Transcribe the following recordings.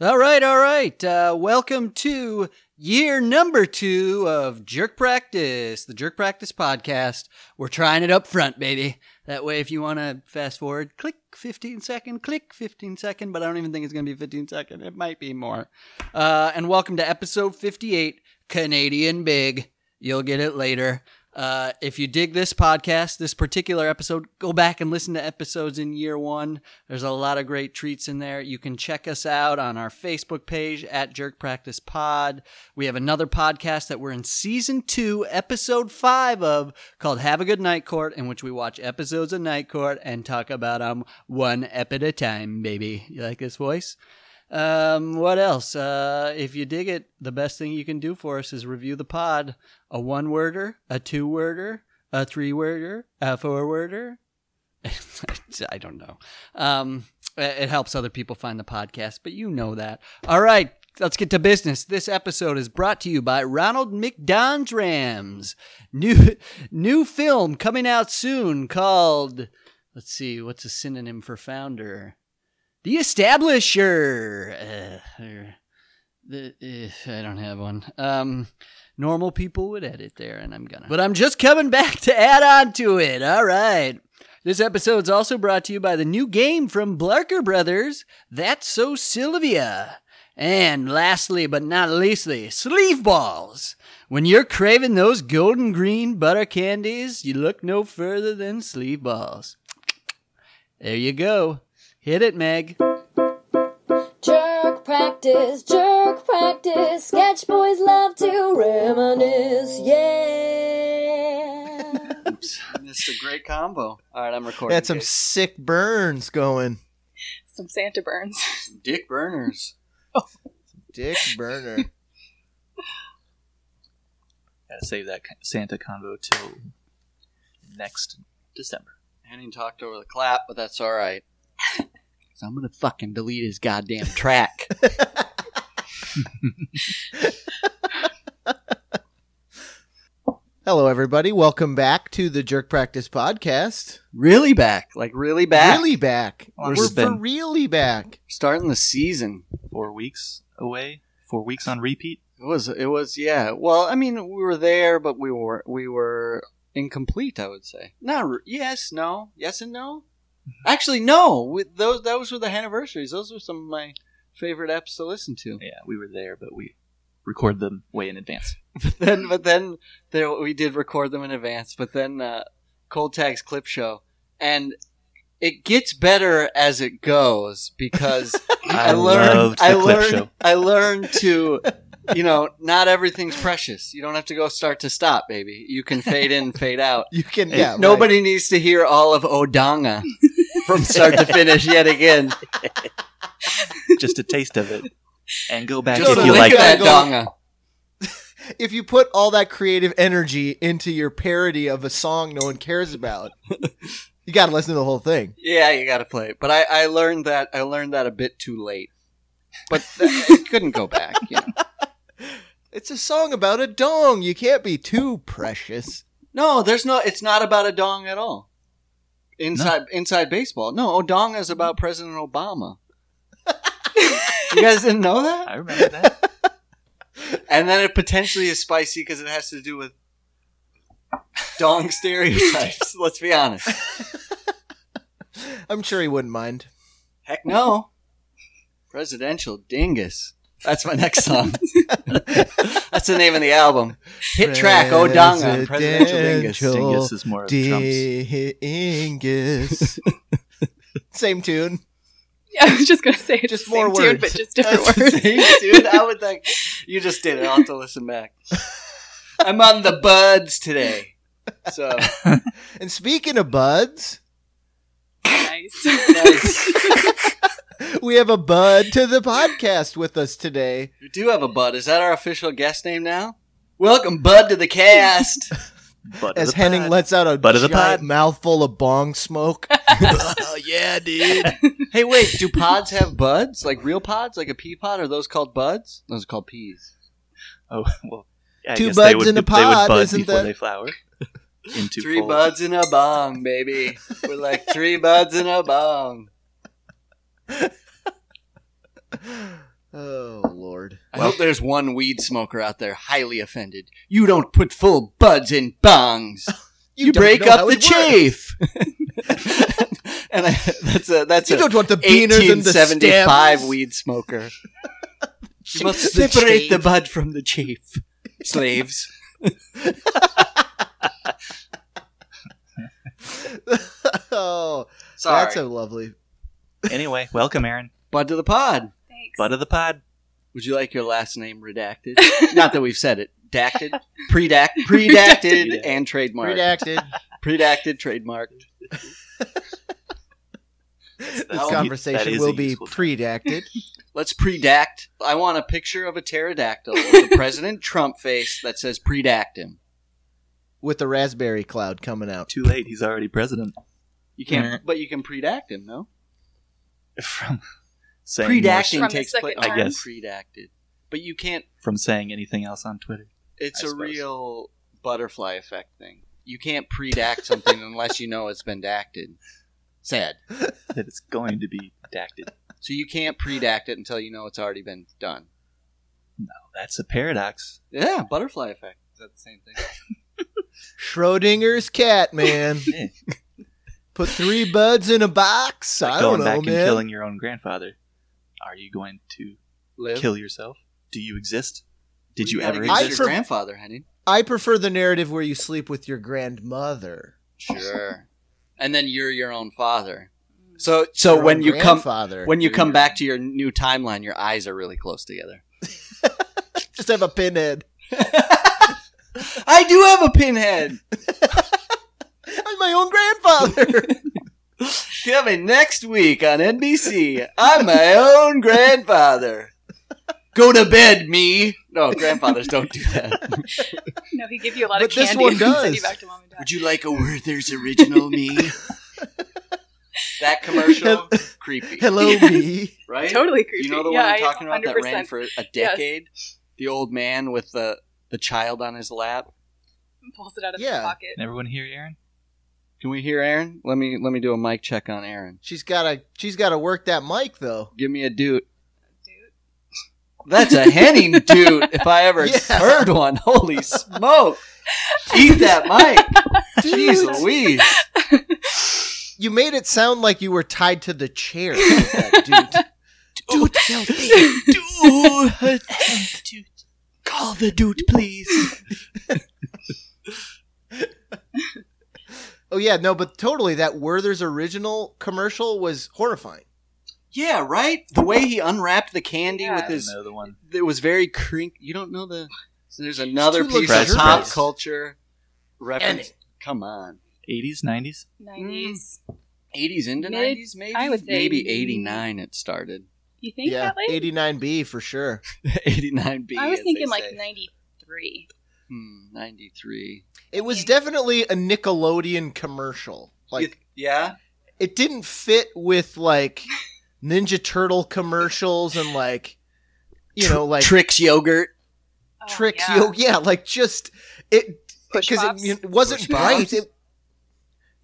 All right, all right. Uh, welcome to year number two of Jerk Practice, the Jerk Practice podcast. We're trying it up front, baby. That way, if you want to fast forward, click 15 second, click 15 second, but I don't even think it's going to be 15 second. It might be more. Uh, and welcome to episode 58, Canadian Big. You'll get it later. Uh, if you dig this podcast, this particular episode, go back and listen to episodes in year one. There's a lot of great treats in there. You can check us out on our Facebook page at Jerk Practice Pod. We have another podcast that we're in season two, episode five of called Have a Good Night Court, in which we watch episodes of Night Court and talk about them one ep at a time, baby. You like this voice? Um, what else? Uh, if you dig it, the best thing you can do for us is review the pod. A one worder, a two worder, a three worder, a four worder. I don't know. Um, it helps other people find the podcast, but you know that. All right, let's get to business. This episode is brought to you by Ronald McDonald's Rams. New new film coming out soon called let's see, what's a synonym for founder? The Establisher. Uh, or the, uh, I don't have one. Um, normal people would edit there, and I'm gonna. But I'm just coming back to add on to it. All right. This episode's also brought to you by the new game from Blarker Brothers, That's So Sylvia. And lastly but not leastly, sleeve balls. When you're craving those golden green butter candies, you look no further than sleeve balls. There you go. Hit it, Meg. Jerk practice, jerk practice. Sketch boys love to reminisce. Yeah. It's a great combo. All right, I'm recording. Had some sick burns going. some Santa burns. dick burners. Dick burner. Gotta save that Santa convo till next December. I hadn't even talked over the clap, but that's all right. so I'm gonna fucking delete his goddamn track. Hello, everybody. Welcome back to the Jerk Practice Podcast. really back, like really back. Really back. Well, We're this has for been- really back. Starting the season. Four weeks away. Four weeks on repeat. It was. It was. Yeah. Well, I mean, we were there, but we were we were incomplete. I would say. Not. re- Yes. No. Yes and no. Mm-hmm. Actually, no. With those, those were the anniversaries. Those were some of my favorite apps to listen to. Yeah, we were there, but we record them way in advance. then but then there, we did record them in advance but then uh, cold tags clip show and it gets better as it goes because I, learned loved the I clip learned show. I learned to you know not everything's precious you don't have to go start to stop baby you can fade in fade out You can. yeah. right. nobody needs to hear all of Odanga from start to finish yet again Just a taste of it. And go back just a if you look like at that it. go- Donga If you put all that creative energy into your parody of a song no one cares about, you got to listen to the whole thing. Yeah, you got to play it. But I, I learned that I learned that a bit too late. But th- I couldn't go back. You know. It's a song about a dong. You can't be too precious. No, there's no. It's not about a dong at all. Inside inside baseball. No, Odong is about President Obama. you guys didn't know that? I remember that. And then it potentially is spicy because it has to do with dong stereotypes. Let's be honest. I'm sure he wouldn't mind. Heck no. Presidential dingus. That's my next song. That's the name of the album. Hit track Odonga on Presidential Dingus. Presidential Dingus is more of Trump's. Dingus. Same tune. Yeah, I was just gonna say it's Just the more same words. tune, but just different That's words. insane, dude. I would think you just did it. I'll have to listen back. I'm on the buds today. So And speaking of buds, nice. nice. we have a bud to the podcast with us today. We do have a bud. Is that our official guest name now? Welcome, bud, to the cast. Butt As of the Henning pod. lets out a Bud of the giant pod. mouthful of bong smoke. Oh, yeah, dude. Hey, wait. Do pods have buds? Like real pods? Like a pea pod? Are those called buds? Those are called peas. oh, well. I Two guess buds they would, in a they would pod, bud isn't before that- they flower. Into three full- buds in a bong, baby. We're like three buds in a bong. Oh Lord. I hope there's one weed smoker out there highly offended. You don't put full buds in bongs. You, don't break know up how the it works. chafe. and I, that's a that's You a don't want the beaners and the 1875 stems. weed smoker. She- You must the separate the chafe. bud from the chafe, slaves. oh, Sorry. that's a lovely. anyway, welcome, Aaron. Bud to the pod. Thanks. Butt of the pod. Would you like your last name redacted? Not that we've said it. Dacted, predact, predacted, and trademarked. Redacted. Predacted, trademarked. This That conversation is will a be useful- predacted. Let's predact. I want a picture of a pterodactyl with a President Trump face that says predact him. with the raspberry cloud coming out. Too late. He's already president. You can't, but you can predact him, no? From saying more Predacting shit- From the takes second place. I term. guess predacted, but you can't. from saying anything else on Twitter. It's I a suppose. real butterfly effect thing. You can't predact something unless you know it's been dacted. Sad. That it's going to be redacted. So you can't predact it until you know it's already been done. That's a paradox. Yeah, butterfly effect. Is that the same thing? Schrodinger's cat, man. Yeah. Put three buds in a box. I Going don't know, back man. and killing your own grandfather. Are you going to Live. kill yourself? Do you exist? Did Well, you gotta ever consider I exist? for- your grandfather, honey? I prefer the narrative where you sleep with your grandmother. Sure. and then you're your own father. So so when you come father, when you come back to your new timeline, your eyes are really close together. just have a pinhead. I do have a pinhead. I'm my own grandfather. Coming next week on NBC. I'm my own grandfather. Go to bed, me. No, grandfathers don't do that. No, he gave you a lot of But this candy one and then sent does. you back to mom and dad. Would you like a Werther's original me? that commercial, creepy, Hello, me. right? Totally creepy. You know the yeah, one I'm I- talking about that ran 100%. for a decade? The old man with the, the child on his lap. pulls it out of Yeah. his pocket. Can everyone hear Aaron? Can we hear Aaron? Let me let me do a mic check on Aaron. She's gotta. She's gotta work that mic though. Give me a doot. Dude. That's a Henning doot if I ever Yeah. heard one. Holy smoke. Eat that mic. Jeez Louise. You made it sound like you were tied to the chair. with that dude. Dude, help me. Doot. Call the doot, please. Oh yeah, no, but totally. That Werther's original commercial was horrifying. Yeah, right? The way he unwrapped the candy Yeah. with his I don't know the one. it was very crink. You don't know the. So there's another Just to look piece at of your pop face. culture reference. Come on, 80s, 90s? 90s. Mm-hmm. 80s into Mid- 90s, maybe. I would say- maybe 89 it started. You think yeah, that late? 89B for sure. 89B. I was as thinking they like say. 93. Hmm, 93. It was definitely a Nickelodeon commercial. Like You- yeah, it didn't fit with like Ninja Turtle commercials and like you know like tricks yogurt. Oh, tricks. yeah. Yo, yeah, like just it Push because pops. it, it wasn't Push bright. pops. It,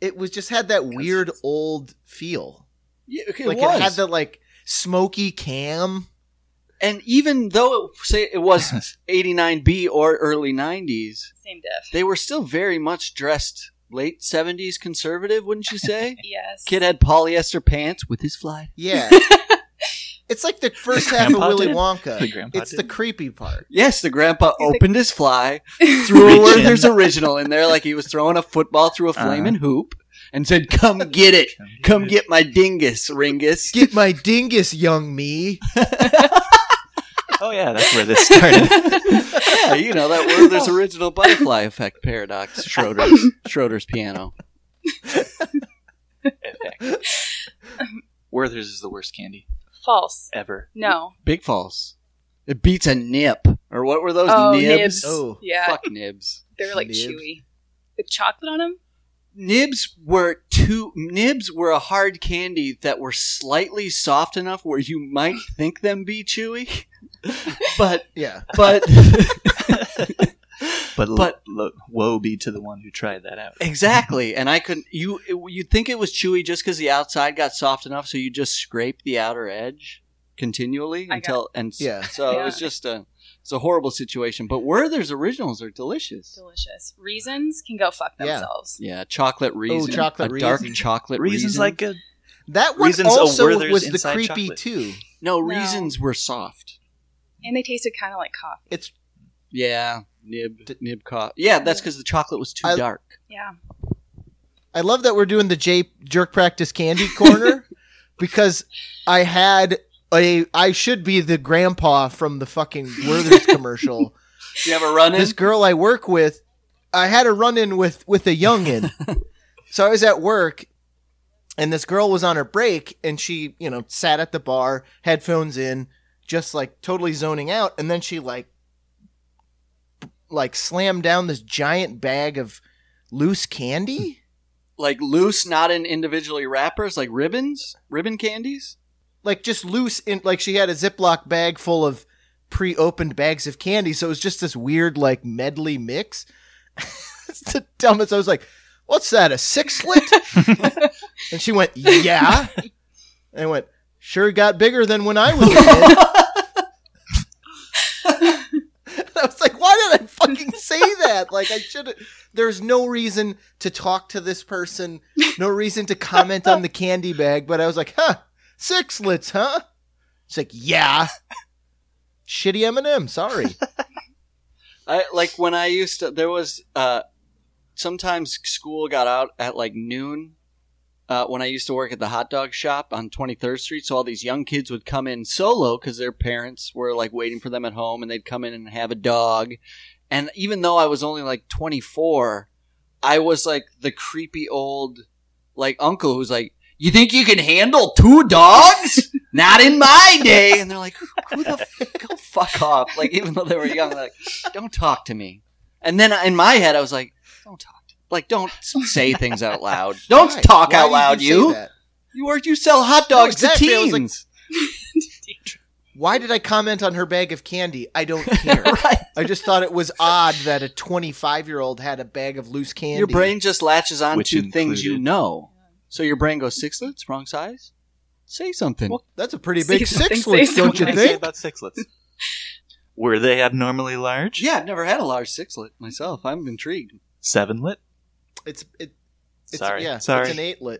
it was just had that weird old feel. Yeah, okay, like it was. it had the like smoky cam. and even though it, say it was 89B or early 90s, Same diff. they were still very much dressed late 70s conservative, wouldn't you say? Yes. Kid had polyester pants with his fly. Yeah. it's like the first The half of grandpa Willy did? Wonka. The grandpa it's did? the creepy part. Yes, the grandpa He's like- opened his fly, threw a Reach Werther's in. original in there like he was throwing a football through a flaming hoop, and said, "Come get it, come get my dingus, Ringus." Get my dingus, young me. Oh, yeah, that's where this started. yeah, you know that Werther's original butterfly effect paradox. Schroeder's Schroeder's piano. Werther's is the worst candy False. ever. No. Big false. It beats a nip, or what were those Oh, nibs? nibs. Oh. Yeah. Fuck nibs. They were like Nibs. chewy. With chocolate on them? Nibs were two nibs were a hard candy that were slightly soft enough where you might think them be chewy, but Yeah. but But, l- But- lo- woe be to the one who tried that out. exactly. And I couldn't. You it- you'd think it was chewy just because the outside got soft enough, so you just scrape the outer edge. continually I got until and s- Yeah. So it was Yeah. just a it's a horrible situation. But Werther's originals are delicious. Delicious. Reasons can go fuck Yeah. themselves. Yeah, chocolate raisin, Oh, chocolate a dark raisin. chocolate Reasons raisin. like a That one Reasons a also Werther's was the inside creepy chocolate. too. no, No. raisins were soft. And they tasted kind of like coffee. It's Yeah, nib nib cough. Yeah, that's because the chocolate was too I- dark. Yeah. I love that we're doing the J jerk practice candy corner because I had a I should be the grandpa from the fucking Werther's commercial. You have a run in. this girl I work with, I had a run in with with a youngin. so I was at work, and this girl was on her break, and she you know sat at the bar, headphones in, just like totally zoning out, and then she like like slammed down this giant bag of loose candy, like loose, not in individually wrappers, like ribbons, ribbon candies. like just loose in like she had a Ziploc bag full of pre-opened bags of candy, so it was just this weird like medley mix. it's the dumbest. I was like, "What's that? A six slit?" And she went, Yeah. and I went, Sure got bigger than when I was a kid. And I was like, Why did I fucking say that? Like, I should There's no reason to talk to this person, no reason to comment on the candy bag. But I was like, Huh, sixlets, huh? She's like, Yeah. Shitty M&M, sorry. I like when I used to. There was uh, sometimes school got out at like noon. Uh, when I used to work at the hot dog shop on 23rd Street, so all these young kids would come in solo because their parents were like waiting for them at home, and they'd come in and have a dog. And even though I was only like 24, I was like the creepy old like uncle who's like, "You think you can handle two dogs? Not in my day." And they're like, "Who the f- go fuck off?" Like even though they were young, they're like don't talk to me. And then in my head, I was like, don't talk. To me. Like, don't say things out loud. Don't Why? talk Why out did loud, say you. that? You are you sell hot dogs No, exactly. I to was like- teens. Why did I comment on her bag of candy? I don't care. right. I just thought it was odd that a 25 year old had a bag of loose candy. Your brain just latches on Which to things you included- know. So your brain goes sixlets, wrong size. Say something. Well, That's a pretty Say big something, six say list, don't you something. think? about sixlets? Were they abnormally large? yeah, I've never had a large sixlet myself. I'm intrigued. Sevenlet? It's it, it's Sorry. yeah, Sorry. it's an eightlet.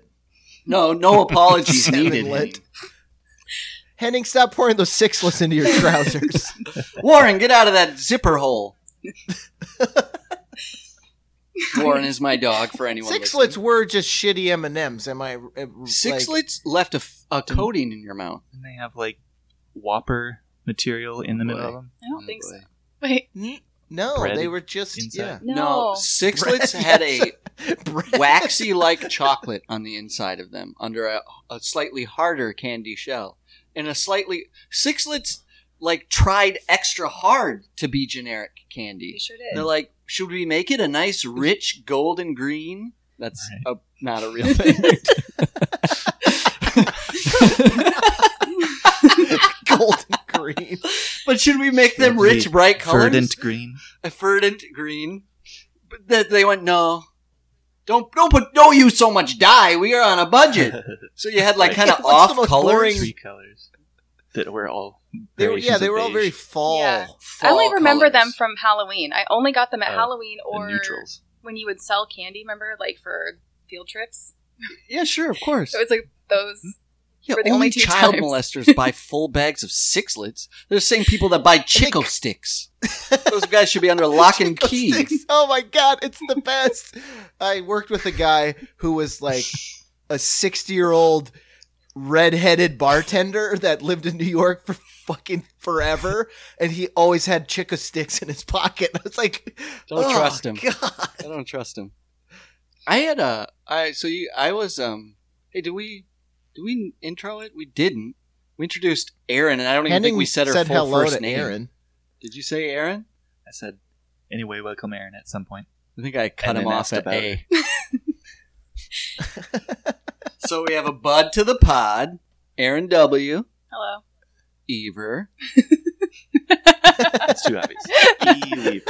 No, no apologies needed. Sevenlet. Henning, stop pouring those sixlets into your trousers. Warren, get out of that zipper hole. Warren is my dog. For anyone, listening. sixlets were just shitty M and M's. Am I? uh, Like, Sixlets left a, f- a coating in your mouth. And they have like whopper material in the middle of them. I don't think so. Wait. no, Bread they were just inside. No. No, sixlets had a yeah. Bread. waxy like chocolate on the inside of them under a, a slightly harder candy shell. And a slightly. Sixlets, like, tried extra hard to be generic You candy. sure did. They're like, should we make it a nice, rich, golden green? That's a, not a real thing. golden green. but should we make them Lovely rich, bright colors? Verdant green. a verdant green. But th- they went, no, don't don't put don't use so much dye. We are on a budget. So you had like Right. kind of What's the off most colors. Three colors. That were all. They were, yeah, variations they of were all beige. very fall. Yeah. I fall only remember colors. them from Halloween. I only got them at Oh, Halloween or the neutrals. when you would sell candy. Remember, like for field trips. yeah, sure, of course. So it's like those. yeah, for the only, only two child times. molesters buy full bags of sixlets. They're the same people that buy Chico sticks. Those guys should be under lock and Those key. sticks. Oh my god, it's the best. I worked with a guy who was like a 60-year-old red-headed bartender that lived in New York for fucking forever and he always had chica sticks in his pocket. I was like, Don't "Oh, trust him. God." I don't trust him. I had a I so you I was um hey did we did we intro it? We didn't. We introduced Aaron and I don't even Henning think we said her said full hello first to name. Aaron. Did you say Aaron? I said, anyway, welcome Aaron at some point. I think I cut And him then off asked at about A. so we have a bud to the pod, Aaron W, Hello. Ever, That's too obvious. E-leap.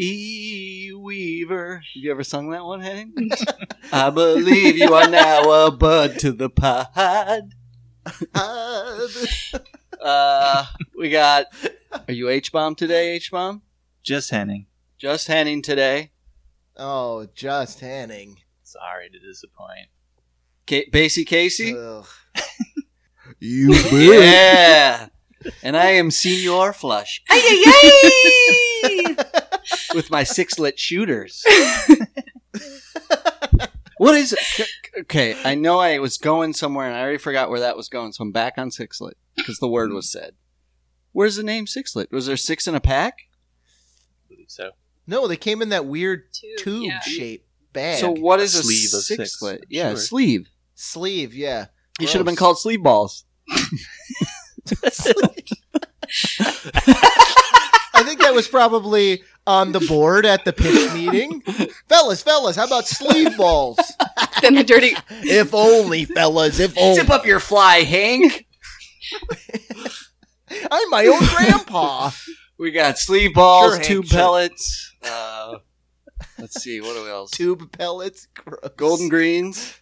E Weaver. Have you ever sung that one, Henning? I believe you are now a bud to the pod. Uh, we got. Are you H bomb today? H bomb. Just Henning. Just Henning today. oh, just Hanning. Sorry to disappoint. Ca Basie Casey. Ugh. you yeah. And I am Senior Flush with my sixlet shooters. what is? c- c- Okay, I know I was going somewhere and I already forgot where that was going, so I'm back on sixlet because the word was said. Where's the name sixlet? Was there six in a pack? I believe so. No, they came in that weird Two. tube Yeah. shape bag. So what is A a sleeve of sixlet? six. Yeah, Sure. sleeve. Sleeve, yeah. He should have been Gross. called sleeve balls. I think that was probably on the board at the pitch meeting. fellas, fellas, how about sleeve balls? then the dirty if only, fellas, if only. Tip up your fly, Hank. I'm my own grandpa. We got sleeve balls, Sure, Hank, two sure. pellets. Uh, let's see, what do we else? Tube pellets, gross. Golden greens.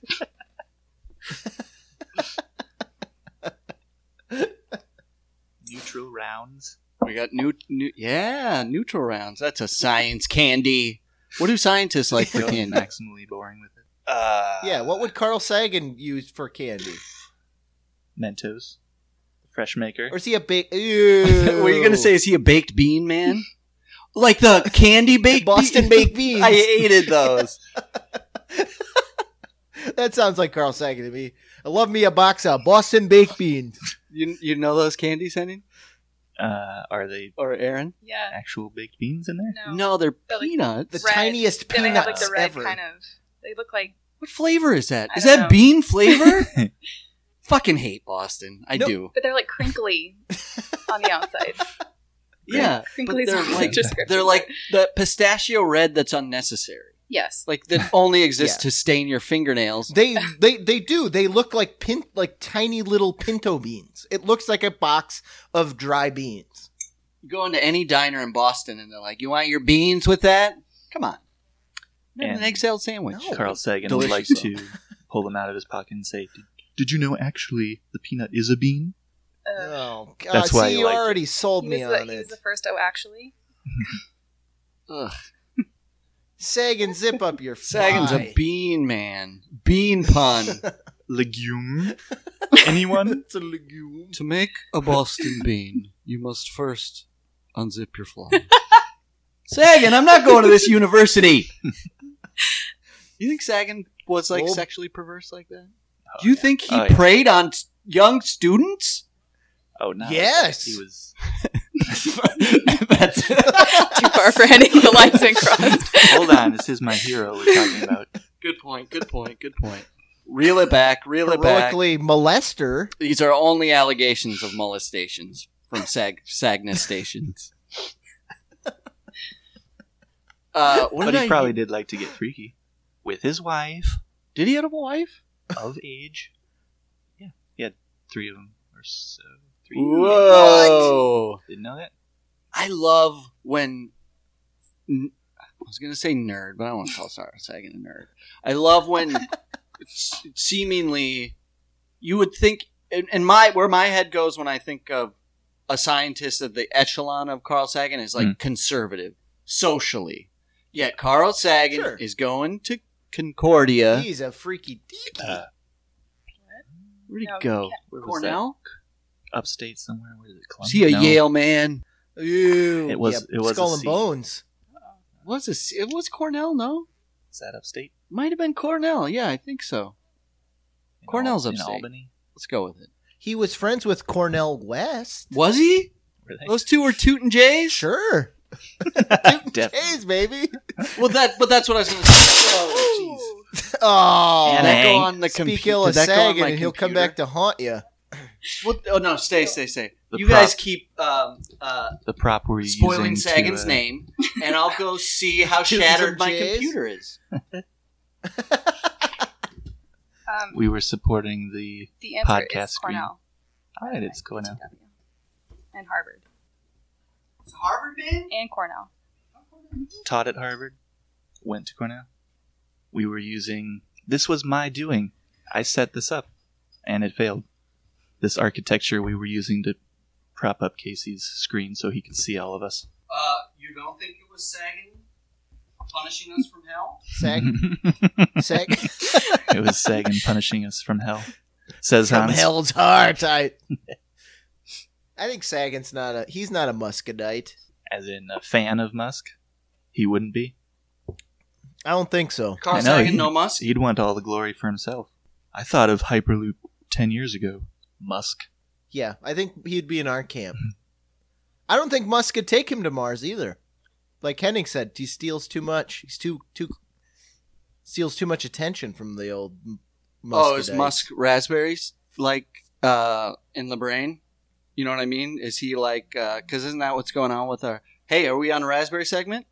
Neutral rounds. We got new, new, yeah, neutral rounds. That's a science candy. What do scientists like for Feeling candy? maximally boring with it. Uh, Yeah, what would Carl Sagan use for candy? Mentos. Fresh maker. Or is he a big? Were you gonna say is he a baked bean man? Like the candy baked Boston bean? baked beans? I hated those. that sounds like Carl Sagan to me. I love me a box of Boston baked beans. You you know those candies, Henning Uh, are they or Aaron? yeah actual baked beans in there? no. No, they're They're like- peanuts. The Red. tiniest Then peanuts they have like the red ever. kind of. They look like What flavor is that? I Is don't that know. bean flavor? Fucking hate Boston. I Nope. do. but they're like crinkly on the outside. Yeah. Crinkly is they're a good like- description. They're like the pistachio red that's unnecessary. yes. Like that only exists to stain your fingernails. They they they do. They look like pin like tiny little pinto beans. It looks like a box of dry beans. You go into any diner in Boston and they're like, You want your beans with that? Come on. Not an And- egg salad sandwich. No. Carl Sagan Oh, Delicious. would like to pull them out of his pocket and say, did, did you know actually the peanut is a bean? Uh, Oh god! That's why See, you you liked it. already sold he, me was on the, he was it. the first. Oh, actually, Ugh. Sagan, zip up your Sagan's fly. a bean man. Bean pun. Legume? Anyone? It's a legume. to make a Boston bean, you must first unzip your fly. Sagan, I'm not going to this university. you think Sagan was like Well- sexually perverse like that? Oh, Do you think he Oh, yeah. preyed on s- young students? Oh, no. Yes. He was. That's too far for heading. The lines been crossed. Hold on. This is my hero we're talking about. good point. Good point. Good point. Reel it back. Reel it back. Heroically molester. These are only allegations of molestations from Sag Sagna stations. Uh, what but did he I- probably did like to get freaky with his wife did he have a wife? of age. Yeah, he had three of them or so. Three. Whoa! Didn't know that. I love when n- I was gonna say nerd, but I don't want to call Sarah Sagan a nerd. I love when s- seemingly you would think, and and my where my head goes when I think of a scientist at the echelon of Carl Sagan is like conservative socially, yet Carl Sagan Sure. is going to Concordia. He's a freaky deaky. Uh, Where'd he No, you go? can't. Where was Cornell? that? Upstate somewhere. Where is it? Was he a No. Yale man? Ew. It was- it was a skull and C. bones. Was a, it was Cornell? No, Is that upstate? might have been Cornell. Yeah, I think so. In Cornell's Al- in upstate. Albany. Let's go with it. He was friends with Cornell West. Was he? Were they? Those two were tootin' Jays. Sure. Def- Jays, baby. Well, that but that's what I was going to say. Oh, Ooh. Oh, jeez. Did And that go Hank. on the compu- speak ill of did that go on Sagan, my and he'll come computer? back to haunt you. What- oh no! Stay, stay, stay. The you prop- guys keep um, uh, the prop we're spoiling using Sagan's to, uh, name, and I'll go see how Tootin' shattered some my Jays? computer is. Um, We were supporting the. the answer podcast is screen. Cornell All right, it's Cornell. and Harvard Is Harvard man? and Cornell. Taught at Harvard. Went to Cornell. We were using This was my doing. I set this up, and it failed. This architecture we were using to prop up Casey's screen so he could see all of us. Uh, you don't think it was sagging, punishing us from hell? Sag, sag. it was Sagan punishing us from hell. Says from Hans. hell's heart. I, I think Sagan's not a. He's not a Muscadite. As in a fan of Musk, he wouldn't be. I don't think so. Carl I know, Sagan, he- no Musk. He'd want all the glory for himself. I thought of Hyperloop ten years ago. Musk. Yeah, I think he'd be in our camp. I don't think Musk could take him to Mars either. Like Henning said, he steals too much. He's too too steals too much attention from the old. M- Oh, is Muscadite. Musk raspberries like uh, in the brain? You know what I mean? Is he like? Because isn't that what's going on with our? Hey, are we on a raspberry segment?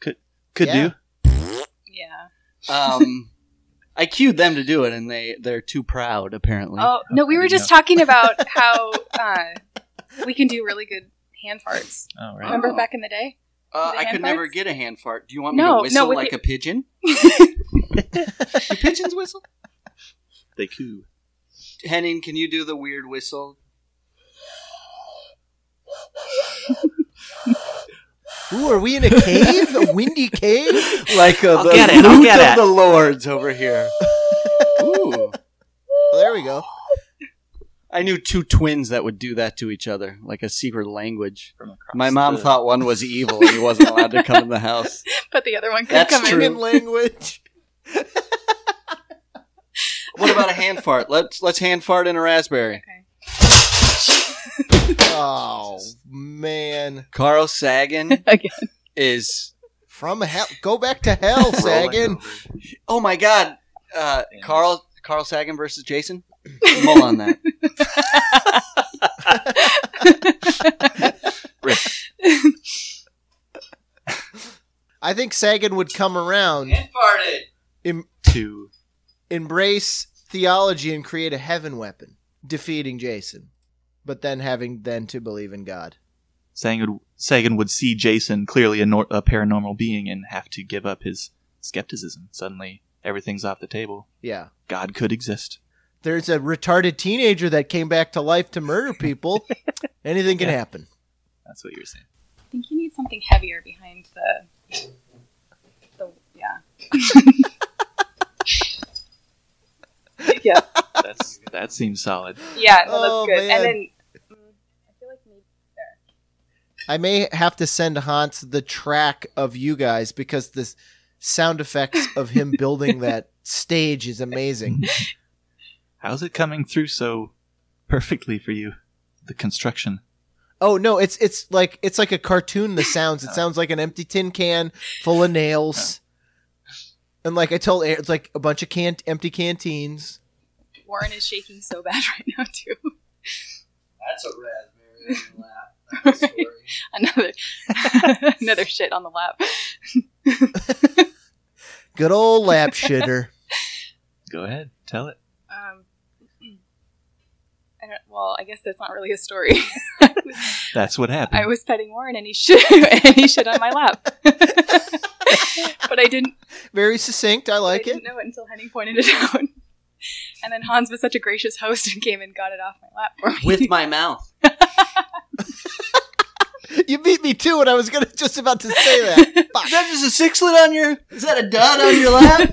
Could Yeah. do. Yeah. Um, I cued them to do it, and they they're too proud apparently. Oh no, we were just talking about how uh, we can do really good hand farts. All right. Remember Oh. back in the day? uh, the I could hand never farts? get a hand fart. Do you want me No, to no, whistle with like the- a pigeon? Do pigeons whistle? They coo. Henning, can you do the weird whistle? Ooh, are we in a cave? a windy cave? Oh, Like a, I'll get it, I'll get it. the lords over here. Ooh. Well, there we go. I knew two twins that would do that to each other, like a secret language. From across My mom the- thought one was evil and he wasn't allowed to come in the house. But the other one could That's come true. in. Human language. What about a hand fart? Let's let's hand fart in a raspberry. Oh man, Carl Sagan Again. is from hell, go back to hell, Sagan. Rolling over. oh my god, uh, Yeah. Carl Carl Sagan versus Jason. Mull on that. I think Sagan would come around, farted. em- Two. embrace theology, and create a heaven weapon, defeating Jason, but then having then to believe in God. Sagan would, Sagan would see Jason clearly a, nor- a paranormal being and have to give up his skepticism. Suddenly, everything's off the table. Yeah, God could exist. there's a retarded teenager that came back to life to murder people. Anything can happen. That's what you were saying. I think you need something heavier behind the. the yeah. yeah. That's that seems solid. Yeah. No, that's Oh, good. man. And then mm, I feel like maybe there. I may have to send Hans the track of you guys because the sound effects of him building that stage is amazing. How's it coming through so perfectly for you? The construction. Oh no, it's it's like it's like a cartoon. The sounds. It sounds like an empty tin can full of nails, and like I told, Aaron, it's like a bunch of can empty canteens. Warren is shaking so bad right now too. That's a raspberry in your lap. That's a story. Another another shit on the lap. Good old lap shitter. Go ahead, tell it. Um, I don't, well, I guess that's not really a story. That's what happened. I was petting Warren and he shit and he shit on my lap. but I didn't Very succinct. I I like it. didn't know it until Henning pointed it out. And then Hans was such a gracious host and came and got it off my lap for me. With my mouth. You beat me too, and I was gonna just about to say that. Is that just a sixlet on your? Is that a dud on your lap?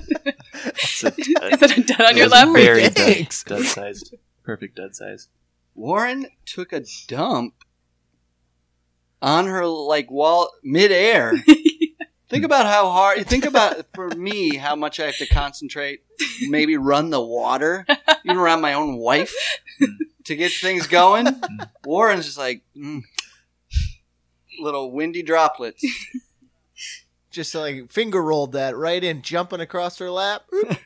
It's a- Is that a dud on it your was lap? Very dud, Thanks. dud sized. Perfect dud size. Warren took a dump on her like wall midair. think about how hard. Think about for me how much I have to concentrate. Maybe run the water even around my own wife to get things going. Warren's just like mm, little windy droplets. Just like finger rolled that right in, jumping across her lap.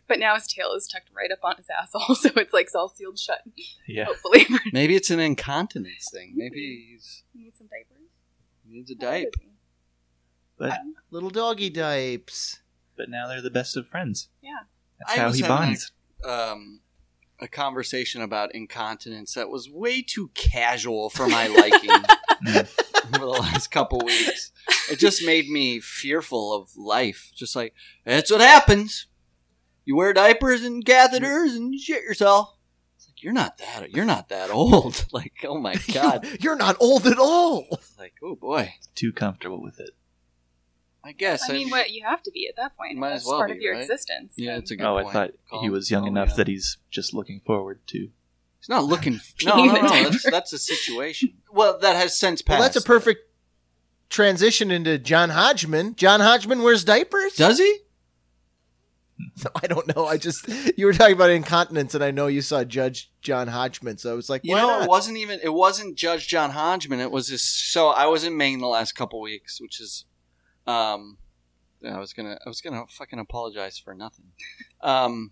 But now his tail is tucked right up on his asshole, so it's like it's all sealed shut. Yeah. Hopefully, Maybe it's an incontinence thing. Maybe he's, you need some diapers. he needs a diaper. But Little doggy dipes. but now they're the best of friends. Yeah. That's I how was he having bonds. um, a conversation about incontinence that was way too casual for my liking over the last couple weeks. It just made me fearful of life. Just like that's what happens You wear diapers and catheters and you shit yourself. It's like you're not that you're not that old. Like, oh my god. You're not old at all. It's like, oh boy. Too comfortable with it. I guess I mean, what you have to be at that point. Might That's as well part be, of your right? existence. Yeah, then. it's a good Oh, point. I thought he Call- was young call enough me that out. he's just looking forward to. he's not looking. no, no, Being no. a That's, that's a situation. Well, that has since Well, passed. that's a perfect transition into John Hodgman. John Hodgman wears diapers. Does he? I don't know. I just you were talking about incontinence, and I know you saw Judge John Hodgman, so I was like, You why know, not? it wasn't even it wasn't Judge John Hodgman. It was this. So I was in Maine the last couple weeks, which is, um, I was gonna I was gonna fucking apologize for nothing. Um,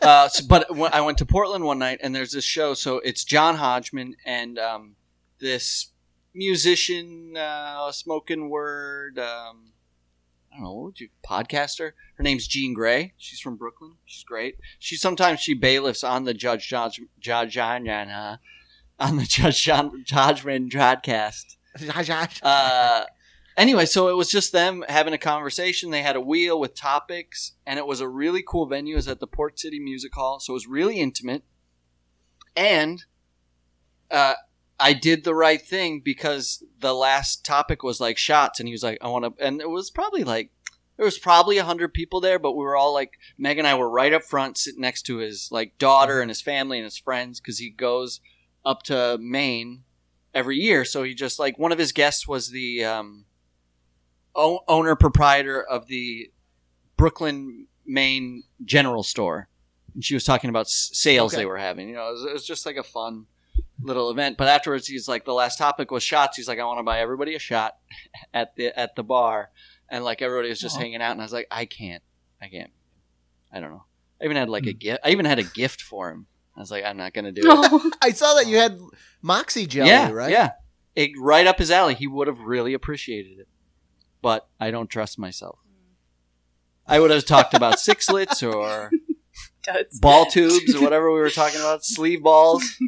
uh, so- but when I went to Portland one night, and there's this show. So it's John Hodgman and um, this musician, uh, spoken word. Um, I don't know what would you podcaster. Her name's Jean Grey. She's from Brooklyn. She's great. She sometimes she bailiffs on the Judge Judge Judge John John, huh? on the Judge John Judgment podcast. Uh, anyway, so it was just them having a conversation. They had a wheel with topics, and it was a really cool venue. It was at the Port City Music Hall, so it was really intimate. And uh, I did the right thing because the last topic was like shots, and he was like, "I want to," and it was probably like there was probably a hundred people there, but we were all like Meg and I were right up front, sitting next to his like daughter and his family and his friends because he goes up to Maine every year. So he just like one of his guests was the um, o- owner proprietor of the Brooklyn, Maine general store, and she was talking about s- sales Okay. they were having. You know, it was, it was just like a fun little event. But afterwards, he's like, the last topic was shots. He's like, I want to buy everybody a shot at the at the bar, and like everybody was just Aw. hanging out, and I was like, I can't, I can't, I don't know. I even had like a gift. I even had a gift for him. I was like, I'm not gonna do it. Oh, I saw that you had Moxie jelly, yeah, right? Yeah, it right up his alley. He would have really appreciated it, but I don't trust myself. I would have talked about sixlets or duds. ball tubes or whatever we were talking about, sleeve balls.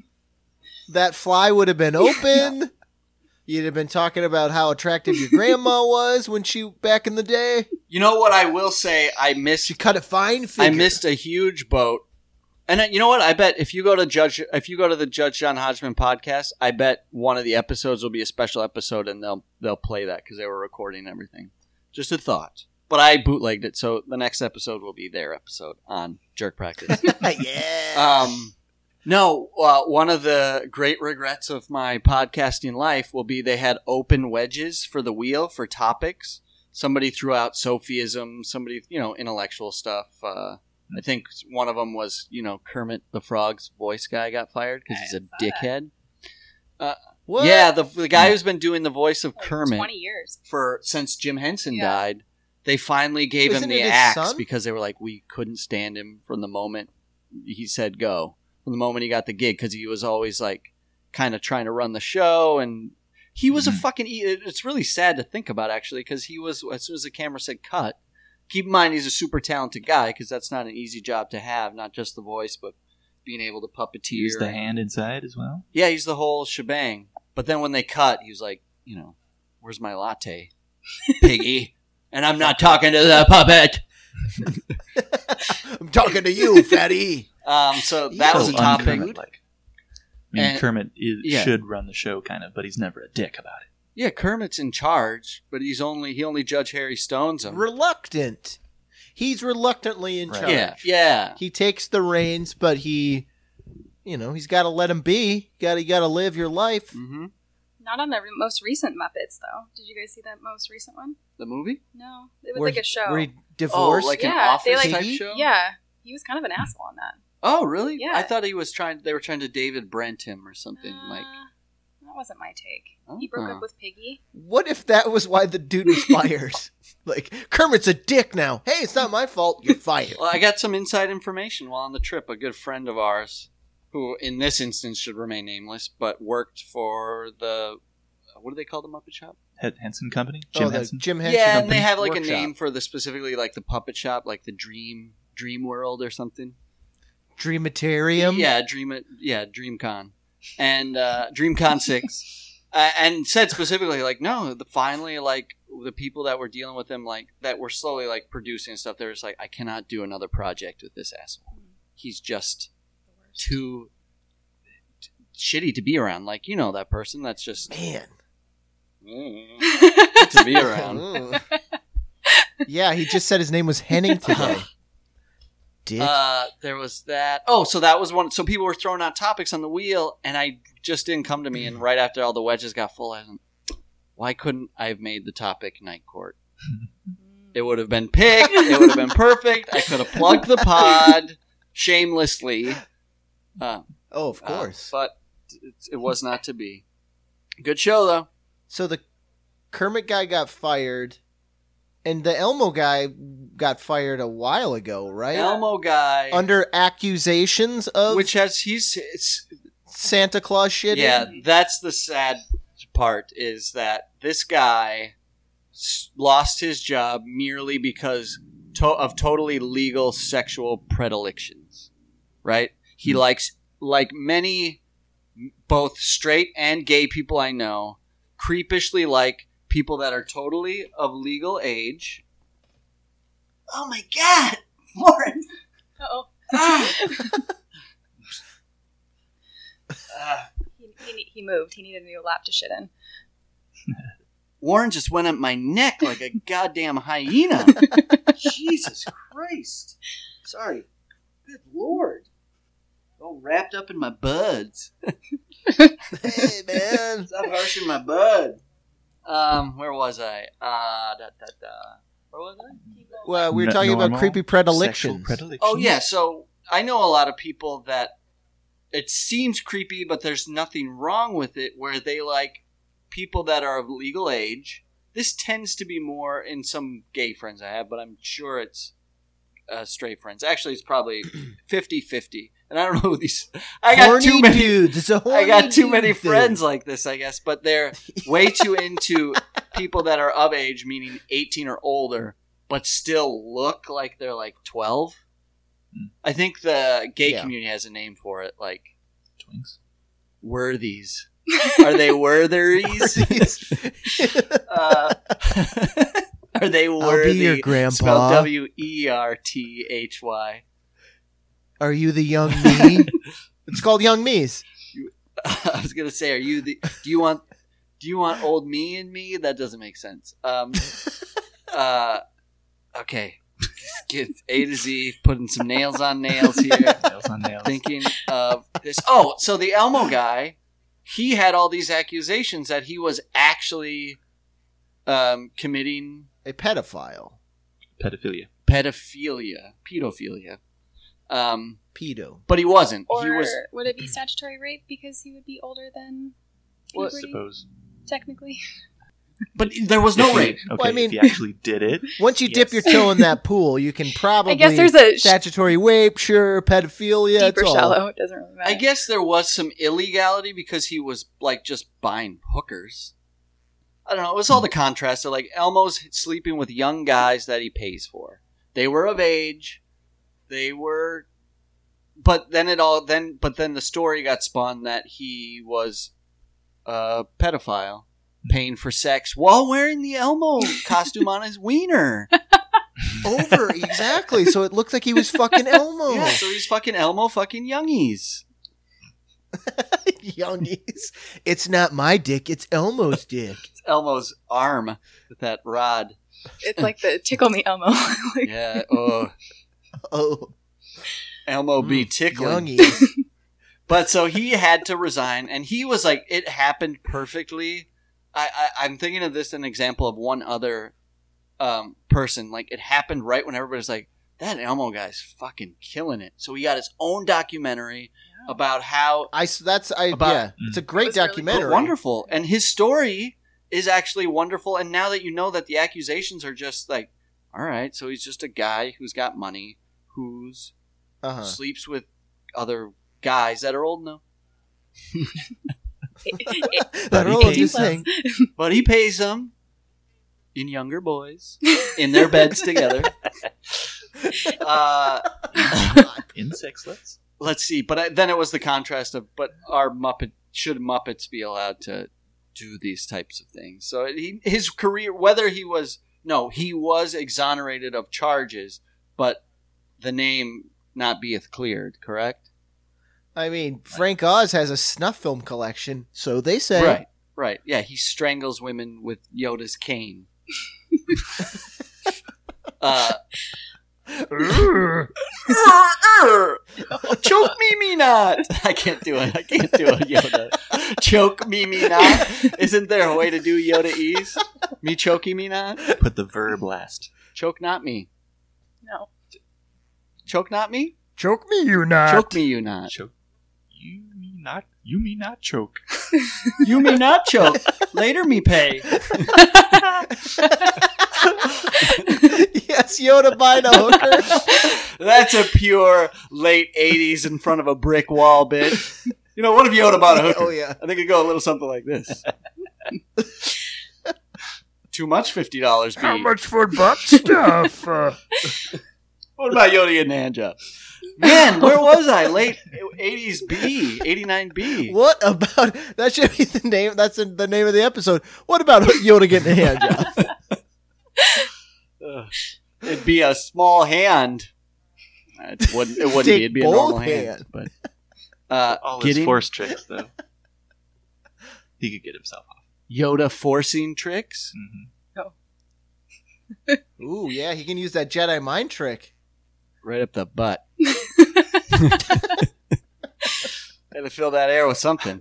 That fly would have been open. You'd have been talking about how attractive your grandma was when she back in the day. You know what I will say? I missed She cut a fine I figure. missed a huge boat. And uh, you know what? I bet if you go to judge, if you go to the Judge John Hodgman podcast, I bet one of the episodes will be a special episode, and they'll they'll play that because they were recording everything. Just a thought, but I bootlegged it, so the next episode will be their episode on jerk practice. yeah. um, no, uh, one of the great regrets of my podcasting life will be they had open wedges for the wheel for topics. Somebody threw out Sophism, somebody, you know, intellectual stuff. Uh, I think one of them was, you know, Kermit the Frog's voice guy got fired because I he's a saw that. dickhead. What? Yeah, the, the guy who's been doing the voice of Like Kermit Twenty years. for since Jim Henson Yeah. died, they finally gave him Isn't the it his axe son? because they were like, we couldn't stand him from the moment he said go, from the moment he got the gig, because he was always like kind of trying to run the show, and he was a Mm-hmm. Mhm. fucking. e- it- It's really sad to think about actually, because he was as soon as the camera said cut. Keep in mind he's a super talented guy because that's not an easy job to have, not just the voice, but being able to puppeteer. Use the and- hand inside as well. yeah, he's the whole shebang. But then when they cut, he was like, you know, where's my latte, piggy? and I'm not talking to the puppet. I'm talking to you, fatty. Um, so that was a So topic. un-Kermit-like. I mean, And- Kermit is, yeah. should run the show, kind of, but he's never a dick about it. Yeah, Kermit's in charge, but he's only he only Judge Harry Stone's him. Reluctant. He's reluctantly in Right. charge. Yeah, yeah. He takes the reins, but he, you know, he's got to let him be. Got to, got to live your life. hmm Not on the re- most recent Muppets though. Did you guys see that most recent one? The movie? No, it was Where like a he- show. Where he divorced. Oh, like an Yeah, they, office like- type Piggy? show. yeah, he was kind of an asshole on that. Oh, really? Yeah. I thought he was trying. They were trying to David Brent him or something Uh, like. that wasn't my take. He broke Uh-huh. up with Piggy. What if that was why the dude was fired? like Kermit's a dick now. Hey, it's not my fault. You're fired. Well, I got some inside information while on the trip. A good friend of ours, who in this instance should remain nameless, but worked for the uh, what do they call the Muppet Shop? Hen- Henson Company? Jim oh, the Henson? Jim Henson. yeah, and they Company have like workshop. a name for the specifically like the puppet shop, like the Dream Dream World or something. Dreamatarium. Yeah, Dream yeah DreamCon and uh, DreamCon Six. uh, and said specifically like no the, finally like the people that were dealing with him like that were slowly like producing stuff they're just like i cannot do another project with this asshole he's just too t- shitty to be around like you know that person that's just Man. to That's be around yeah, he just said his name was Henning today. Dick. uh, there was that oh so that was one so people were throwing out topics on the wheel and i just didn't come to me and right after all the wedges got full i went, why couldn't i have made the topic night court It would have been picked. It would have been perfect. I could have plugged the pod shamelessly. Uh, oh, of uh, course. but it, it was not to be. Good show, though. so the Kermit guy got fired, and the Elmo guy got fired a while ago, right? Elmo guy. Under accusations of which has he's it's, Santa Claus shit. yeah that's the sad part is that this guy s- lost his job merely because to- of totally legal sexual predilections right he likes like many m- both straight and gay people i know creepishly like people that are totally of legal age oh my god warren oh. ah. He, he, ne- he moved. He needed a new lap to shit in. Warren just went up my neck like a goddamn hyena. Jesus Christ. Sorry. Good lord. All wrapped up in my buds. Hey, man. Stop harshing my bud. Um, where was I? Uh, da, da, da. Where was I? Well, we were N- talking about normal creepy Sexual predilections. predilections. Oh yeah, so I know a lot of people that it seems creepy, but there's nothing wrong with it. Where they like people that are of legal age. This tends to be more in some gay friends I have, but I'm sure it's uh, straight friends. Actually, it's probably 50-50. and I don't know who these. I got Horny too many. dudes. It's a I horny got too many dude thing. friends like this, I guess, but they're way too into people that are of age, meaning 18 or older, but still look like they're like 12. Mm. I think the gay Hmm. Yeah. community has a name for it, like Twinks. worthies. Are they worthies? uh, are they I'll worthy? be your Spelled grandpa. W E R T H Y. Are you the young me? it's called Young Me's. I was gonna say, are you the? Do you want? Do you want old me and me? That doesn't make sense. Um, uh, okay, get A to Z. Putting some nails on nails here. Nails on nails. Thinking of this. Oh, so the Elmo guy, he had all these accusations that he was actually um, committing A pedophile. Pedophilia. pedophilia, pedophilia, um, Pedo. but he wasn't. Or he was would it be statutory rape because he would be older than I puberty, suppose. technically? but there was no If he- rape. Okay, Well, I mean- if he actually did it, Once you dip your Yes. toe in that pool, you can probably I guess there's a sh- statutory rape, sure, pedophilia, deeper it's all. shallow. It doesn't really matter. I guess there was some illegality because he was like just buying hookers. I don't know. It was all the contrast. So like Elmo's sleeping with young guys that he pays for. They were of age. They were, but then it all then but then the story got spun that he was a pedophile paying for sex while wearing the Elmo costume on his wiener. Over, exactly. So it looked like he was fucking Elmo. Yeah, so he's fucking Elmo fucking youngies. Youngies. It's not my dick, it's Elmo's dick. It's Elmo's arm with that rod. it's like the tickle me Elmo. like, Yeah. Oh, Oh, Elmo be Mm, tickling. Youngies. But so he had to resign, and he was like, it happened perfectly. I, I I'm thinking of this an example of one other um, person. Like it happened right when everybody's like, that Elmo guy's fucking killing it. So he got his own documentary about how I, s- that's, I, About- Mm. yeah, it's a It great was really documentary. But wonderful. And his story is actually wonderful. And now that you know that the accusations are just like, all right, so he's just a guy who's got money, who's Uh-huh. sleeps with other guys that are old now. E That he all came- just saying, But he pays them in younger boys in their beds together. Uh, in sexlets. let's see. But I, then it was the contrast of, but are Muppet should Muppets be allowed to do these types of things. So he, his career, whether he was no, he was exonerated of charges, but the name not beeth cleared. Correct. I mean, Frank Oz has a snuff film collection, so they say. Right. Right. Yeah, he strangles women with Yoda's cane. uh, choke me, me not. I can't do it. I can't do it, Yoda. choke me, me not. Isn't there a way to do Yoda ease? Me chokey me not. Put the verb last. Choke not me. No. Choke not me. Choke me, you not. Choke me, you not. Choke. You me not. You me not choke. You me not choke. Later me pay. yes, Yoda buying a hooker. That's a pure late '80s in front of a brick wall bit. You know, what if Yoda bought a hooker? oh yeah. I think it'd go a little something like this. Too much fifty dollars. How much for Uh, butt stuff? what about Yoda and hand job? Man, where was I? Late eighties B, eighty nine B. What about that? Should be the name. That's the- the name of the episode. What about Yoda getting a hand job? It'd be a small hand. It wouldn't. It wouldn't be. Take It'd be a both normal hand. But Uh, all Getting- his force tricks, though. he could get himself off. Yoda forcing tricks. hmm Ooh, yeah, he can use that Jedi mind trick. right up the butt. Had to fill that air with something.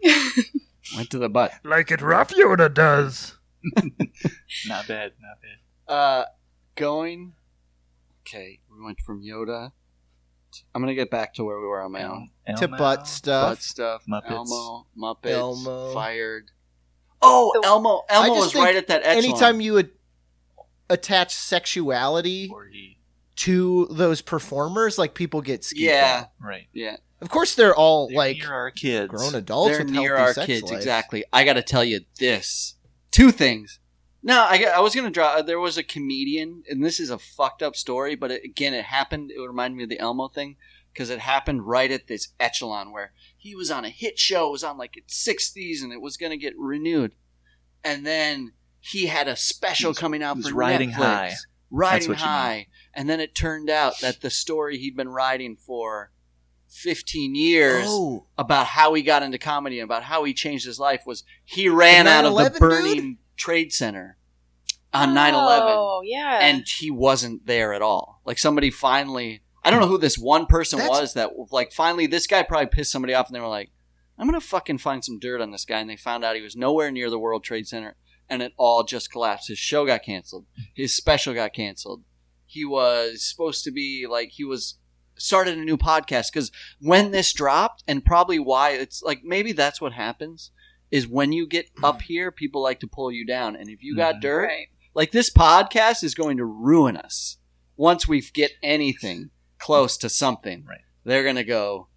Went to the butt. like it rough Yoda does. Not bad. Not bad. Uh, going. Okay, we went from Yoda. to- I'm gonna get back to where we were on my own. Elmo. to butt Butt stuff. stuff. Muppets. Elmo. Muppets. Elmo. Fired. Oh, The- Elmo! I Elmo just was think right at that. Echelon. Anytime you would attach sexuality Or he. to those performers, like people get skeeved. yeah, out. Right. yeah, Of course, they're all like Here are our kids. grown adults they're with near healthy our sex kids life. exactly i gotta tell you this two things no I, I was gonna draw uh, there was a comedian and this is a fucked up story but it, again it happened it reminded me of the elmo thing because it happened right at this echelon where he was on a hit show it was on like its sixth season it was gonna get renewed and then he had a special He was- coming out he was for riding Netflix, high. riding what you meant. high and then it turned out that the story he'd been riding for 15 years Oh, about how he got into comedy and about how he changed his life was he ran The out of the 9/11 burning trade center on 9 11 Oh, yeah. and he wasn't there at all. Like somebody finally, I don't know who this one person That's- was that like finally this guy probably pissed somebody off and they were like, I'm gonna fucking find some dirt on this guy and they found out he was nowhere near the World Trade Center and it all just collapsed. His show got canceled. His special got canceled. He was supposed to be like he was started a new podcast because when this dropped and probably why it's like maybe that's what happens is when you get up here people like to pull you down and if you got Mhm. dirt right. like this podcast is going to ruin us once we get anything close to something. Right. They're gonna go.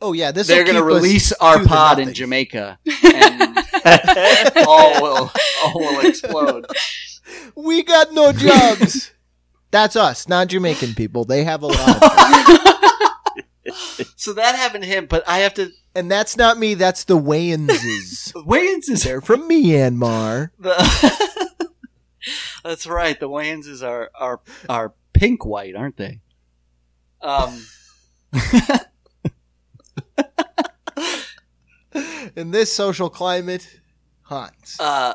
oh yeah. This they're gonna release our to the pod in nothing. Jamaica, and all will all will explode. We got no jobs. That's us, non Jamaican people. They have a lot. of- So that happened to him, but I have to. and that's not me. That's the Wayanses. Wayans is They're from Myanmar. the. That's right. The Wayanses are are are pink white, aren't they? Um. In this social climate, hot. uh,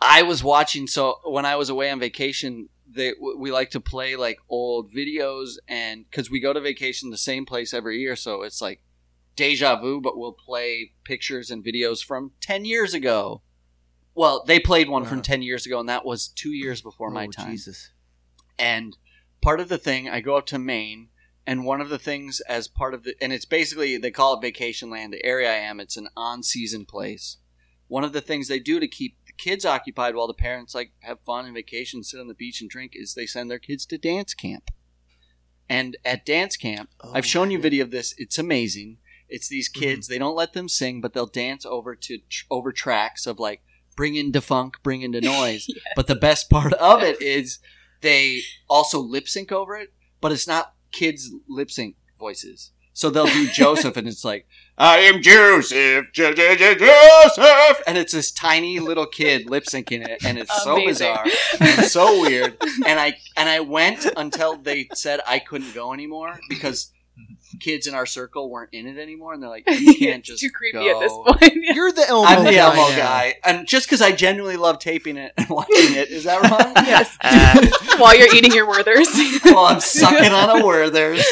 I was watching. So when I was away on vacation, they, w- we like to play like old videos, and because we go to vacation the same place every year, so it's like deja vu. But we'll play pictures and videos from ten years ago. Well, they played one from Uh-huh. ten years ago, and that was two years before my Oh, time. Jesus. And part of the thing, I go up to Maine, and one of the things as part of the, and it's basically, they call it vacation land, the area I am, it's an on season place. One of the things they do to keep the kids occupied while the parents like have fun and vacation, sit on the beach and drink, is they send their kids to dance camp. And at dance camp, Oh, I've shown you video of this. It's amazing. It's these kids. They don't let them sing, but they'll dance over to tr- over tracks of like bring in defunk, bring into noise. But the best part of it is they also lip sync over it, but it's not kids lip sync voices. So they'll do Joseph, and it's like I am Joseph, J- J- J- Joseph, and it's this tiny little kid lip syncing it, and it's so Amazing. bizarre, and so weird. And I and I went until they said I couldn't go anymore because kids in our circle weren't in it anymore, and they're like, "You can't It's just too creepy go. at this point. Yeah. You're the Elmo I'm the guy. Elmo now. guy, and just because I genuinely love taping it and watching it, is that wrong? yes. While you're eating your Werthers. Well, I'm sucking on a Werther's.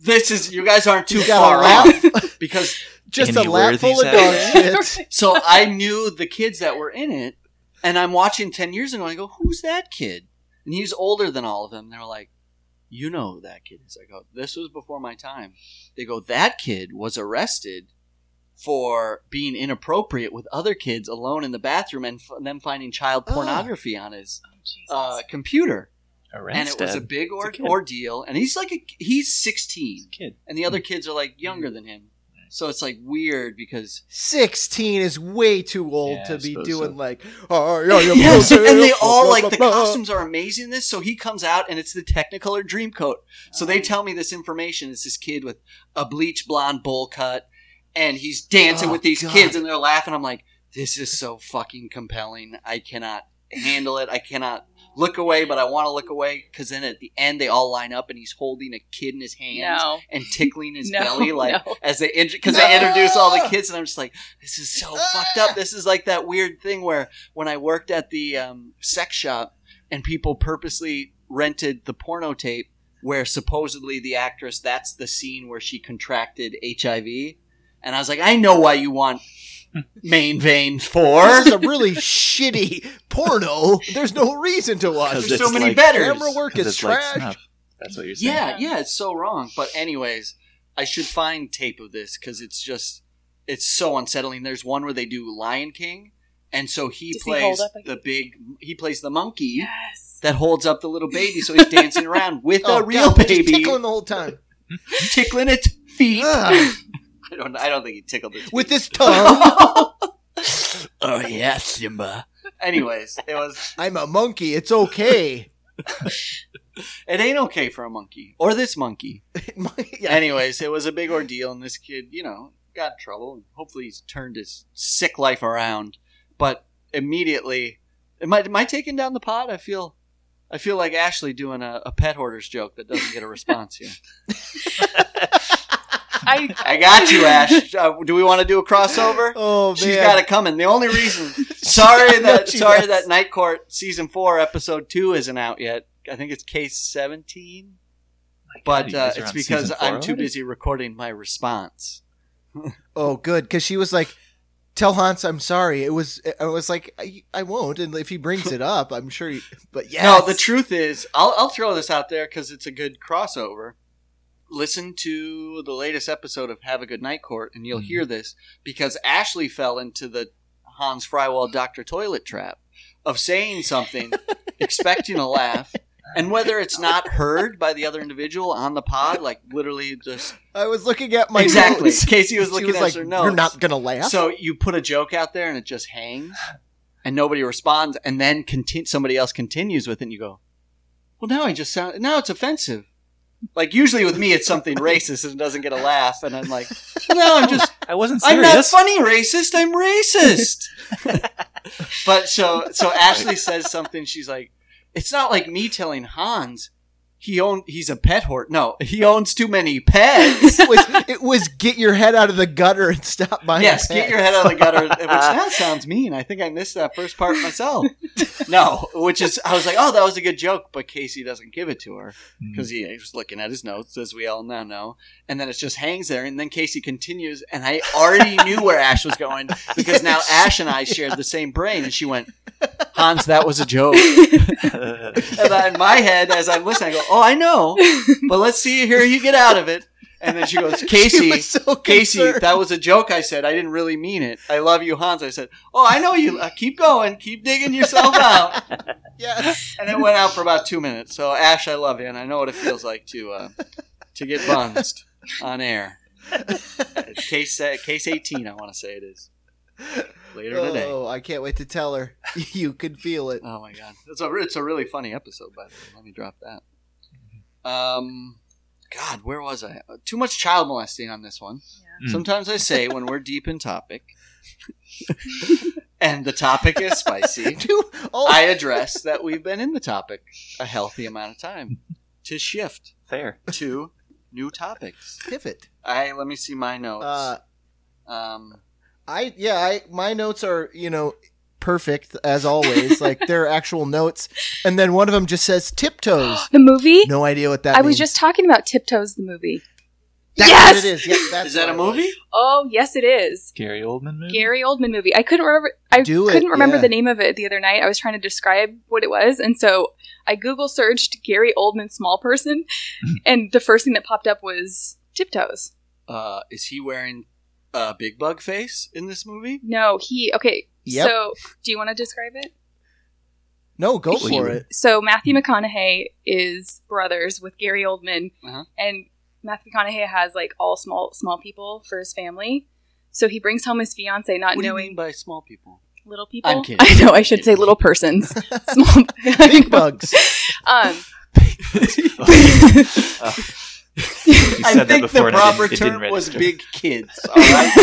This is you guys aren't too You got far a lap- off because Just Any a lap worthies full of out dog there? Oh, shit. So I knew the kids that were in it, and I'm watching 10 years ago, and I go, Who's that kid? And he's older than all of them. They're like, You know who that kid is. I go, This was before my time. They go, That kid was arrested for being inappropriate with other kids alone in the bathroom and f- them finding child Oh. pornography on his Jesus. uh, computer. and it Arrested. was a big or- kid. ordeal. And he's like, a, He's 16, kid. and the other kids are like younger than him. So it's like weird because 16 is way too old Yeah, I to be suppose doing so. like, oh, yeah, yeah, yes, yeah, and they yeah, all blah, like blah, the blah. costumes are amazing in this. So he comes out and it's the Technicolor Dreamcoat. So they tell me this information. It's this kid with a bleach blonde bowl cut, and he's dancing Oh, with these God. kids, and they're laughing. I'm like, this is so fucking compelling. I cannot handle it. I cannot look away, but I want to look away because then at the end they all line up, and he's holding a kid in his hands no. and tickling his No, belly like no. as they because they introduce all the No. kids, and I'm just like, this is so fucked up. This is like that weird thing where when I worked at the um, sex shop and people purposely rented the porno tape where supposedly the actress that's the scene where she contracted HIV, and I was like, I know why you want main vein for. This is a really shitty porno. There's no reason to watch. 'Cause There's so it's many like- betters. Camera work 'Cause is it's like trash. snuff. That's what you're saying. Yeah, yeah, it's so wrong. But anyways, I should find tape of this because it's just it's so unsettling. There's one where they do Lion King, and so he Does he plays hold up a- the big he plays the monkey Yes. that holds up the little baby, so he's dancing around with oh, a uh, real God, baby Just tickling the whole time. tickling its feet. Ugh, I don't I don't think he tickled it Ah, with this tongue, oh yeah, Simba. Anyways, it was I'm a monkey. It's okay. it ain't okay for a monkey or this monkey. Yeah. Anyways, it was a big ordeal, and this kid, you know, got in trouble. And hopefully, he's turned his sick life around. But immediately, am I, am I taking down the pod? I feel, I feel like Ashley doing a, a pet hoarders joke that doesn't get a response here. I, I got you, Ash. Uh, do we want to do a crossover? Oh man, She's got it coming. The only reason, sorry I know that she sorry does. that Night Court season four episode two isn't out yet. I think it's case seventeen, but you uh, guys are it's on because season four I'm too already? busy recording my response. Oh, good, because she was like, "Tell Hans I'm sorry." It was, I was like, I, I won't. And if he brings it up, I'm sure. He, but yeah, No, the truth is, I'll, I'll throw this out there because it's a good crossover. Listen to the latest episode of Have a Good Night Court, and Mm-hmm. you'll hear this because Ashley fell into the Hans Frywell Doctor Toilet trap of saying something, expecting a laugh, and whether it's not heard by the other individual on the pod, like literally just I was looking at my exactly. notes. Casey was She looking was at like, her notes. "You're not gonna laugh." So you put a joke out there and it just hangs, and nobody responds, and then conti- somebody else continues with it, and you go, "Well, now I just sound now it's offensive." Like usually with me, it's something racist and doesn't get a laugh, and I'm like, "Well, "No, I'm just I wasn't I'm serious. not funny racist. I'm racist." but so so Ashley says something. She's like, "It's not like me telling Hans." He own he's a pet hort. No, he owns too many pets. it, was, it was get your head out of the gutter and stop buying. yes, get pets. your head out of the gutter, which that sounds mean. I think I missed that first part myself. no, which is I was like, oh, that was a good joke, but Casey doesn't give it to her Mm. because he was looking at his notes, as we all now know, and then it just hangs there, and then Casey continues, and I already knew where Ash was going because now Ash and I shared the same brain, and she went, Hans, that was a joke, and I, in my head, as I'm listening, I go, oh, I know, but let's see here you get out of it. And then she goes, Casey, She was so Casey, concerned. that was a joke I said. I didn't really mean it. I love you, Hans. I said, Oh, I know you. Uh, keep going. Keep digging yourself out. yes. And it went out for about two minutes. So, Ash, I love you. And I know what it feels like to uh, to get bunsed on air. It's Case, uh, case 18, I want to say it is. Later today. Oh, I can't wait to tell her. You can feel it. Oh, my God. It's a, it's a really funny episode, by the way. Let me drop that. Um, God, where was I? Uh, Too much child molesting on this one. Hmm. Yeah. Mm. Sometimes I say when we're deep in topic, and the topic is spicy, Dude, oh, all I address that we've been in the topic a healthy amount of time to shift Fair. to new topics. pivot. I let me see my notes. Uh, um, I yeah, I my notes are you know perfect as always. like they're actual notes, and then one of them just says tiptoes. The movie? No idea what that. I was means. just talking about Tiptoes, the movie. That's yes! What it is. Yeah, that's is that a what it was. movie? Oh, yes, it is. Gary Oldman movie. Gary Oldman movie. I couldn't remember. I Mm-hmm. Do it, couldn't remember yeah. the name of it the other night. I was trying to describe what it was, and so I Google searched Gary Oldman small person, Mm-hmm. and the first thing that popped up was tiptoes. Uh, is he wearing a big bug face in this movie? No, he okay. Yep. So, do you want to describe it? No, go He- for it. So Matthew McConaughey is brothers with Gary Oldman, Uh-huh. and Matthew McConaughey has like all small small people for his family. So he brings home his fiance, not What do you knowing mean by small people? little people. I'm kidding. I know I should say little persons. small Big bugs. Um, You said that before and I didn't- it didn't register. kids. All right?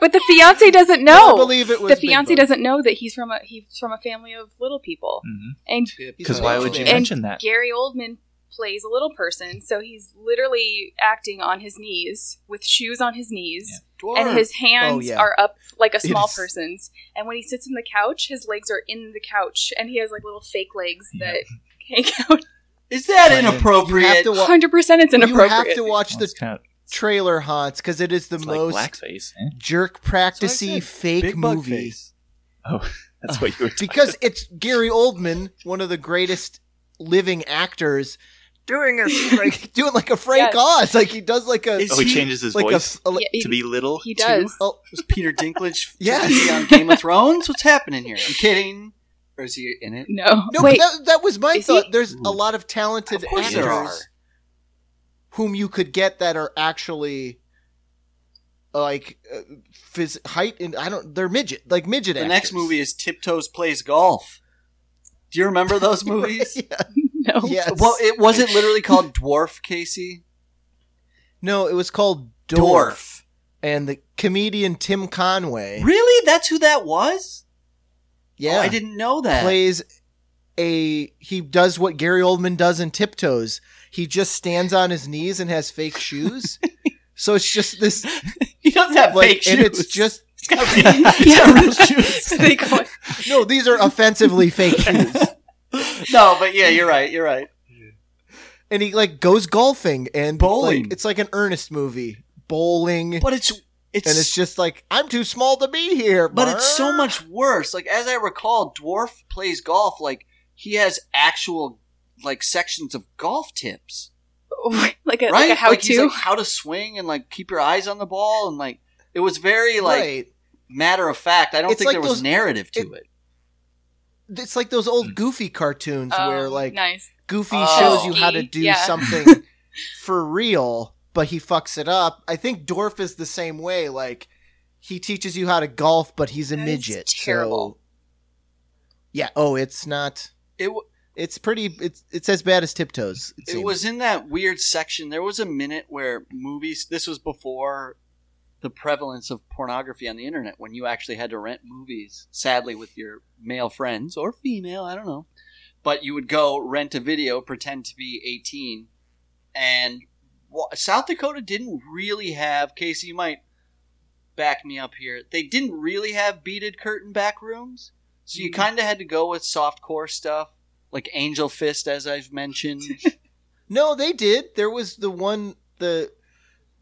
but the fiance doesn't I know. believe it was The big fiance bugs. doesn't know that he's from a he's from a family of little people, Mhm. Hmm. and Because He's why an would you old man. mention that? Gary Oldman plays a little person, so he's literally acting on his knees with shoes on his knees. and his hands Oh, yeah. are up like a It small is- person's. And when he sits in the couch, his legs are in the couch, and he has like little fake legs Yeah. that hang out. Is that Right. You have inappropriate? to wa- Hundred percent, it's you have inappropriate. to watch Well, the it's kind of trailer haunts because it is the it's like most blackface. Eh? jerk That's what I practicey said. fake Big bug movie face. Oh, that's what you were. because it's Gary Oldman, one of the greatest living actors, doing a like, doing like a Frank Oz, Yes. like he does like a Is Oh, he he- changes his like a voice f- a, Yeah, he, to be little. he does. oh, Was Peter Dinklage Yes. is he on Game of Thrones? What's happening here? I'm kidding. Or is he in it? No, no, wait, but that, that was my is thought. he- There's a Ooh. lot of talented Of course actors there are. whom you could get that are actually like uh, phys- height and I don't they're midget like midget. The actors. next movie is Tiptoes Plays Golf. Do you remember those movies? yeah. no. Yes. Well, it was it literally called Dwarf Casey. no, it was called Dorf. Dwarf. and the comedian Tim Conway. Really? That's who that was? Yeah, Oh, I didn't know that. plays a he does what Gary Oldman does in Tiptoes. He just stands on his knees and has fake shoes. so it's just this he doesn't have like, fake and shoes. it's just He's got real- he's got real shoes. They go- no. These are offensively fake shoes. no, but yeah, you're right. You're right. And he like goes golfing and Bowling. Like, it's like an earnest movie, bowling, But it's it's and it's just like I'm too small to be here. but it's so brr." much worse. Like as I recall, Dwarf plays golf. Like he has actual like sections of golf tips, like a right? like a how he's to. like how to swing and like keep your eyes on the ball and like it was very like Right. matter of fact. I don't It's think like there was those- narrative to it. It's like those Hmm. old Goofy cartoons Oh, where like nice. Goofy Oh. shows you how to do Yeah. something for real, but he fucks it up. I think Dorf is the same way. Like he teaches you how to golf, but he's a That is midget. so- terrible. yeah. Oh, it's not. It w- It's pretty. It's it's as bad as Tiptoes. It, it seems. was in that weird section. There was a minute where movies. This was before the prevalence of pornography on the internet, when you actually had to rent movies. Sadly, with your male friends or female, I don't know, but you would go rent a video, pretend to be eighteen, and wa- South Dakota didn't really have. Casey, you might back me up here. They didn't really have beaded curtain back rooms, so you kind of had to go with softcore stuff. Like Angel Fist, as I've mentioned, No, they did. There was the one the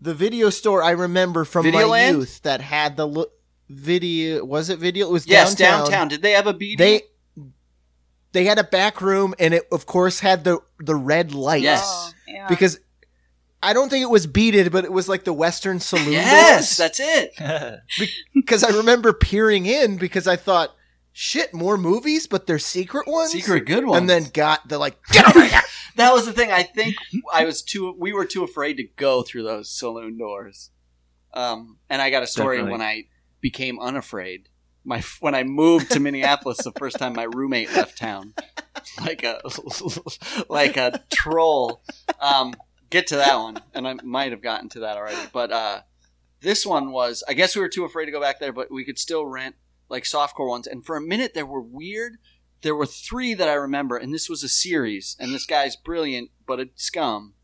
the video store I remember from my Videoland? youth that had the lo- video. Was it video? It was Yes, downtown. downtown. Did they have a beading? they they had a back room and it of course had the the red light Yes. Oh, yeah. because i don't think it was beaded but it was like the western saloon yes, that's it. because i remember peering in because i thought shit more movies but they're secret ones Secret good one. and then got the like get over here that was the thing. I think I was too. We were too afraid to go through those saloon doors. Um, and I got a story Definitely. when I became unafraid. My when I moved to Minneapolis the first time, my roommate left town. like a like a troll. Um, get to that one, and I might have gotten to that already. But uh, this one was, I guess we were too afraid to go back there, but we could still rent like softcore ones. And for a minute, there were weird. There were three that I remember, and this was a series. And this guy's brilliant, but a scum,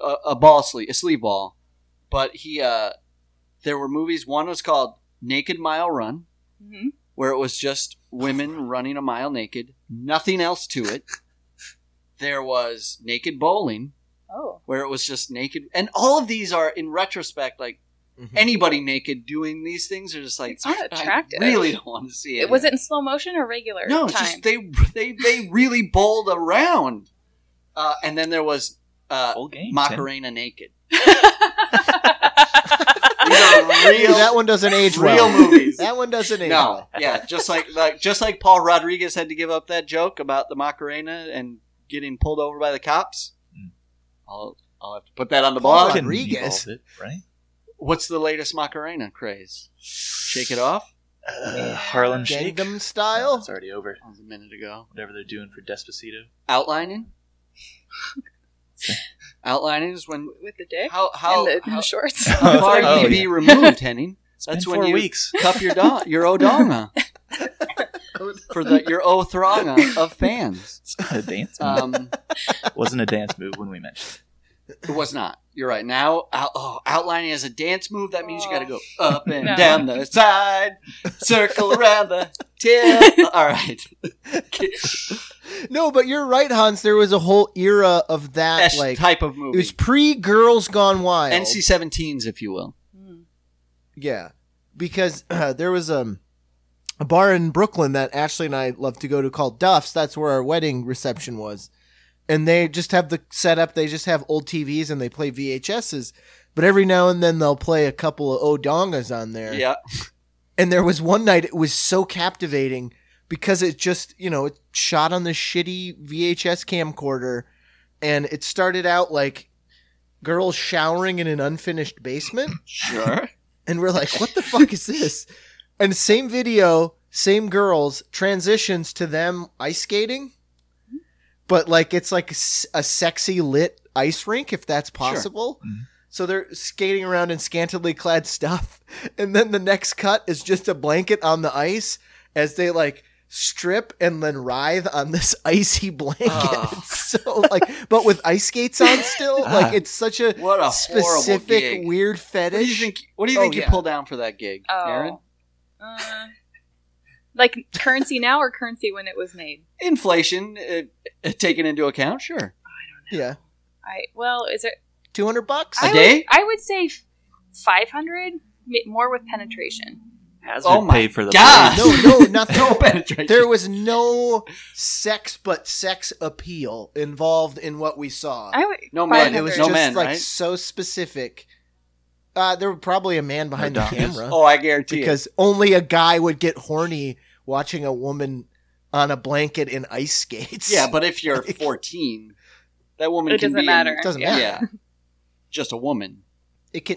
a, a ball sleeve, a sleeve ball. But he, uh, there were movies. One was called Naked Mile Run hmm where it was just women running a mile naked, nothing else to it. There was naked bowling, Oh. where it was just naked, and all of these are in retrospect like anybody naked doing these things are just like It's not "I- attractive." I really don't want to see it. It was it in slow motion or regular no, it's time? just they they they really bowled around, uh, and then there was uh, Full game. Macarena naked. These I are real that one doesn't age real well. movies. That one doesn't age No, well. yeah, just like like just like Paul Rodriguez had to give up that joke about the Macarena and getting pulled over by the cops. Mm. I'll I'll have to put that on the Paul blog. Rodriguez. Rodriguez. It, right? What's the latest Macarena craze? Shake it off. Uh, Harlem Shake. Gangnam No, style. It's already over. That was a minute ago. Whatever they're doing for Despacito. Outlining. Outlining is when with the dick how how, and the, how the shorts. how far Oh, you yeah. be removed, Henning. It's That's been when four you- weeks. Cup your dong, your odonga for the your o throng of fans. It's not a dance. move. Um, It wasn't a dance move when we mentioned. It was not. You're right. Now, out, oh, outlining as a dance move, that means you got to go up and Oh. No. down the side, circle around the tip. All right. No, but you're right, Hans. There was a whole era of that. That like type of it movie. was pre Girls Gone Wild. NC 17s, if you will. Yeah, because uh, there was um, a bar in Brooklyn that Ashley and I love to go to called Duff's. That's where our wedding reception was, and they just have the setup. They just have old TVs and they play VHSs, but every now and then they'll play a couple of Odongas on there. Yeah. And there was one night it was so captivating because it just, you know, it shot on this shitty VHS camcorder and it started out like girls showering in an unfinished basement. Sure. And we're like, what the fuck is this? And same video, same girls, transitions to them ice skating. But like, it's like a s- a sexy lit ice rink, if that's possible. Mm-hmm. Mhm. So they're skating around in scantily clad stuff. And then the next cut is just a blanket on the ice as they like strip and then writhe on this icy blanket. Oh. It's so like, but with ice skates on still. Ah. Like, it's such a. What a horrible Specific gig. weird What do you fetish. think, what do you, Oh, think you yeah. pull down for that gig, Oh. Aaron? Uh, like currency now or currency when it was made? Inflation uh, uh, taken into account, sure. Yeah, I well, is it two hundred bucks. A I day? Would, I would say five hundred, more with penetration. Hazard Oh my paid for the God. place. no, no, nothing. No penetration. There was no sex, but sex appeal involved in what we saw. I would. no but men. it was no just men, like right? so specific. Uh, there were probably a man behind the donkeys. camera Oh, I guarantee it. because only a guy would get horny watching a woman on a blanket in ice skates. Yeah, but if you're 14, that woman It can doesn't be matter. It doesn't In, matter. yeah, just a woman. it can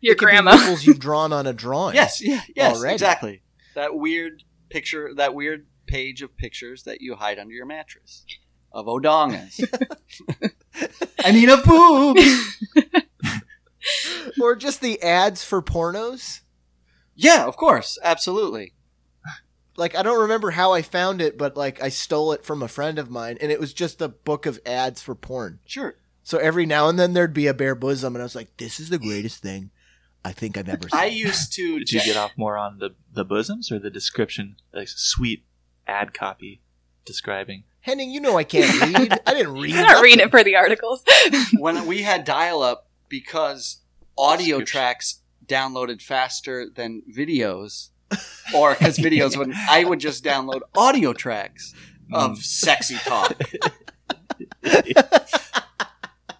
Your it can grandma. be nipples you've drawn on a drawing. Yes, yeah, yes, Already. exactly. That weird picture, that weird page of pictures that you hide under your mattress of odongas. I need a boob. or just the ads for pornos. Yeah, of course, absolutely. like I don't remember how I found it, but like I stole it from a friend of mine, and it was just a book of ads for porn. Sure. So every now and then there'd be a bare bosom, and I was like, "This is the greatest thing I think I've ever seen." I used to. Did you get off more on the, the bosoms or the description? Like sweet ad copy describing. Henning, you know I can't read. I didn't read. I'm not reading it for the articles. when we had dial up because audio Description. tracks downloaded faster than videos, or because videos wouldn't, I would just download audio tracks Mm. of sexy talk.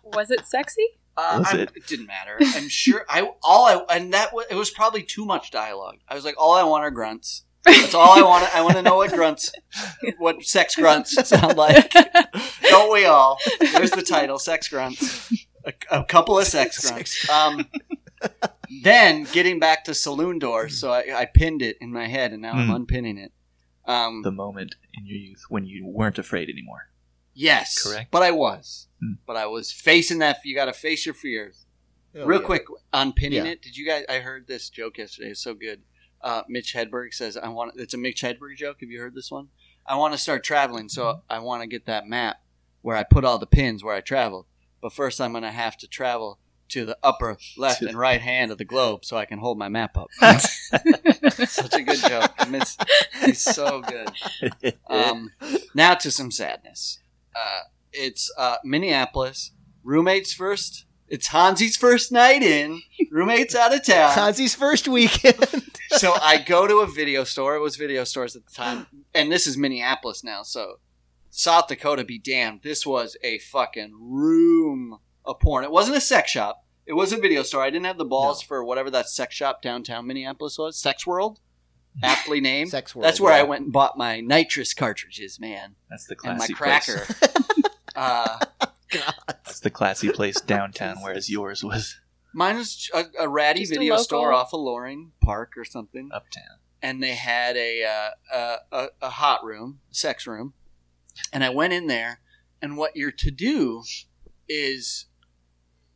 was it sexy? Uh, Was I'm- it? it didn't matter. I'm sure. I all I and that was it was probably too much dialogue. I was like, all I want are grunts. That's all I want. I want to know what grunts, what sex grunts sound like. Don't we all? There's the title, sex grunts. A, a couple of sex grunts. Um, then getting back to saloon doors, so I, I pinned it in my head, and now I'm Hmm. unpinning it. Um, the moment in your youth when you weren't afraid anymore. Yes. Correct. But I was. Hmm. But I was facing that. You got to face your fears. Oh, Real yeah. quick on pinning Yeah. it. Did you guys? I heard this joke yesterday. It's so good. Uh, Mitch Hedberg says, "I want." It's a Mitch Hedberg joke. Have you heard this one? I want to start traveling, so I want to get that map where I put all the pins where I traveled. But first, I'm going to have to travel to the upper left and right hand of the globe so I can hold my map up. Such a good joke. Mitch, he's so good. Um, now to some sadness. Uh, it's uh, Minneapolis. Roommates first. It's Hansi's first night in. Roommates out of town. Hansi's first weekend. So I go to a video store. It was video stores at the time. And this is Minneapolis now. So South Dakota be damned. This was a fucking room of porn. It wasn't a sex shop. It was a video store. I didn't have the balls for whatever that sex shop downtown Minneapolis was. Sex World? Aptly named. Sex world. That's where I yeah. went and bought my nitrous cartridges, man That's the and my classy cracker. place. uh, That's the classy place downtown, whereas yours was mine was a, a ratty Just a video local- store off of Loring Park or something, uptown. and they had a, uh, a, a a hot room, sex room, and I went in there, and what you're to do is.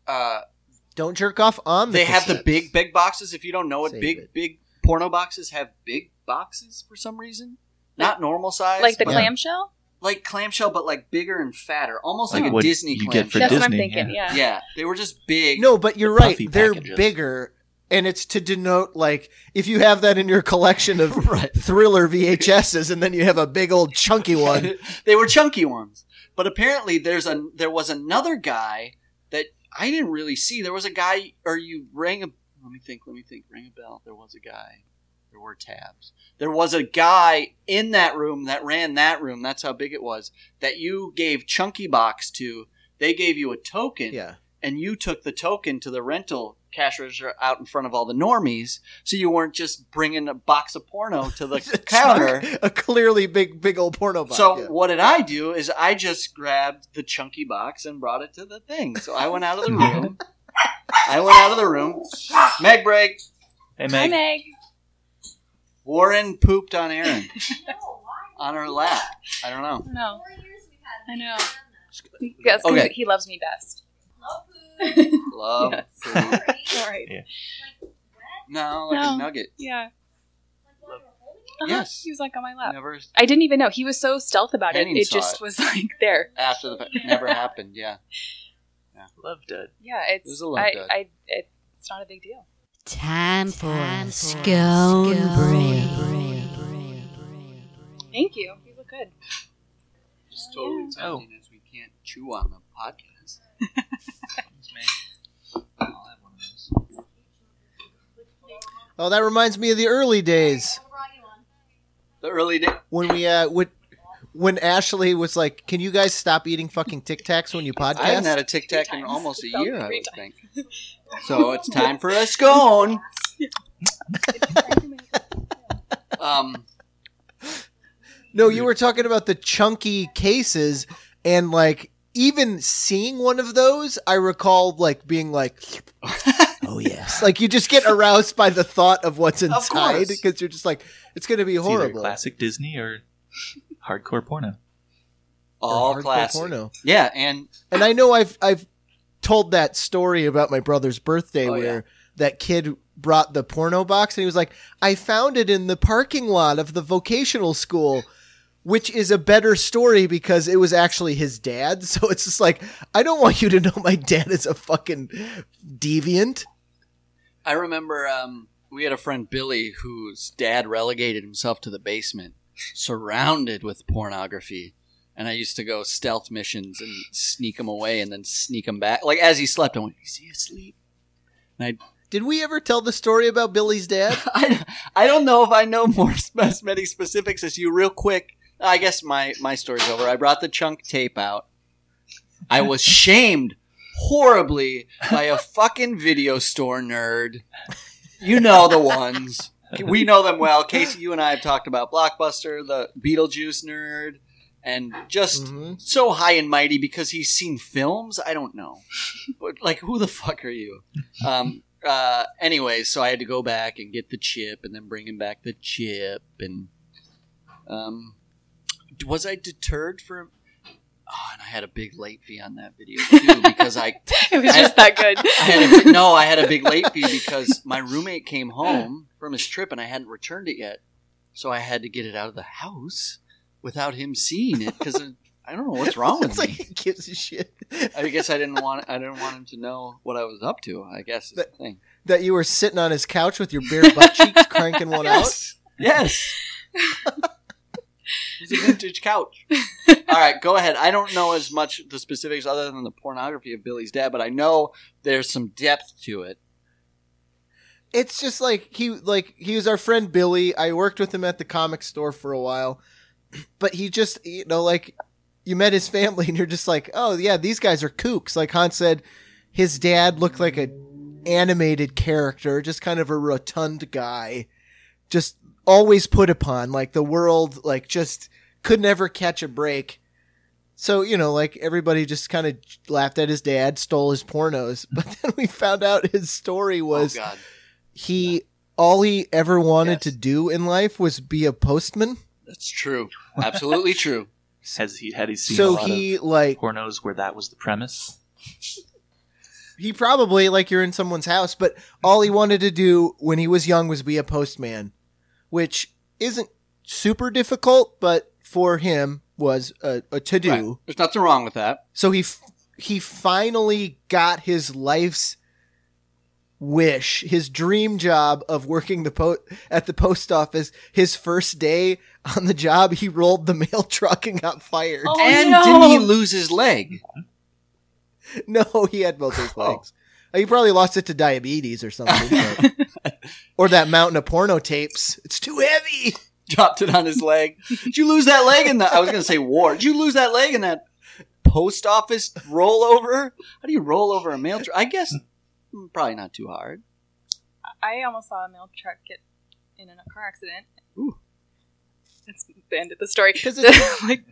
Uh, Don't jerk off on the they have the cassettes. big big boxes. If you don't know what Save big it. big porno boxes have big boxes for some reason, not normal size, Like the but- Yeah. clamshell? like clamshell, but like bigger and fatter, almost like, Like a what Disney you clamshell. get for That's what I'm Disney, thinking, yeah. yeah, they were just big. No, but you're the right. puffy They're packages. bigger, and it's to denote like if you have that in your collection of thriller VHSs, and then you have a big old chunky one. they were chunky ones. But apparently, there's a there was another guy that I didn't really see. There was a guy, or you rang a. Let me think. Let me think. Ring a bell. There was a guy. There were tabs. There was a guy in that room that ran that room. That's how big it was. That you gave chunky box to. They gave you a token yeah, and you took the token to the rental cash register out in front of all the normies, so you weren't just bringing a box of porno to the counter. a clearly big, big old porno box. So yeah. what did I do? Is I just grabbed the chunky box and brought it to the thing. So I went out of the room. I went out of the room. Meg break. Hey, Hi, Meg. Meg. Warren pooped on Aaron on her lap. I don't know. No. I know. That's 'cause Okay. he loves me best. Love. Yes. poop. All right. No, like a No. nugget. Yeah. Uh-huh. Yes. He was like on my lap. Never I didn't even know. He was so stealth about it. Henning It saw just it. was like there. after the fact. Never happened. Yeah. Love Dud. Yeah, It was it's a love I, dud. I, it, it's not a big deal. Time for a scone break. Thank you. You look good. Just totally tempting Oh. as we can't chew on the podcast. oh, that reminds me of the early days The early day. when we uh would. When Ashley was like, "Can you guys stop eating fucking Tic Tacs when you podcast?" I haven't had a Tic Tac in times. almost a About year, I three would think. So it's time for a scone. um, No, you were talking about the chunky cases and like even seeing one of those, I recall like being like Oh yes. Like you just get aroused by the thought of what's inside course. because you're just like it's going to be It's either horrible. classic Disney or hardcore porno. Or all hardcore classic. porno. Yeah, and And I know I've I've told that story about my brother's birthday Oh, where that kid brought the porno box and he was like, "I found it in the parking lot of the vocational school." Which is a better story because it was actually his dad. So it's just like, I don't want you to know my dad is a fucking deviant. I remember um, we had a friend Billy whose dad relegated himself to the basement, surrounded with pornography. And I used to go stealth missions and sneak him away and then sneak him back. Like as he slept, I went, "Is he asleep?" Did we ever tell the story about Billy's dad? I, I don't know if I know more as many specifics as you. Real quick, I guess my my story's over. I brought the chunk tape out. I was shamed horribly by a fucking video store nerd. You know the ones. We know them well. Casey, you and I have talked about Blockbuster, the Beetlejuice nerd, and just Mhm. so high and mighty because he's seen films. I don't know, but like, who the fuck are you? Um. Uh. Anyway, so I had to go back and get the chip, and then bring him back the chip, and um, was I deterred from? Oh, and I had a big late fee on that video too because I, It was just that I good. had a, no, I had a big late fee because my roommate came home from his trip and I hadn't returned it yet, so I had to get it out of the house without him seeing it because I don't know what's wrong with it's me. like he gives a shit I guess I didn't want I didn't want him to know what I was up to. I guess is the thing. that you were sitting on his couch with your bare butt cheeks cranking one out. Yes. it's a vintage couch. All right, go ahead. I don't know as much the specifics other than the pornography of Billy's dad, but I know there's some depth to it. It's just like he like he was our friend Billy. I worked with him at the comic store for a while, but he just you know like you met his family and you're just like oh yeah these guys are kooks. Like Han said, his dad looked like a animated character, just kind of a rotund guy, just always put upon. Like the world like just could never catch a break. So, you know, like everybody just kind of laughed at his dad, stole his pornos. But then we found out his story was oh God, he all he ever wanted Yes. to do in life was be a postman. that's true. Absolutely true. Has he had he seen a So lot he of like pornos where that was the premise? he probably like you're in someone's house, but all he wanted to do when he was young was be a postman, which isn't super difficult, but for him was a, a to do. Right. There's nothing wrong with that. So he f- he finally got his life's wish, his dream job of working the po- at the post office. His first day on the job, he rolled the mail truck and got fired. Oh, and no. didn't he lose his leg? No, he had both his Oh. legs. Uh, He probably lost it to diabetes or something, but- or that mountain of porno tapes. It's too heavy. Dropped it on his leg. Did you lose that leg in the? I was gonna say war. Did you lose that leg in that post office rollover? How do you roll over a mail? Tr- I guess mm, probably not too hard. I almost saw a mail truck get in a car accident. Ooh. That's the end of the story. 'Cause it's- like,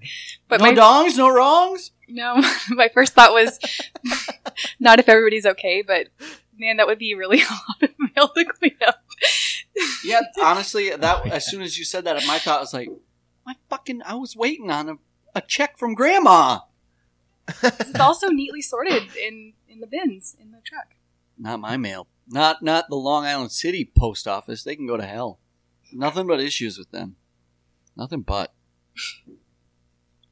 but no my dongs, no wrongs. no, my first thought was not if everybody's okay, but man, that would be really a lot of mail to clean up. Yeah, honestly, that as soon as you said that, my thought was like, my fucking, I was waiting on a, a check from grandma. 'Cause It's also neatly sorted in in the bins in the truck. Not my mail. Not not the Long Island City post office. They can go to hell. Nothing but issues with them. Nothing but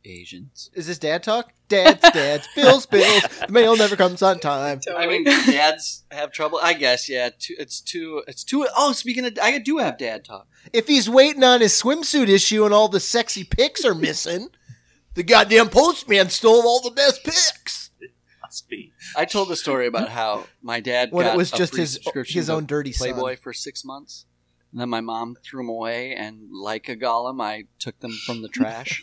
Asians. Is this dad talk? Dad's dad's bills, bills. The mail never comes on time. I mean, dads have trouble. I guess yeah. Too, it's too. It's too. Oh, speaking of, I do have dad talk. If he's waiting on his swimsuit issue and all the sexy pics are missing, the goddamn postman stole all the best pics. Must be. I told the story about how my dad When got it was a just free his subscription his to own dirty Playboy son. for six months. And then my mom threw them away, and like a golem, I took them from the trash.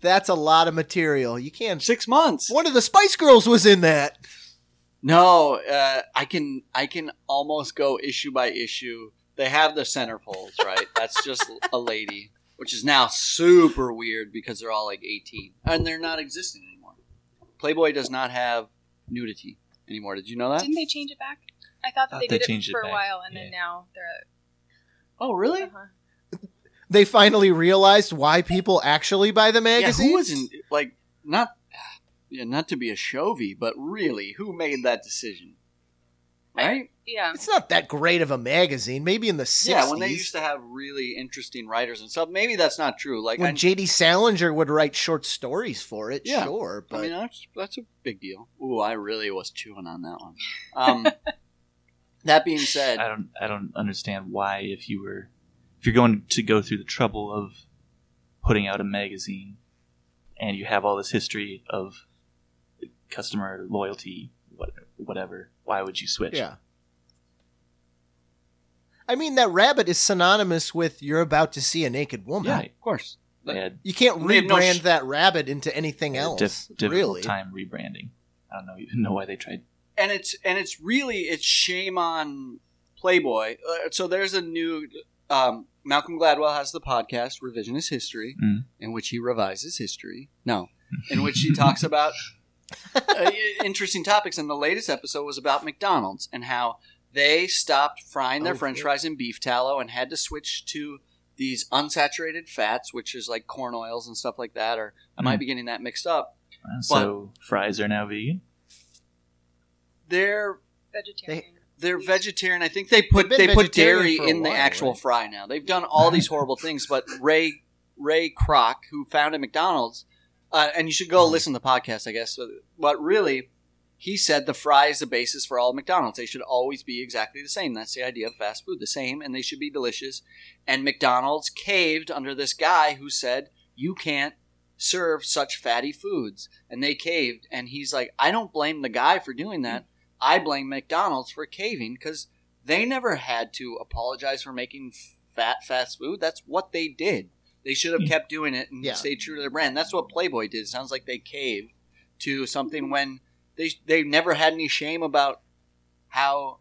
That's a lot of material. You can't. Six months. One of the Spice Girls was in that. No, uh, I can I can almost go issue by issue. They have the centerfolds, right? That's just a lady, which is now super weird because they're all like eighteen and they're not existent anymore. Playboy does not have nudity anymore. Did you know that? Didn't they change it back? I thought that Thought they, they did it changed it for a back, while, and yeah. then now they're. Oh, really? uh They finally realized why people actually buy the Yeah, magazine. who wasn't like not yeah, not to be a chovy, but really, who made that decision? Right? Yeah. It's not that great of a magazine. Maybe in the 60s. Yeah, when they used to have really interesting writers and stuff. Maybe that's not true. Like, I, when J.D. Salinger would write short stories for it, Yeah. sure. I But mean, that's that's a big deal. Ooh, I really was chewing on that one. Um, that being said, I don't. I don't understand why if you were, if you're going to go through the trouble of putting out a magazine, and you have all this history of customer loyalty, what- whatever. Why would you switch? yeah. I mean, that rabbit is synonymous with you're about to see a naked woman. yeah, of course. They had You can't They had no rebrand sh- that rabbit into anything a else. diff- difficult really? time rebranding. I don't know even know why they tried. and it's and it's really it's shame on Playboy. Uh, so there's a new um, Malcolm Gladwell has the podcast Revisionist History, Mm. in which he revises history. No, in which he talks about uh, interesting topics. And the latest episode was about McDonald's and how they stopped frying their Oh, French shit. fries in beef tallow and had to switch to these unsaturated fats, which is like corn oils and stuff like that, or I Mhm. might be getting that mixed up. Uh, So fries are now vegan. They're Vegetarian. they're vegetarian. I think they put They've they been put vegetarian dairy for a in the while, actual right? fry now. They've done all these horrible things, but Ray Ray Kroc, who founded McDonald's, uh, and you should go listen to the podcast, I guess. But really, he said the fry is the basis for all McDonald's. They should always be exactly the same. That's the idea of fast food, the same, and they should be delicious. And McDonald's caved under this guy who said you can't serve such fatty foods, and they caved. And he's like, I don't blame the guy for doing that. I blame McDonald's for caving because they never had to apologize for making fat fast food. That's what they did. They should have kept doing it and Yeah. stayed true to their brand. That's what Playboy did. It sounds like they caved to something when they they never had any shame about how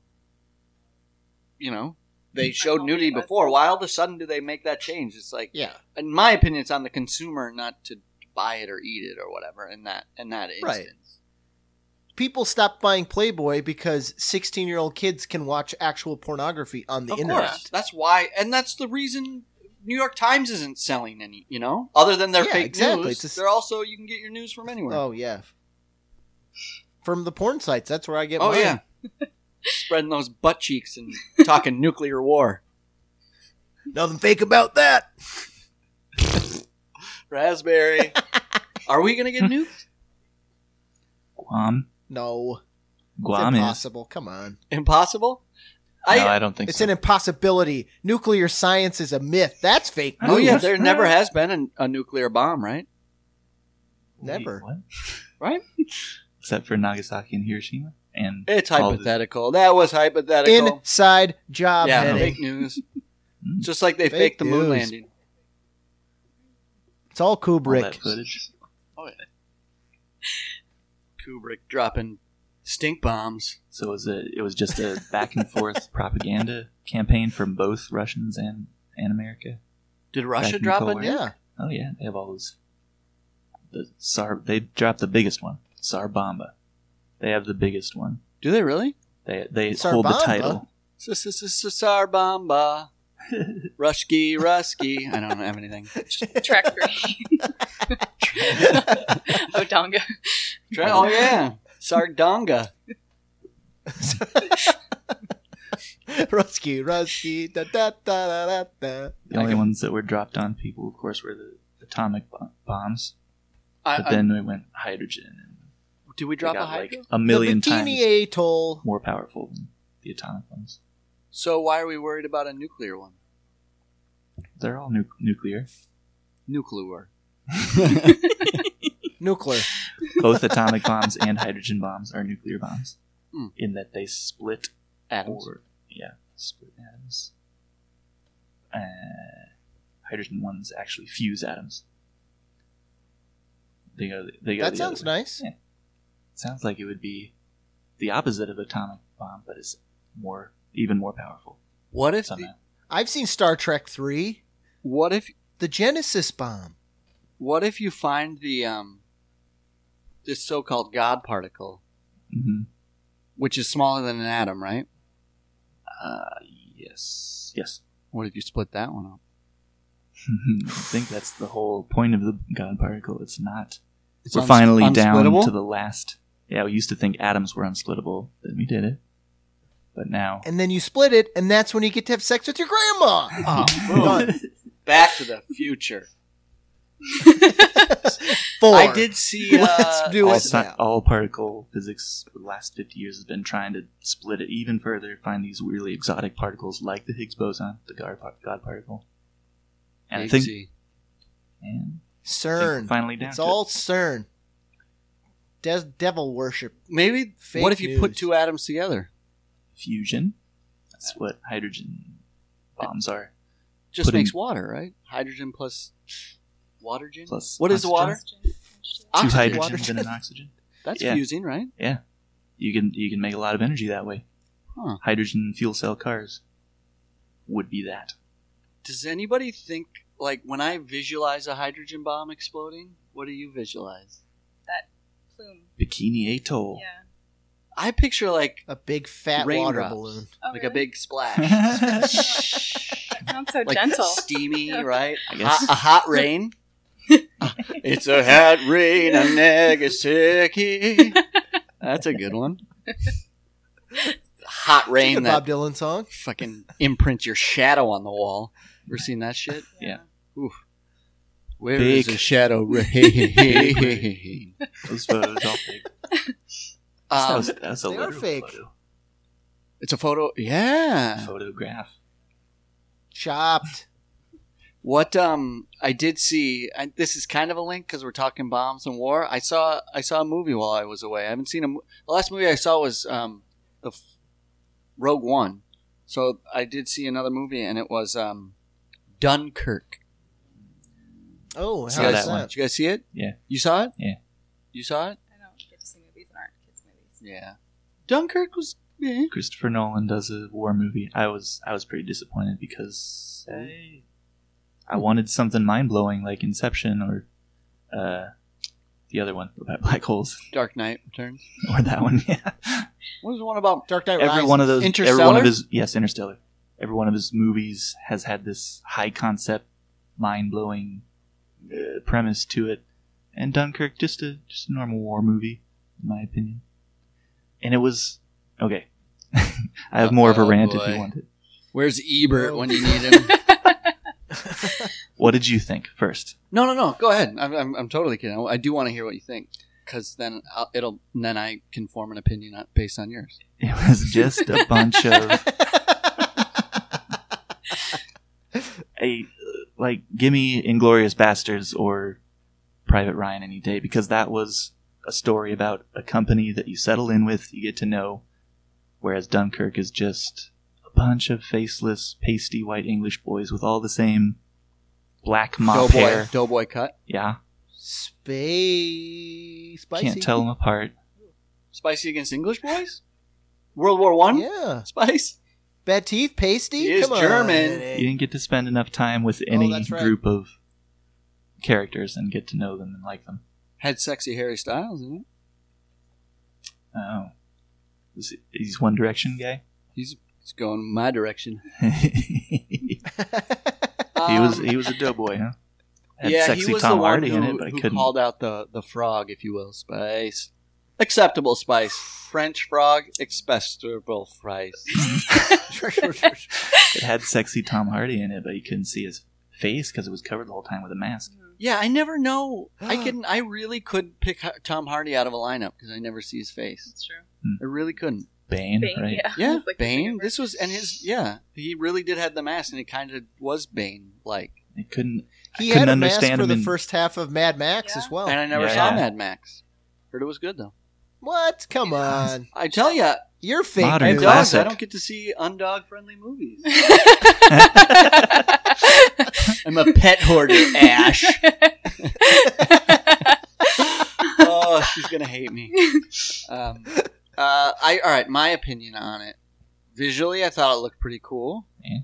you know they showed nudity before. Why all of a sudden do they make that change? It's like Yeah. in my opinion, it's on the consumer not to buy it or eat it or whatever. In that in that Right. instance, People stop buying Playboy because 16 year old kids can watch actual pornography on the of internet. course, that's why, and that's the reason New York Times isn't selling any. You know, other than their Yeah, fake exactly. news, It's just- they're also you can get your news from anywhere. Oh, yeah. From the porn sites. That's where I get Oh, mine. yeah, spreading those butt cheeks and talking nuclear war. Nothing fake about that. Raspberry, are we gonna get nuked? Guam. No. Guam it's is. impossible. Come on. Impossible. no, I don't think It's so. an impossibility. Nuclear science is a myth. That's fake news. Oh yeah, there never has been an- a nuclear bomb, right? Wait, Never. what? Right? Except for Nagasaki and Hiroshima. And It's all the- hypothetical. That was hypothetical. Inside job yeah, heading. fake news. Mm. Just like they Fake faked the moon news. landing. It's all all that Kubrick. footage. Kubrick dropping stink bombs. So it was a, it was just a back and forth propaganda campaign from both Russians and, and America. Did Back Russia in drop Cold it? War. Yeah. Oh yeah, they have all those. The Tsar, they dropped the biggest one, Tsar Bomba. They have the biggest one. Do they really? They they Tsar hold the Bomba? title. Sar bomba. Rushki, Rusky. I don't have anything. Track three. Odonga. Tra- oh, yeah. Sardonga. Rusky, Rusky, da da da da da, da. The only ones that were dropped on people, of course, were the atomic bom- bombs. I, But I- then we went hydrogen. And did we they drop a got, hydro? like a million the times Bikini Atoll. more powerful than the atomic ones. so why are we worried about a nuclear one? They're all nu- nuclear. Nuclear. Nuclear. Both atomic bombs and hydrogen bombs are nuclear bombs, Hmm. in that they split Atoms. Or, yeah, split atoms. Uh, hydrogen ones actually fuse atoms. They go. They go That the sounds other way. nice. Yeah. Sounds like it would be the opposite of atomic bomb, but it's more, even more powerful. What if the, Somehow. I've seen Star Trek 3, what if the Genesis bomb. what if you find the um this so-called god particle, hmm which is smaller than an atom, right? Uh, yes, yes. What if you split that one up? I think that's the whole point of the God particle. It's not. It's we're uns- finally down unsplittable? to the last. Yeah, we used to think atoms were unsplittable. Then we did it, but now And then you split it, and that's when you get to have sex with your grandma. Ah. Oh, boom. Back to the future. Four. I did see. Uh, Let's do all, it sci- now. all particle physics for the last 50 years has been trying to split it even further, find these weirdly exotic particles like the Higgs boson, the God, par- God particle. And I think, Higgsy. and I think we're CERN. finally down It's to all it. CERN. Des- devil worship. maybe. Fake what if you put news. two atoms together? fusion. That's what hydrogen bombs are. Just Putting- makes water, right? Hydrogen plus water. Gin? Plus, what is oxygen. water? Two Oxygen. hydrogens Water and gin. an oxygen. That's Yeah. fusing, right? Yeah, you can you can make a lot of energy that way. Huh. Hydrogen fuel cell cars would be that. Does anybody think like when I visualize a hydrogen bomb exploding? What do you visualize? Plume. Bikini Atoll. Yeah. I picture like A big fat water Raindrops. balloon. Oh, like a really? big splash. Sounds so like gentle. steamy, right? I guess. Hot- a hot rain. it's a hot rain on Nagasaki. That's a good one. Hot It's a rain that Bob Dylan song. fucking imprints your shadow on the wall. Ever seen that shit? Yeah. Oof. Where is Big. the shadow rain? Those photos all fake. that um, was, that was a they are literal fake. photo. it's a photo. Yeah. Uh, photograph. Chopped. What um I did see I, this is kind of a link because we're talking bombs and war. I saw I saw a movie while I was away. I haven't seen a mo- the last movie I saw was um the f- Rogue One. So I did see another movie and it was um Dunkirk. Oh, Saw how's that that? one. Did you guys see it? Yeah. You saw it? Yeah. You saw it? I don't get to see movies that aren't kids' movies. Yeah. Dunkirk was eh. Christopher Nolan does a war movie. I was I was pretty disappointed because I, I wanted something mind blowing like Inception or uh, the other one about black holes Dark Knight Returns. or that one. Yeah, What was the one about? Dark Knight every Rises. one of those. Every one Interstellar? of his yes, Interstellar. Every one of his movies has had this high concept, mind blowing uh, premise to it, and Dunkirk just a just a normal war movie in my opinion. And it was okay. I have more of a Uh-oh, rant if boy. you want it. Where's Ebert when you need him? What did you think first? No, no, no. Go ahead. I'm, I'm, I'm totally kidding. I do want to hear what you think, because then I'll, it'll then I can form an opinion on- based on yours. It was just a bunch of a like give me Inglorious Bastards or Private Ryan any day because that was a story about a company that you settle in with, you get to know, whereas Dunkirk is just a bunch of faceless, pasty white English boys with all the same black mop Doughboy, hair. doughboy cut, Yeah, Space. Spicy. can't tell them apart. spicy against English boys. World War One, Yeah. spice. Bad teeth. Pasty. He is Come on. German. You didn't get to spend enough time with Oh, any that's right. group of characters and get to know them and like them. Had sexy Harry Styles in it. Oh. Is he- he's One Direction guy? He's, he's going my direction. he was he was a doughboy, huh? Had yeah, sexy he was Tom the one Hardy who, in it, but I who couldn't. called out the the frog, if you will, spice. Acceptable spice, French frog, acceptable spice. It had sexy Tom Hardy in it, but you couldn't see his face because it was covered the whole time with a mask. Yeah, I never know. Ah. I can. I really couldn't pick Har- Tom Hardy out of a lineup because I never see his face. That's true. I really couldn't. Bane, Bane, right? yeah. Yeah, It's like the Bane. favorite. This was and his. Yeah, he really did have the mask, and it kind of was Bane like. I couldn't. He I couldn't had a mask understand for him. the in- first half of Mad Max Yeah. as well. And I never Yeah. saw Mad Max. Heard it was good though. What? Come on. I tell ya, You're fake. Modern dude. dogs. classic. I don't get to see undog friendly movies. I'm a pet hoarder, Ash. oh, she's gonna hate me. Um, uh, I all right. My opinion on it. Visually, I thought it looked pretty cool. Yeah.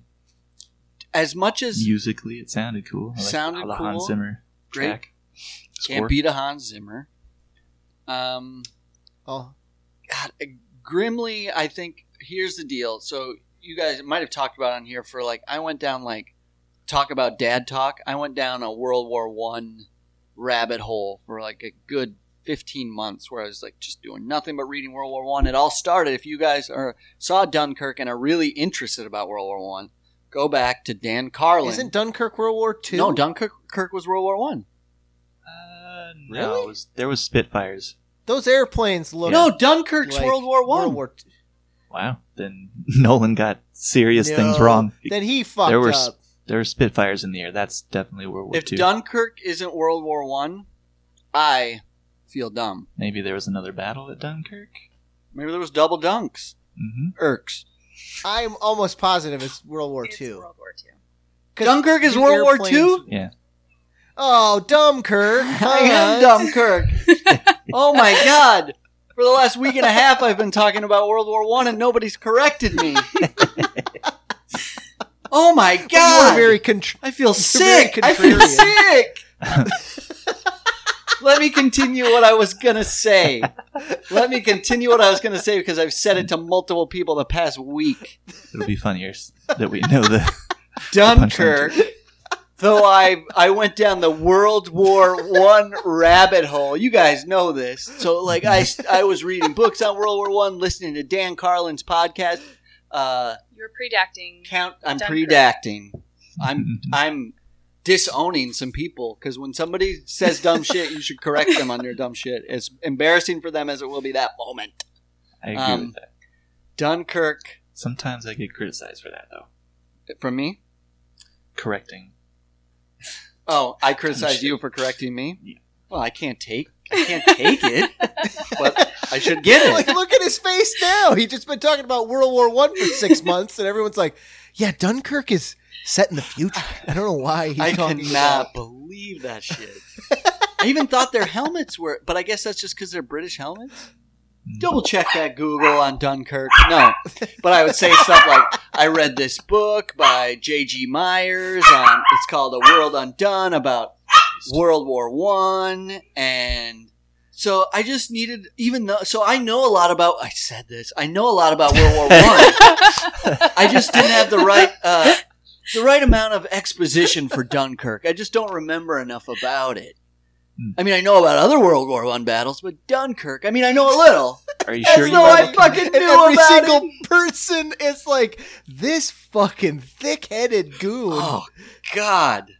As much as Musically, it sounded cool. I liked Sounded all the Hans cool. Zimmer Great. track score. can't beat a Hans Zimmer, um, Oh, God, Grimly, I think here's the deal. So you guys might have talked about it on here for like I went down like talk about dad talk. I went down a World War One rabbit hole for like a good fifteen months where I was like just doing nothing but reading World War One. It all started if you guys are saw Dunkirk and are really interested about World War One, go back to Dan Carlin. isn't Dunkirk World War Two? No, Dunkirk Kirk was World War One. Uh, no, Really? it was, there was Spitfires. Those airplanes look. No, Dunkirk's like World War One. World War Two. Wow. Then Nolan got serious things No. wrong. Then he fucked There were s- up. There were Spitfires in the air. That's definitely World War if Two. Dunkirk isn't World War One, I feel dumb. Maybe there was another battle at Dunkirk. Maybe there was double dunks. hmm Irks. I'm almost positive it's World War It's Two. World War Two. 'Cause Dunkirk is the World War airplanes- Two? Yeah. Oh, Dunkirk. I am Dunkirk. oh my god. For the last week and a half I've been talking about World War One and nobody's corrected me. oh my You god. are very contr- I feel very sick. I feel contrarian. sick. Let me continue what I was going to say. Let me continue what I was going to say because I've said it to multiple people the past week. It'll be funnier s- that we know the Dunkirk. Though I I went down the World War One rabbit hole. You guys know this. So like I I was reading books on World War One, listening to Dan Carlin's podcast. Uh, You're predacting. count. I'm Dunkirk. predacting. I'm I'm disowning some people because when somebody says dumb shit, you should correct them on their dumb shit. As embarrassing for them as it will be that moment. I agree Um, with that. Dunkirk Sometimes I get criticized for that though. from me. Correcting. Oh, I criticized you for correcting me. Yeah. Well, I can't take I can't take it, but I should get like, it. look at his face now. He just been talking about World War One for six months, and everyone's like, "Yeah, Dunkirk is set in the future." I don't know why he's I talking cannot about- believe that shit. I even thought their helmets were, but I guess that's just because they're British helmets. Double check that Google on Dunkirk. No, but I would say stuff like I read this book by J.G. Myers on it's called A World Undone about World War One, and so I just needed even though so I know a lot about I said this I know a lot about World War One. I just didn't have the right uh, the right amount of exposition for Dunkirk. I just don't remember enough about it. Hmm. I mean, I know about other World War One battles, but Dunkirk. I mean, I know a little. Are you As sure you though I are? fucking And knew every about single it. person is like this fucking thick-headed goon Oh God,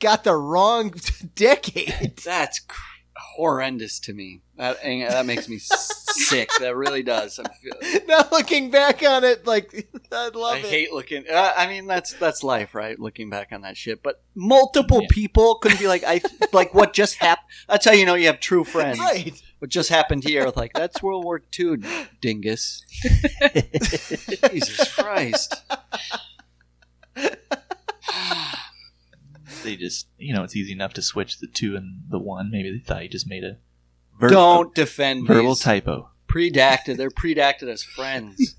got the wrong decade. that's cr- horrendous to me. That, and that makes me sick. That really does. I, feel, now looking back on it, like I love I it. hate looking. Uh, I mean, that's that's life, right? Looking back on that shit, but multiple Yeah. people couldn't be like, I like what just happened. That's how you know you have true friends. right. what just happened here with like that's World War II, dingus. Jesus Christ! They just, you know, it's easy enough to switch the two and the one. Maybe they thought you just made a ver- Don't a defend verbal these. typo. Predacted. They're predacted as friends.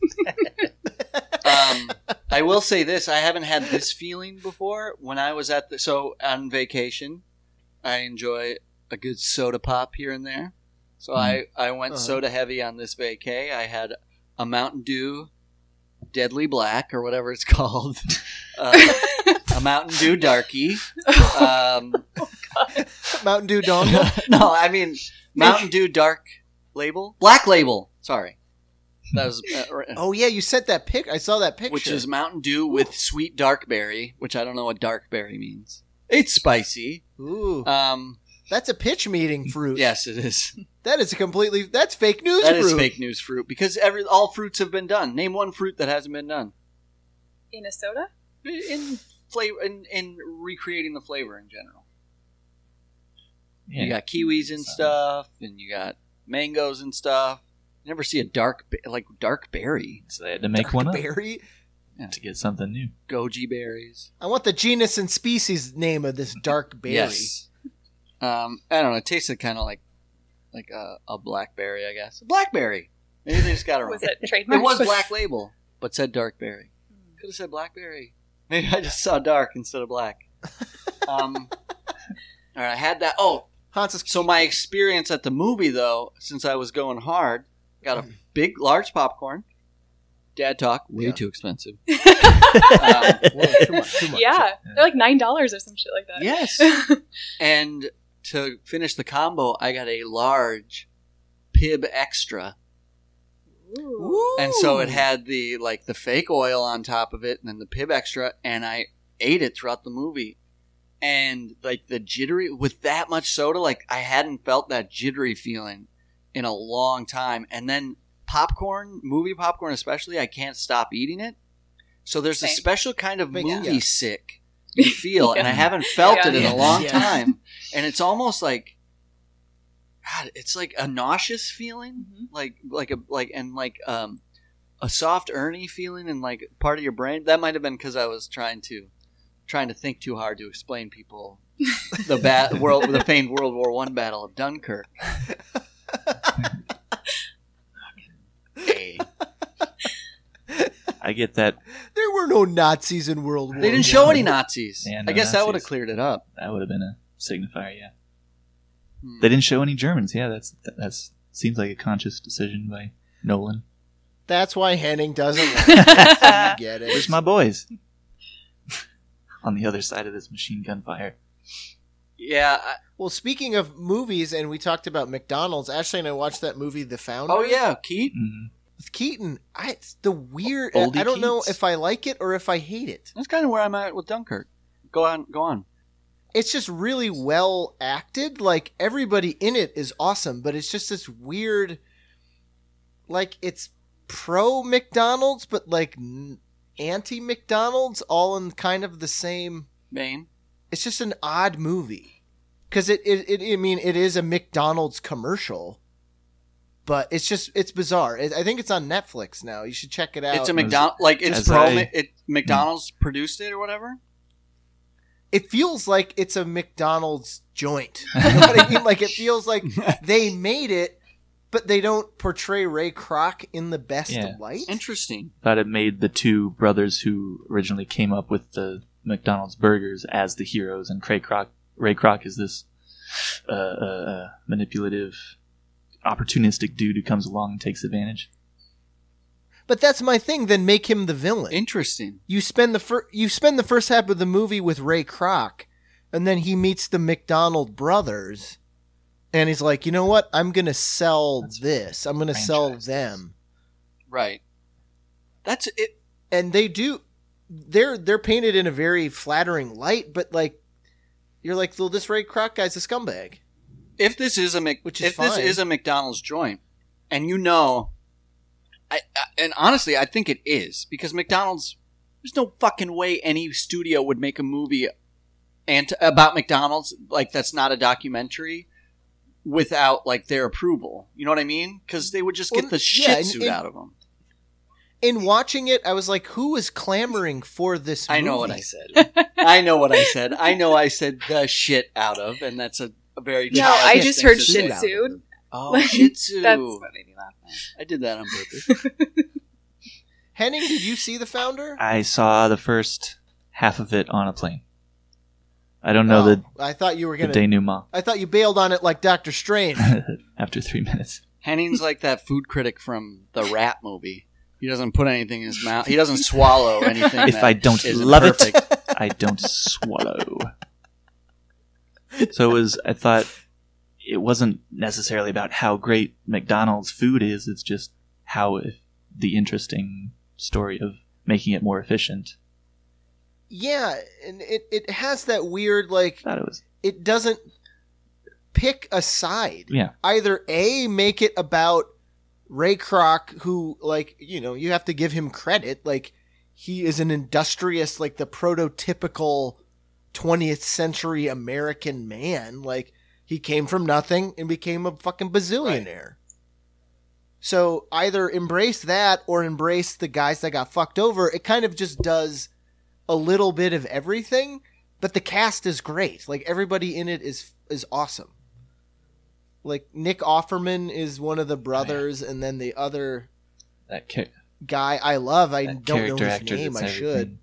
um, I will say this: I haven't had this feeling before. When I was at the so on vacation, I enjoy a good soda pop here and there. So I I went Uh-huh. soda heavy on this vacay. I had a Mountain Dew, Deadly Black or whatever it's called, uh, a Mountain Dew Darky. Um, Mountain Dew dongle. no, I mean Mountain Dew Dark Label, Black Label. Sorry, that was uh, right- oh yeah, you sent that pic. I saw that picture. which is Mountain Dew with sweet dark berry, which I don't know what dark berry means. It's spicy. ooh, Um, that's a pitch meeting fruit. yes, it is. that is a completely that's fake news. That fruit. is fake news fruit because every all fruits have been done. Name one fruit that hasn't been done In a soda? in flavor in, in recreating the flavor in general. Yeah. You got kiwis and stuff, and you got mangoes and stuff. You never see a dark be- like dark berry, So they had to make one up Berry. to get something new. goji berries. I want the genus and species name of this dark berry. Yes. Um, I don't know. It tasted kind of like like a, a blackberry, I guess. Blackberry. Maybe they just got it wrong. Was it It trademark? was black label, but said darkberry. Hmm. Could have said blackberry. Maybe I just saw dark instead of black. Um, all right, I had that. Oh, Hans is so my experience at the movie, though, since I was going hard, got Hmm. a big, large popcorn. Dad talk, way Yeah. too expensive. um, Whoa, too much, too much. Yeah, they're like nine dollars or some shit like that. Yes. and to finish the combo, I got a large Pib Extra, and so it had the like the fake oil on top of it, and then the Pib Extra, and I ate it throughout the movie. And like the jittery with that much soda, like I hadn't felt that jittery feeling in a long time. And then popcorn, movie popcorn especially, I can't stop eating it. So there's a Same. special kind of Big- movie yeah. sick you feel, and I haven't felt it in Yeah. a long Yeah. time. And it's almost like, God, it's like a nauseous feeling, Mm-hmm. like like a like and like um a soft Ernie feeling, and like part of your brain. That might have been because I was trying to trying to think too hard to explain people the bat world the famed World War One battle of Dunkirk. Hey. I get that. There were no Nazis in World War. They didn't One. show any Nazis. Yeah, I no guess that would have Nazis. cleared it up. That would have been a signifier. Yeah. Hmm. They didn't show any Germans. Yeah, that's that's seems like a conscious decision by Nolan. That's why Henning doesn't. Like it. You get it. Where's my boys? on the other side of this machine gun fire. Yeah. I, Well, speaking of movies, and we talked about McDonald's. Ashley and I watched that movie, The Founder. oh yeah, Keaton. Mhm. with Keaton. I it's the weird. Oldie I don't know Keats. if I like it or if I hate it. That's kind of where I'm at with Dunkirk. Go on, go on. It's just really well acted. Like everybody in it is awesome, but it's just this weird. Like it's pro McDonald's, but like anti McDonald's, all in kind of the same. Bane. It's just an odd movie because it, it, it. I mean, it is a McDonald's commercial. But it's just it's bizarre. It, I think it's on Netflix now. You should check it out. It's a As- McDonald like it's as pro. I- it McDonald's produced it or whatever. it feels like it's a McDonald's joint. You know what I mean? Like it feels like they made it, but they don't portray Ray Kroc in the best Yeah. light. Interesting. Thought it made the two brothers who originally came up with the McDonald's burgers as the heroes, and Craig Kroc, Ray Kroc is this uh, uh, uh, manipulative, opportunistic dude who comes along and takes advantage. But that's my thing. Then make him the villain. Interesting. you spend the fir- you spend the first half of the movie with Ray Kroc, and then he meets the McDonald brothers, and he's like, you know what? I'm gonna sell That's this. I'm gonna franchises. sell them. Right. That's it. and they do they're they're painted in a very flattering light but like you're like well this ray kroc guy's a scumbag If this is a Mc, Which is if this fine. is a McDonald's joint, and you know, I, I and honestly, I think it is because McDonald's. There's no fucking way any studio would make a movie, and about McDonald's like that's not a documentary, without like their approval. You know what I mean? Because they would just get Well, the shit yeah, and- suit and- out of them. in watching it i was like who is clamoring for this I know movie? what I said. I know what I said. I know I said the shit out of, and that's a, a very No, childish I just thing heard to say. shih tzu. Oh, Like, shih tzu. That's what made me laugh. I did that on purpose. henning did you see the founder I saw the first half of it on a plane. I don't know the, Oh, i thought you were the gonna denouement i thought you bailed on it like doctor strange after three minutes. Henning's like that food critic from the Rat movie. He doesn't put anything in his mouth. He doesn't swallow anything. If that I don't isn't love it, perfect. I don't swallow. So it was. I thought it wasn't necessarily about how great McDonald's food is. It's just how if the interesting story of making it more efficient. yeah and it, it has that weird like I thought it was. it doesn't pick a side. Yeah. Either A, make it about Ray Kroc, who, like, you know, you have to give him credit. Like, he is an industrious, like, the prototypical 20th century American man. Like, he came from nothing and became a fucking bazillionaire. So either embrace that or embrace the guys that got fucked over. It kind of just does a little bit of everything, but the cast is great. Like everybody in it is is awesome. Like Nick Offerman is one of the brothers, and then the other That, cha- guy I love. I that don't know character his actor. name. that's I should. everything.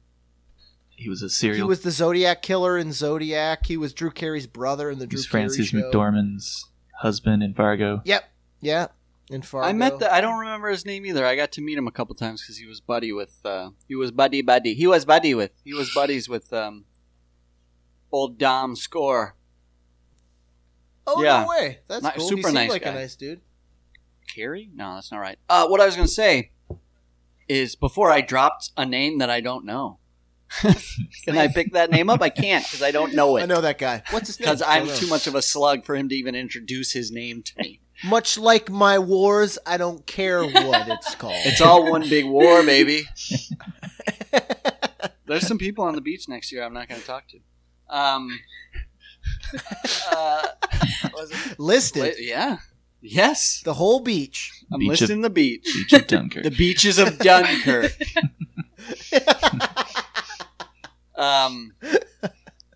He was a He serial. was the Zodiac killer in Zodiac. He was Drew Carey's brother in the he Drew was Francis Carey show. McDormand's husband in Fargo. Yep. Yeah. In Fargo. I met the. I don't remember his name either. I got to meet him a couple times because he was buddy with. Uh, he was buddy buddy. He was buddy with. He was buddies with. Um, old Dom Score. Oh yeah. no way! That's Ni- cool. he super seemed nice like guy. a nice dude. Carrie? No, that's not right. Uh, what I was going to say is before I dropped a name that I don't know. Can I pick that name up? I can't because I don't know I it. know that guy. What's his name? Because I'm Don't know. too much of a slug for him to even introduce his name to me. Much like my wars, I don't care what it's called. It's all one big war, baby. There's some people on the beach next year I'm not going to talk to. Um, uh, was it- listed. yeah. Yes. The whole beach. I'm Beach of- listing the beach. Beach of Dunkirk. The beaches of Dunkirk. Um,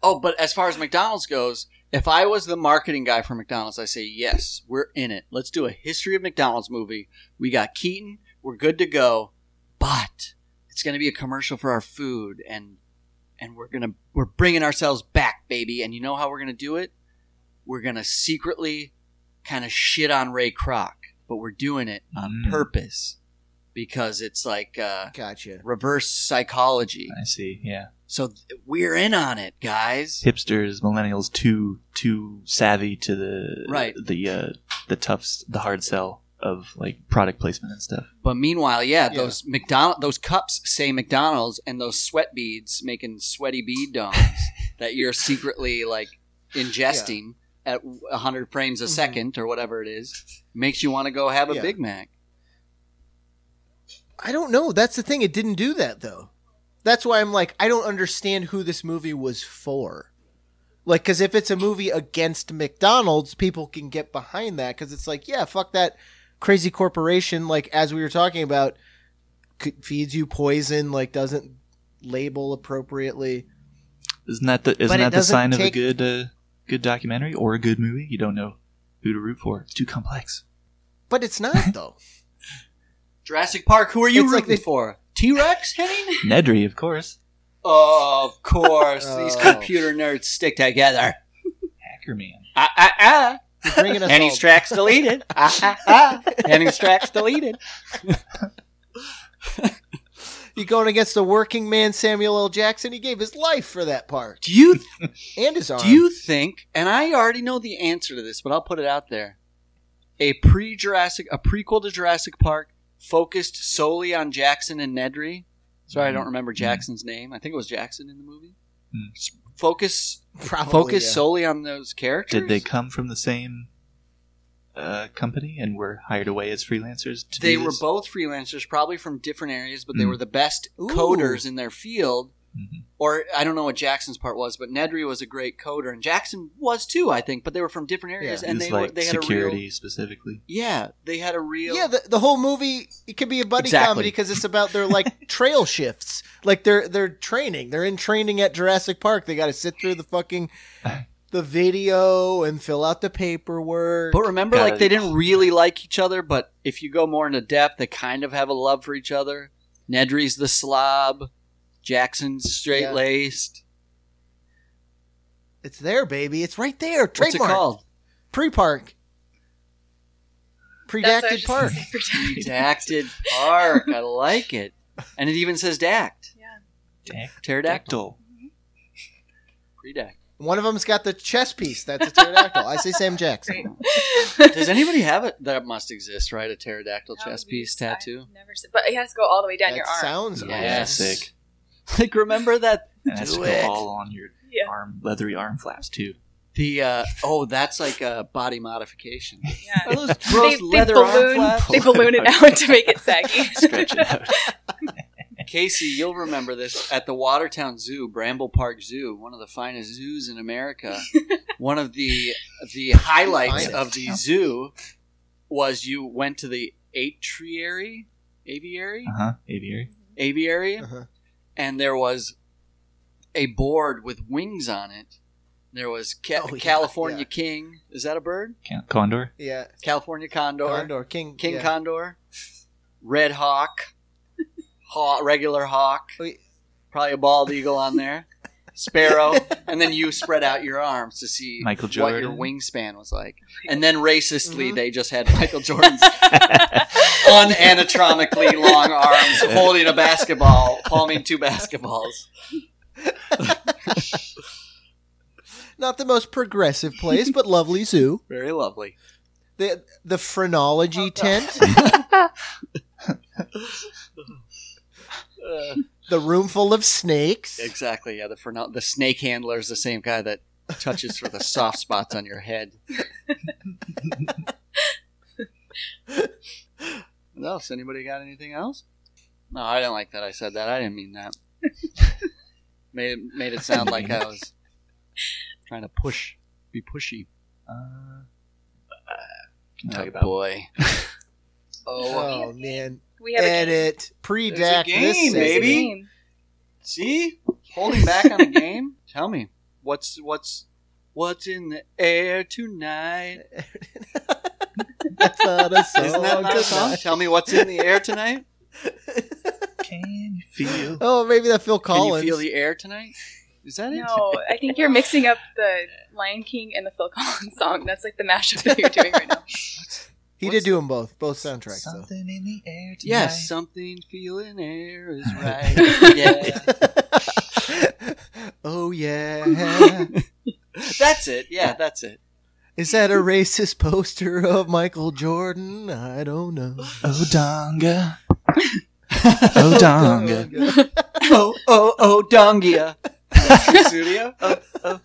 oh, but as far as McDonald's goes, if I was the marketing guy for McDonald's, I say yes, we're in it. Let's do a history of McDonald's movie. We got Keaton. We're good to go. But it's going to be a commercial for our food, and and we're gonna we're bringing ourselves back, baby. And you know how we're gonna do it? We're gonna Hmm. secretly kind of shit on Ray Kroc, but we're doing it on Mm. purpose. because it's like uh, Gotcha. reverse psychology. I see. Yeah, So th- we're in on it, guys. hipsters, millennials, too too savvy to the Right. the uh, the tough s- the hard sell of like product placement and stuff. But meanwhile, yeah, Yeah. those McDonald those cups say McDonald's, and those sweat beads making sweaty bead domes that you're secretly like ingesting at at 100 frames a Mhm. second or whatever it is makes you want to go have a Yeah. Big Mac. I don't know. That's the thing. It didn't do that though. That's why I'm like, I don't understand who this movie was for. Like, because if it's a movie against McDonald's, people can get behind that. Because it's like, yeah, fuck that crazy corporation. Like as we were talking about, c- feeds you poison. Like doesn't label appropriately. Isn't that the isn't it that the doesn't sign of a take- good uh, good documentary or a good movie? You don't know who to root for. It's too complex. But it's not though. Jurassic Park, who are you It's like rooting they- for? T Rex, Henning? Nedry, of course. of course, these Oh. computer nerds stick together. Hacker man. Ah, ah, ah. You're bringing us Henning's all- tracks deleted. Ah, ah, ah. Henning's tracks deleted. You going against the working man, Samuel L. Jackson? He gave his life for that part Do you and his arm. Do you think, and I already know the answer to this, but I'll put it out there. A pre Jurassic, a prequel to Jurassic Park focused solely on Jackson and Nedry. Sorry, I don't remember Jackson's name. I think it was Jackson in the movie. Hmm. S- Focus, Probably, focus Oh, yeah. solely on those characters. Did they come from the same uh, company and were hired away as freelancers? To do They were this? both freelancers, probably from different areas, but they Hmm. were the best Ooh. coders in their field. Mhm. Or I don't know what Jackson's part was, but Nedry was a great coder, and Jackson was too, I think. But they were from different areas, Yeah. and It's they like were, they had a real security specifically. Yeah, they had a real. Yeah, the, the whole movie it could be a buddy Exactly. comedy because it's about their like trail shifts, like they're they're training, they're in training at Jurassic Park. They got to sit through the fucking the video and fill out the paperwork. but remember, Got like it. they didn't really like each other, but if you go more into depth, they kind of have a love for each other. Nedry's the slob, Jackson's straight laced. it's there, baby. It's right there. What's it Trademark. called? Pre park. That's what I was Predacted just gonna park. say, Redacted. Redacted Park. I like it, and it even says dact. Dac- Pterodactyl. Dactyl. Redact. One of them's got the chess piece. That's a pterodactyl. I say Sam Jackson. Does anybody have it? That must exist, right? A pterodactyl chess piece I've tattoo. never seen, but it has to go all the way down that your arm. sounds Yeah. Sick. Like remember that And that's Do go it. all on your Yeah. arm, leathery arm flaps too. the uh, oh that's like a body modification. Yeah. Are those gross They- they leather balloon- arm flaps? They balloon it out to make it saggy. Stretch it out. Casey, you'll remember this at the Watertown Zoo, Bramble Park Zoo, one of the finest zoos in America. one of the the highlights Finest. of the zoo was you went to the atriary, aviary, Uh huh. Aviary. aviary, Uh-huh. and there was a board with wings on it. There was ca- Oh, yeah, California yeah. King. Is that a bird? Con- Condor. Yeah. California Condor King. King yeah. Condor, Red Hawk, haw regular hawk, Wait. probably a bald eagle on there, sparrow, and then you spread out your arms to see Michael what your Jordan. wingspan was like. And then racistly, they just had Michael Jordan's unanatomically long arms holding a basketball, palming two basketballs. Not the most progressive place, but lovely zoo. Very lovely. the the phrenology tent, Uh, the room full of snakes. exactly. Yeah, the phrenon- the snake handler is the same guy that touches for the soft spots on your head. What else? Anybody got anything else? No, I didn't like that. I said that. I didn't mean that. made it made it sound like I was trying to push, be pushy. Uh, uh, can talk Oh, about boy. oh, Oh man, we have a game. edit predact There's a this game, segment. baby. see, holding back on a game. Tell me, what's what's what's in the air tonight? That's not a song. Isn't that not a song? Tell me what's in the air tonight. Can you feel? Oh, maybe that Phil Collins. Can you feel the air tonight? Is that it? No, I think you're mixing up the Lion King and the Phil Collins song. That's like the mashup that you're doing right now. He did do them both, both soundtracks. Though. Something in the air. Tonight. Yes, something feeling air is right. yeah, oh yeah. that's it. Yeah, that's it. Is that a racist poster of Michael Jordan? I don't know. Oh donga. oh donga. Oh oh oh, Dongia. Studio. Oh, oh.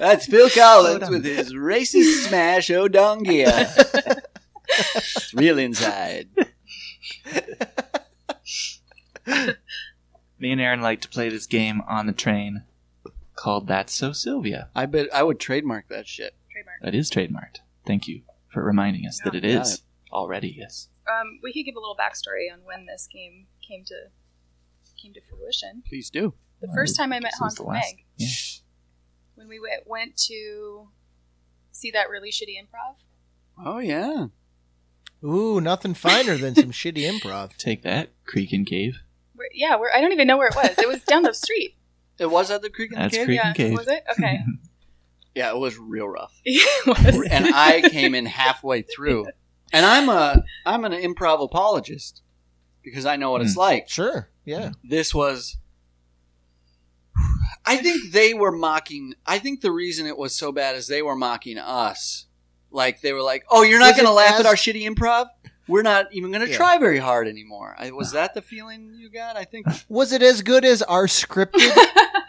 That's Phil Collins with his racist smash, Oh Dongia. it's real inside. Me and Aaron like to play this game on the train called That's So Sylvia. I bet I would trademark that shit. Trademark. That is trademarked. Thank you for reminding us that it Yeah. is already, yes. Um, we could give a little backstory on when this game came to came to fruition. Please do. The first time I met This was Hans the and last- Meg, yeah. when we went, went to see that really shitty improv. Oh yeah. Ooh, nothing finer than some shitty improv. Take that, Creek and Cave. Where, yeah, where I don't even know where it was. It was down the street. It was at the Creek in the That's Cave. Creek yeah, and Cave. was it? Okay, Yeah, it was real rough. it was. And I came in halfway through. And I'm a I'm an improv apologist because I know what Hmm. it's like. Sure. Yeah. This was I think they were mocking I think the reason it was so bad is they were mocking us. Like they were like, "Oh, you're not Was it going to laugh as- at our shitty improv? We're not even going to Yeah. try very hard anymore." I, was that the feeling you got? I think Was it as good as our scripted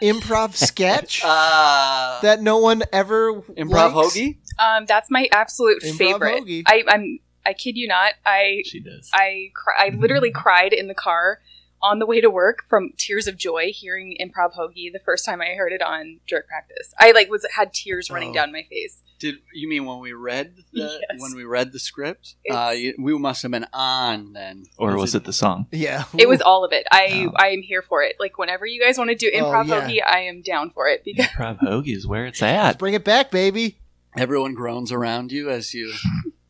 improv sketch uh that no one ever improv likes? hoagie? Um, that's my absolute Improv favorite. hoagie. I, I'm. I kid you not. I She does. I cry, I literally Mm-hmm. cried in the car on the way to work from tears of joy hearing improv hoagie the first time I heard it on jerk practice. I like was had tears running Oh. down my face. Did you mean when we read the Yes. when we read the script? Uh, It's- you, we must have been on then, Or was it the song? Yeah. It was all of it. I Wow. I am here for it. Like whenever you guys want to do Oh, improv yeah. hoagie, I am down for it because Improv Hoagie is where it's at. Bring it back, baby. Everyone groans around you as you.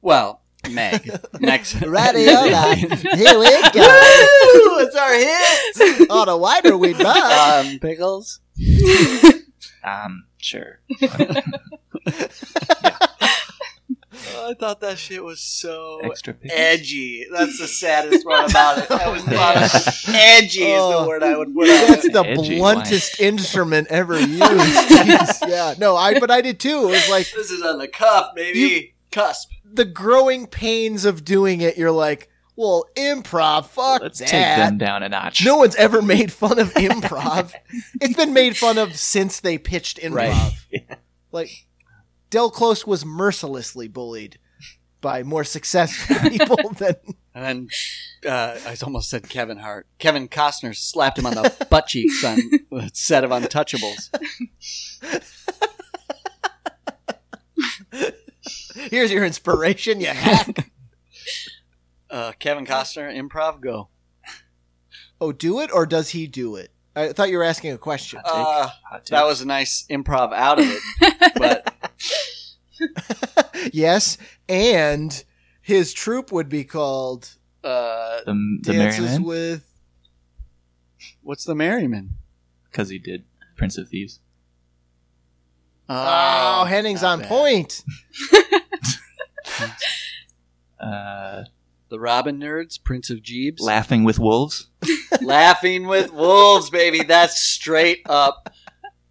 well, Meg. Next, Ready, all right. Here we go. Woo, it's our hit. On a wider we buy. Um, pickles. Um, sure. Oh, I thought that shit was Oh, so eh, Extra pickles. edgy. That's the saddest part about it. That was the Yeah. most- edgy is Oh. the word I would put on That's it. the Edgy, bluntest instrument ever used. Jeez, yeah. No, I but I did too. It was like This is on the cuff, baby. You- Cusp. the growing pains of doing it, you're like, well, improv, fuck Let's that. take them down a notch. No one's ever made fun of improv. it's been made fun of since they pitched improv. Right. Like Del Close was mercilessly bullied by more successful people than And then uh, I almost said Kevin Hart. Kevin Costner slapped him on the butt cheeks on the set of Untouchables. here's your inspiration, you hack. Uh, Kevin Costner, improv, go. Oh, do it or does he do it? I thought you were asking a question. Hot take. Uh, Hot take. that was a nice improv out of it. But yes, and his troupe would be called uh, the, the Dances Merryman. with what's the Merryman? Because he did Prince of Thieves. Uh, Oh, Henning's not on bad. point. Uh, The Robin Nerds, Prince of Jeebs. Laughing with Wolves. Laughing with Wolves, baby. That's straight up.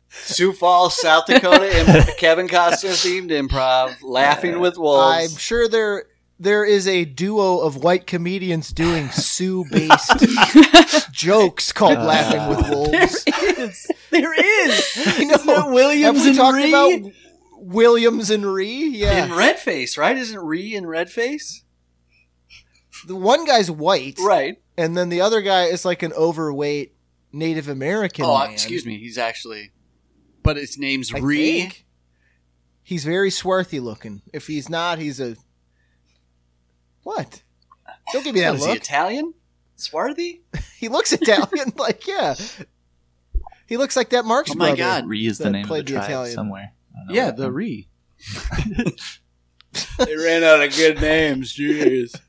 Sioux Falls, South Dakota, imp- Kevin Costner themed improv. Laughing with Wolves. I'm sure there there is a duo of white comedians doing Sioux based jokes called Uh, Laughing with Wolves. there is. I know. Williams Have we and talked Reed? about Williams and Ree? In Yeah. red face, right? Isn't Ree in red face? the one guy's white, Right. and then the other guy is like an overweight Native American. oh, man, excuse me. He's actually, but his name's I Ree. think. He's very swarthy looking. If he's not, he's a. What? Don't give me What that is look. he Italian? Swarthy? He looks Italian, like yeah. He looks like that Marx Oh my brother. God. Ree is the That name of the played the tribe Italian. somewhere. I don't know Yeah, what the one. Ree. they ran out of good names. Jeez.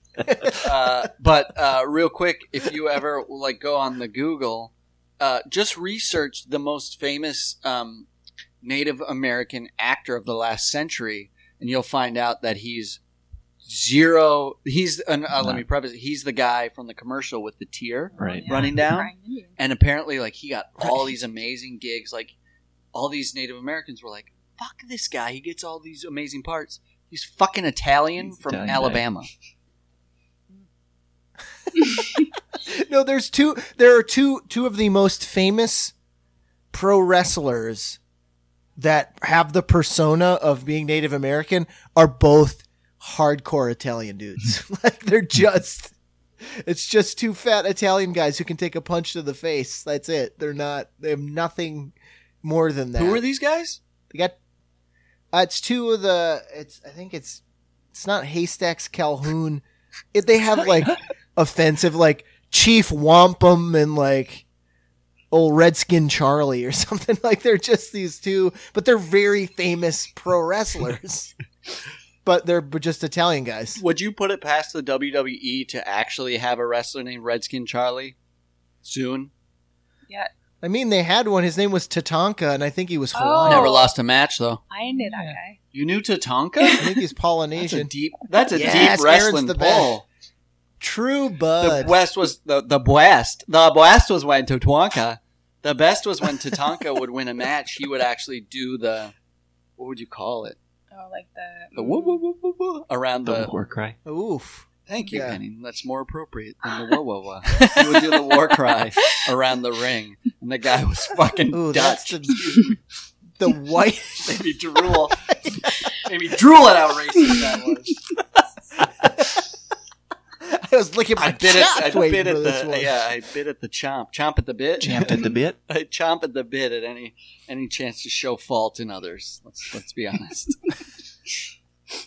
uh, but uh, real quick, if you ever like go on the Google, uh, just research the most famous um, Native American actor of the last century, and you'll find out that he's zero. He's and, uh, let No. me preface. it, He's the guy from the commercial with the tear Right. running down, Crying Indian. and apparently, like he got all these amazing gigs. Like all these Native Americans were like, "Fuck this guy! He gets all these amazing parts. He's fucking Italian He's from Italian, Alabama." no, there's two. There are two two of the most famous pro wrestlers that have the persona of being Native American are both hardcore Italian dudes. like they're just. It's just two fat Italian guys who can take a punch to the face. That's it. They're not. They have nothing more than that. Who are these guys? They got. Uh, it's two of the. It's. I think it's. It's not Haystacks Calhoun. It, they have like offensive like Chief Wampum and like old Redskin Charlie or something. Like they're just these two, but they're very famous pro wrestlers. but they're b- just Italian guys. Would you put it past the WWE to actually have a wrestler named Redskin Charlie soon? I mean, they had one. His name was Tatanka, and I think he was Hawaiian. Never lost a match though. I knew that guy. You knew I Tatanka? think he's That's a Polynesian. deep. That's a Yes, Aaron's deep wrestling the best. pull. True The bud. West was the the West. The West was when Tatanka. The best was when Tatanka would win a match. He would actually do the what would you call it? Oh, like the The woo woo woo woo woo around The the. war cry. Oof. Thank you, Yeah. Penny. That's more appropriate than the whoa whoa whoa. He would do the war cry around the ring, and the guy was fucking Ooh, Dutch. that's the the white. Maybe drool. Maybe drool at how racist that was. I was looking my I bit at chops I waiting bit at for this the one. yeah I bit at the chomp chomp at the bit Champed at the bit. I chomp at the bit at any any chance to show fault in others. Let's let's be honest.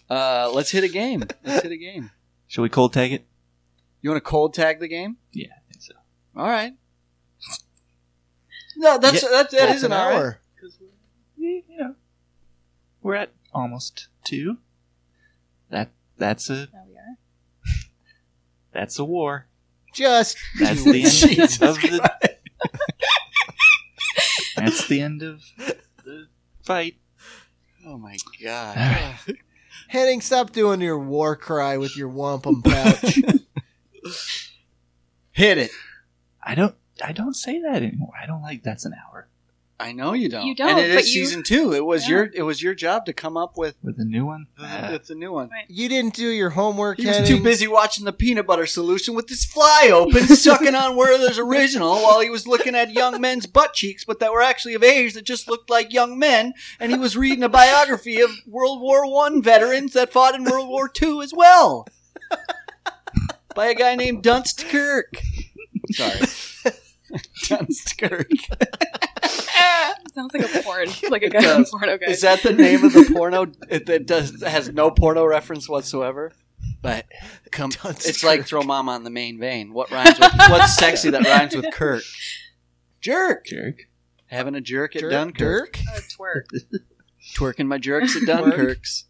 uh, let's hit a game. Let's hit a game. Shall we cold tag it? You want to cold tag the game? Yeah, I think so. All right. No, that's that's that That's is an hour. you know, we're at almost two. That that's a oh, yeah. that's a war. Just That's the end of the. that's the end of the fight. Oh my All god! right. Henning, stop doing your war cry with your wampum pouch. Hit it. I don't. I don't say that anymore. I don't like that's an hour I know you don't. You don't, And it is but you- season two. It was Yeah. your it was your job to come up with with a new one. the, Uh, with the new one. you didn't do your homework, He was Henning. too busy watching the peanut butter solution with his fly open, sucking on Werther's original while he was looking at young men's butt cheeks, but that were actually of age that just looked like young men. And he was reading a biography of World War One veterans that fought in World War Two as well, by a guy named Dunst Kirk. Sorry, Dunst Kirk. Sounds like a porn, like a It guy from does. porno guy. Is that the name of the porno? It, it does has no porno reference whatsoever. But come, Dunce it's like throw mom on the main vein. What rhymes with what's sexy that rhymes with Kirk? Jerk. jerk. Having a jerk at Dirk, Dunkirk. Dirk. Oh, twerk. Twerking my jerks at Dunkirk's.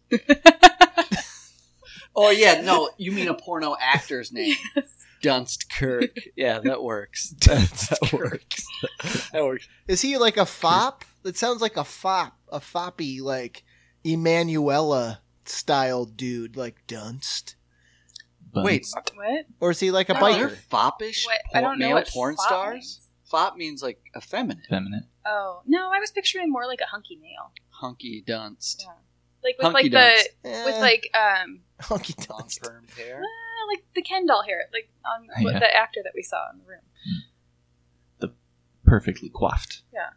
oh yeah, no, you mean a porno actor's name. Dunst Kirk. Yeah, that works. That, that works. That works. Is he like a fop? That sounds like a fop, a foppy, like Emanuela style dude, like Dunst. But Wait, What? Or is he like a No, are there biker? foppish What? I por- don't know male what porn fop stars? means. Fop means like effeminate, feminine. Oh no, I was picturing more like a hunky nail, hunky dunst, Yeah. like with Hunky like the Eh, with like um hunky long Dunst. perm hair. ah, like the Ken doll hair, like on Oh, yeah. the actor that we saw in the room. perfectly coiffed. Yeah.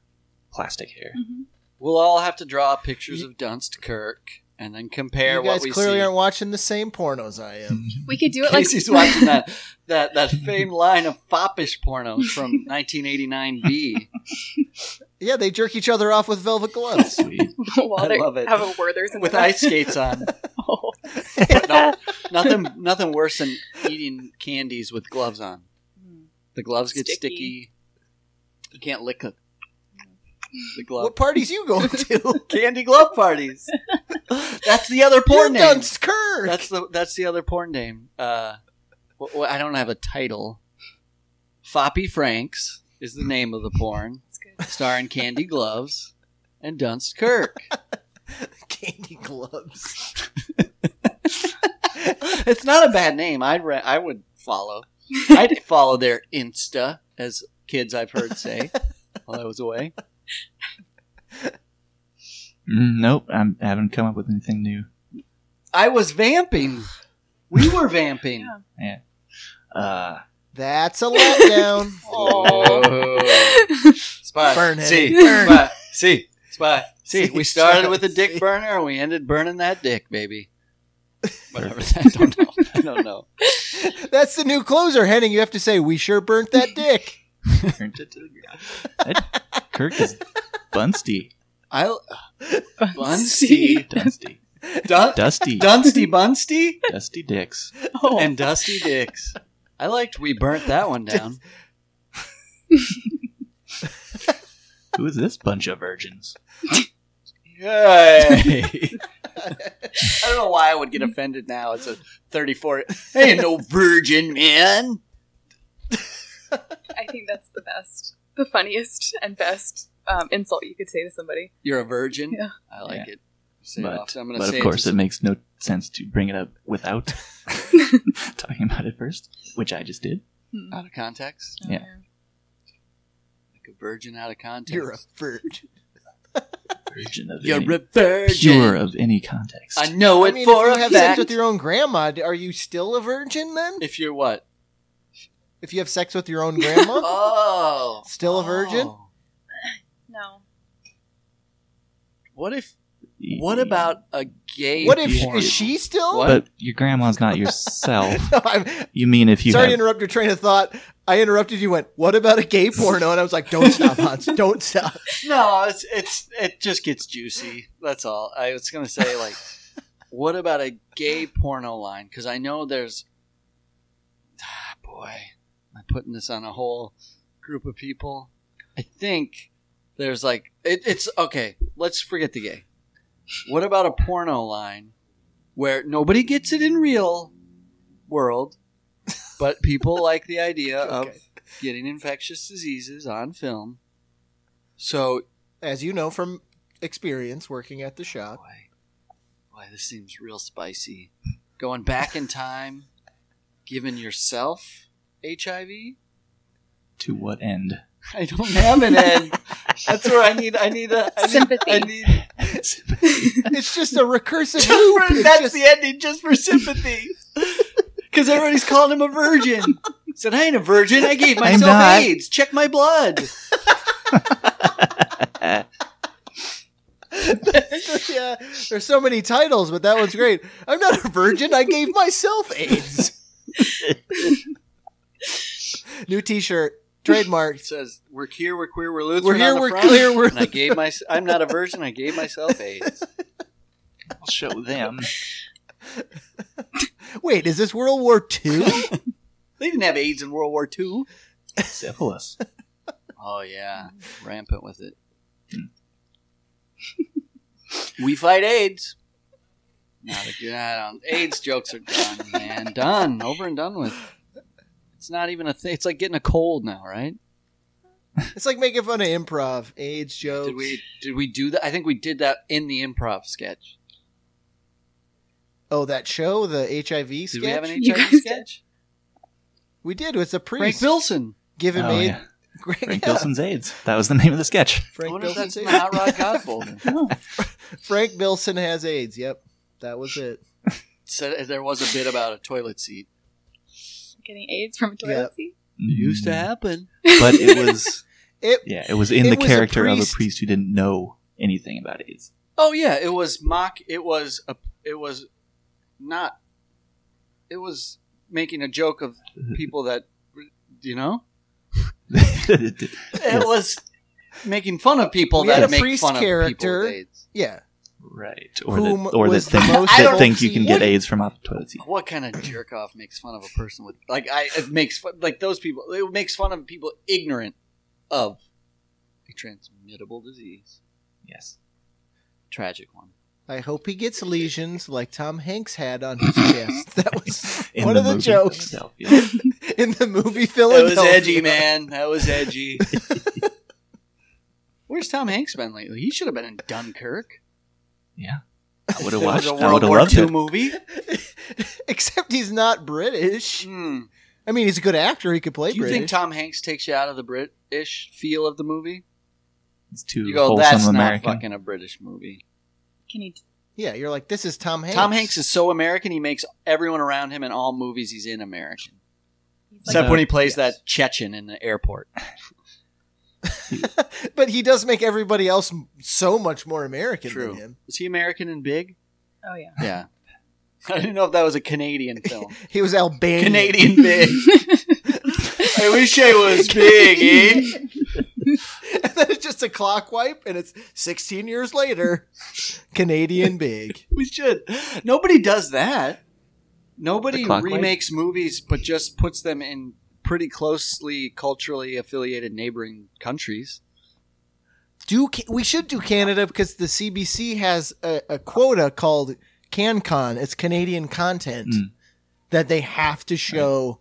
Plastic hair. We'll all have to draw pictures of Dunst Kirk and then compare You what guys we clearly see. aren't watching the same pornos I am. We could do it like Casey's watching that that that famed line of foppish pornos from 1989B. yeah, they jerk each other off with velvet gloves. Sweet. while I they love it. have a Werther's in with the ice skates on. Oh. No, nothing nothing worse than eating candies with gloves on. Hmm. The gloves get sticky. Sticky. You can't lick them. The glove what parties you going to? candy glove parties. That's the other You're porn name. Dunst Kirk. That's the that's the other porn name. Uh, wh- wh- I don't have a title. Foppy Franks is the name of the porn, That's good. starring Candy Gloves and Dunst Kirk. candy gloves. it's not a bad name. I'd re- I would follow. I'd follow their Insta, as kids I've heard say while I was away. Mm, Nope, I'm, I haven't come up with anything new. I was vamping. We were vamping. Yeah. Uh, That's a letdown. Oh. Spy. Burn it. See. Burn. Spy. See. Spy. See. See. We started with a See. dick burner and we ended burning that dick, baby. Whatever. I don't know. I don't know. That's the new closer, Henning. You have to say, "We sure burnt that dick." burnt it to the ground. That- Kirk is bunsty. I Bunsty. Dusty. Dun- Dusty. Dunsty Bunsty Dusty dicks. and Dusty Dicks. I liked we burnt that one down. Who is this bunch of virgins? Yay. I don't know why I would get offended now. It's a 34. Hey, no virgin, man. I think that's the best, the funniest, and best um, insult you could say to somebody. You're a virgin. Yeah. I like it. Say it But, often. I'm gonna but say of it course, just- it makes no sense to bring it up without talking about it first, which I just did. Hmm. out of context. Oh. Yeah. Like a virgin out of context. You're a virgin. Virgin of You're any, a virgin. pure of any context. I know it I mean, for if you a have sex fact. with your own grandma, d- are you still a virgin then? if you're what? If you have sex with your own grandma, Oh. Still a virgin? Oh. No. What if? What about a gay? what if you- is she still? What? But your grandma's not yourself. No, I'm You mean if you sorry to have interrupt your train of thought. I interrupted you. Went, what about a gay porno? And I was like, don't stop, Hans. Don't stop. No, it's it's it just gets juicy. That's all. I was gonna say like, what about a gay porno line? Because I know there's. Ah, boy, am I putting this on a whole group of people? I think there's like it, it's okay. Let's forget the gay. What about a porno line where nobody gets it in real world, but people like the idea of getting infectious diseases on film? So As you know from experience working at the shop, Boy, boy, this seems real spicy. Going back in time, giving yourself HIV? to what end? I don't have an end. That's where I need. I need a I need, Sympathy. I need, it's just a recursive loop. It's that's just- the ending, just for sympathy. Because everybody's calling him a virgin. He Said I ain't a virgin. I gave myself not." AIDS. Check my blood. yeah, there's so many titles, but that one's great. I'm not a virgin. I gave myself AIDS. New T-shirt, trademark. It says we're here, we're queer, we're Lutheran. We're here, on the we're front." clear, we're And I gave my. I'm not a virgin. I gave myself AIDS. I'll show them. Wait, is this World War II? They didn't have AIDS in World War II. Syphilis. Oh yeah, rampant with it. we fight AIDS. Not a good. I don't- AIDS jokes are done, man. Done, over and done with. It's not even a thing. It's like getting a cold now, right? It's like making fun of improv, AIDS jokes. Did we did we do that? I think we did that in the improv sketch. Oh, that show, the HIV sketch. Did we have an You HIV guys did. sketch? We did. It's a Frank priest Bilson. giving Oh, me yeah. Great- Frank yeah, Bilson's AIDS. That was the name of the sketch. I Frank wonder if Bilson. that's in the Hot Rod Gospel. Frank Bilson has AIDS. Yep, that was it. Said there was a bit about a toilet seat. Getting AIDS from a toilet Yep. seat? Used to happen. Mm. But it was It yeah, it was in It the was a character of a priest. priest who didn't know anything about AIDS. Oh yeah, it was mock. It was a. It was not. It was making a joke of people that, you know, it was making fun of people We that had a make priest fun character. of people with AIDS. yeah. Right. Or Whom that or that was the think, most that think you folksy- can get AIDS from off the toilet seat. What kind of jerk off makes fun of a person with like I it makes fun, like those people it makes fun of people ignorant of a transmittable disease, Yes. tragic one. I hope he gets lesions like Tom Hanks had on his chest. That was In one of the movie jokes itself, yeah. in the movie That Philadelphia. was edgy, man. That was edgy. Where's Tom Hanks been lately? He should have been in Dunkirk. Yeah. I would have It was watched. a I World would have War loved II it. movie. Except he's not British. Hmm. I mean, he's a good actor. He could play Do you British. think Tom Hanks takes you out of the British feel of the movie? It's too You go, that's wholesome not American. fucking a British movie. Can you? yeah, you're like this is Tom Hanks. Tom Hanks is so American, he makes everyone around him in all movies he's in American. He's Except Like- when he plays Yes. that Chechen in the airport. but he does make everybody else m- so much more American True. than him. Was he American and big? oh yeah. Yeah. I didn't know if that was a Canadian film. He was Albanian. Canadian big. I wish I was big, eh? and then it's just a clock wipe, and it's 16 years later. Canadian big. We should. Nobody does that. Nobody The clock remakes movies, but just puts them in pretty closely culturally affiliated neighboring countries. Do Ca- we should do Canada because the CBC has a, a quota called CanCon. It's Canadian content Mm. that they have to show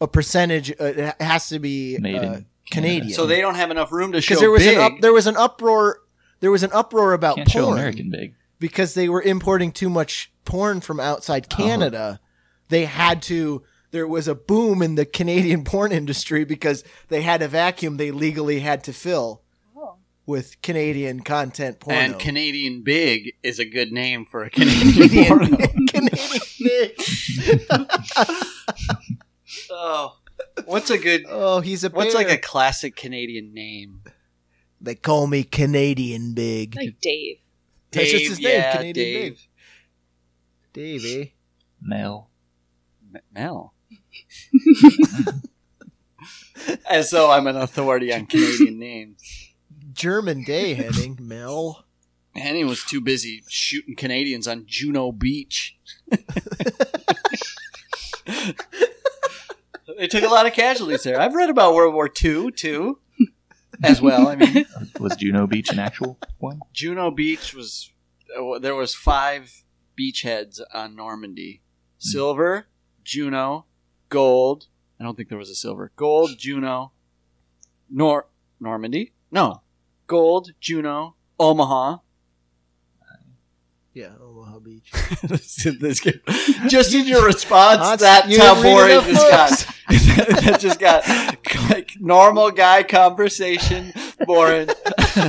a percentage. Uh, it ha- has to be uh, Made in Canada. Canadian. So they don't have enough room to show because there was big. an up, there was an uproar there was an uproar about Can't show porn American big. because they were importing too much porn from outside Uh-huh. Canada. They had to there was a boom in the Canadian porn industry because they had a vacuum they legally had to fill Oh. with Canadian content porn. and Canadian Big is a good name for a Canadian porno. Canadian big. Oh, what's a good? Oh, he's a What's like a bear. classic Canadian name? They call me Canadian big. Like Dave. That's just his name, yeah, Canadian eh? Dave. Davey. Mel. M- Mel. As though I'm an authority on Canadian names. German day heading Mel. Henny was too busy shooting Canadians on Juno Beach. they took a lot of casualties there. I've read about World War II too, as well. I mean, Was Juno Beach an actual one? Juno Beach was uh, there was five beachheads on Normandy: silver, Juno, gold. I don't think there was a silver, gold, Juno, Nor Normandy. No, gold, Juno, Omaha. Yeah, Omaha Beach. This game- just in your response, That's- that's you how didn't read boring enough this got. that just got like normal guy conversation, boring.